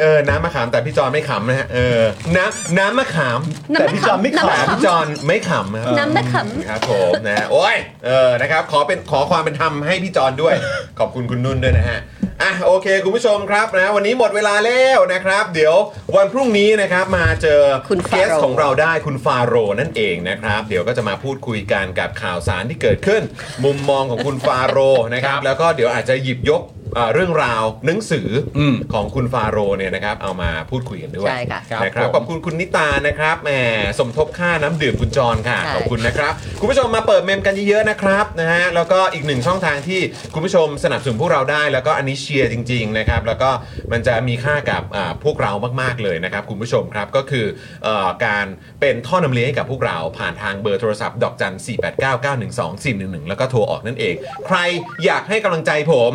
F: เออ น้ำมะขามแต่พี่จอนไม่ขำนะฮะ เออ น้ำน้ำมะขาม
C: น้ำ
F: แต่
C: มะขาม
F: พี่จอนไม่
C: น้ำมะ
F: ขำ
C: ขาม
F: พี่จอนไม่ขำครับ
C: น้ำนะขำ
F: ครับผมนะฮะโอ้ยเออนะครับขอเป็นขอความเป็นธรรมให้พี่จอนด้วย ขอบคุณคุณนุ่นด้วยนะฮะอ่ะโอเค คุณผู้ชมครับนะวันนี้หมดเวลาแล้วนะครับ เดี๋ยววันพรุ่งนี้นะครับมาเจอ
C: คุณ
F: เคส
C: ฟาโรห์
F: ของเราได้คุณฟาโรห์นั่นเองนะครับ เดี๋ยวก็จะมาพูดคุยกันกับข่าวสารที่เกิดขึ้น มุมมองของคุณฟาโรห์นะครับ แล้วก็เดี๋ยวอาจจะหยิบยกเอ่อเรื่องราวหนังสืออ
E: ม
F: ของคุณฟาโรห์เนี่ยนะครับ เอามาพูดคุยกันด้วย
C: ใช่ค่ะ
E: ครับ
F: นะครับ
E: ผม
F: ขอบคุณคุณนิตานะครับแหมสมทบค่าน้ำดื่มคุณจรค่ะ
C: ใช่
F: ขอบคุณ ขอบคุณนะครับคุณผู้ชมมาเปิดเมมกันเยอะๆนะครับนะฮะแล้วก็อีกหนึ่งช่องทางที่คุณผู้ชมสนับสนุนพวกเราได้ แล้วก็อันนี้เชียร์จริงๆนะครับแล้วก็มันจะมีค่ากับอ่าพวกเรามากๆเลยนะครับคุณผู้ชมครับก็คือเอ่อการเป็นท่อนำเลี้ยงให้กับพวกเราผ่านทางเบอร์โทรศัพท์ดอกจัน 4 8 9 9 1 2 4 1 1 แล้วก็โทรออกนั่นเอง ใครอยากให้กำลังใจผม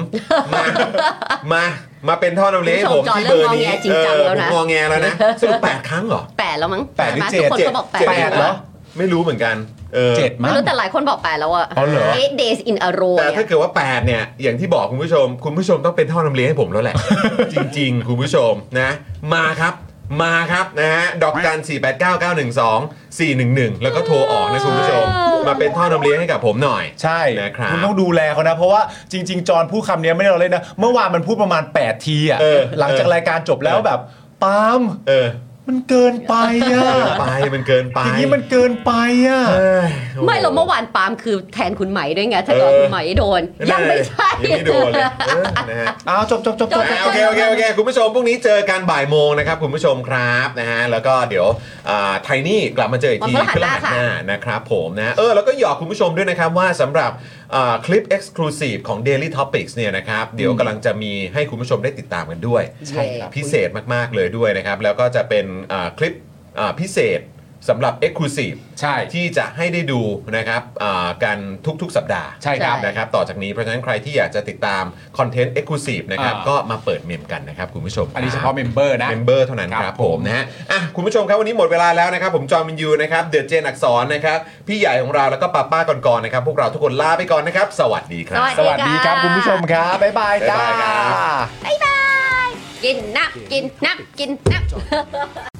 F: มา มามาเป็นท่อนำเลี้ยงให้ผมที่เบอร์นี้
C: คุณจอห์นเริ่มงอแงจริงจังแล้วนะ
F: เออผมงอแงแล้วนะสรุปแปดครั้งเหรอ
C: แปดแล้วมั้ง
E: แปดหรือ
C: ไหม
E: เจ็ด
C: ทุกคนก็บอกแปด
F: เจ็ด
E: แปดเหรอ
F: ไม่รู้เหมือนกันออ
E: เจ็ด
C: ไม่
E: มั้ง
C: รู้แต่หลายคนบอกแปดแล้วอะ
E: อ๋อเหรอ
C: เ eight days in a row
F: แต่
C: เนี่ย
F: ถ้าเกิดว่า 8 เนี่ย อย่างที่บอกคุณผู้ชม คุณผู้ชมต้องเป็นท่อนำเลี้ยงให้ผมแล้วแหละ จริง ๆ คุณผู้ชมนะ มาครับ มาครับนะฮะ ดอกจัน 4 8 9 9 1 2 4 1 1 แล้วก็โทรออกนะคุณผู้ชม มาเป็นท่อนำเลี้ยงให้กับผมหน่อย
E: ใช่
F: นะครับ
E: ณต้องดูแลเขานะ เพราะว่าจริง ๆ จอห์นพูดคำเนี้ยไม่ได้เราเล่นนะ เมื่อวานมันพูดประมาณ 8 ทีอ่ะ
F: เออ
E: หลังจากรายการจบแล้วแบบปาล์ม
F: เออ
E: มันเกินไปอ่ะ
F: เกินไป มันเกินไป
E: อย่างนี้มันเกินไปอ่ะ
F: เอ้ย
C: ไม่เราเมื่อวานปาล์มคือแทนคุณไหมด้วยไงถ้าเกิด
F: เออ
C: คุณไหมโดน ยังไม่ใช่
F: ยังไม่โดนเลยเออนะฮะ
E: อ้าวจบจบจบจบ
F: อ่ะโอเคโอเคโอเคคุณผู้ชมพรุ่งนี้เจอกันบ่ายโมงนะครับคุณผู้ชมครับนะฮะแล้วก็เดี๋ยวไทนี่กลับมาเจออีกที
C: วันพฤหัสห
F: ห
C: น้า
F: น้านะครับผมนะเออแล้วก็หยอกคุณผู้ชมด้วยนะครับว่าสำหรับอ่าคลิป Exclusive ของ Daily Topics เนี่ยนะครับเดี๋ยวกำลังจะมีให้คุณผู้ชมได้ติดตามกันด้วย
C: ใช่ครับ
F: พิเศษมาก ๆ เลยด้วยนะครับ แล้วก็จะเป็นอ่าคลิปอ่าพิเศษสำหรับ Exclusive
E: ใช่
F: ที่จะให้ได้ดูนะครับอ่ากันทุกๆ สัปดาห์
E: ใช่ครับ
C: ใช่
F: นะครับต่อจากนี้เพราะฉะนั้นใครที่อยากจะติดตามคอนเทนต์ Exclusive นะครับ
E: อ่า
F: ก็มาเปิดเมมกันนะครับคุณผู้ชม
E: อันนี้เฉพาะเมมเบอร์นะ
F: เมมเบอร์เท่านั้นค
E: ครั
F: รับบ ผ
E: ผม ม
F: นะฮะอ่ะคุณผู้ชมครับวันนี้หมดเวลาแล้วนะครับ ผมจอห์นวินยูนะครับเดอะเจนอักษรนะครับ พี่ใหญ่ของเราแล้วก็ป้าป้าก่อนๆนะครับ พวกเราทุกคนลาไปก่อนนะครับ สวัสดีครับ
E: สวัสดีครับคุณผู้ชมครับ บ๊ายบายจ้
F: บ๊ายบายครั
E: า
C: บ๊ายบาย กินนับกินนับกินนับ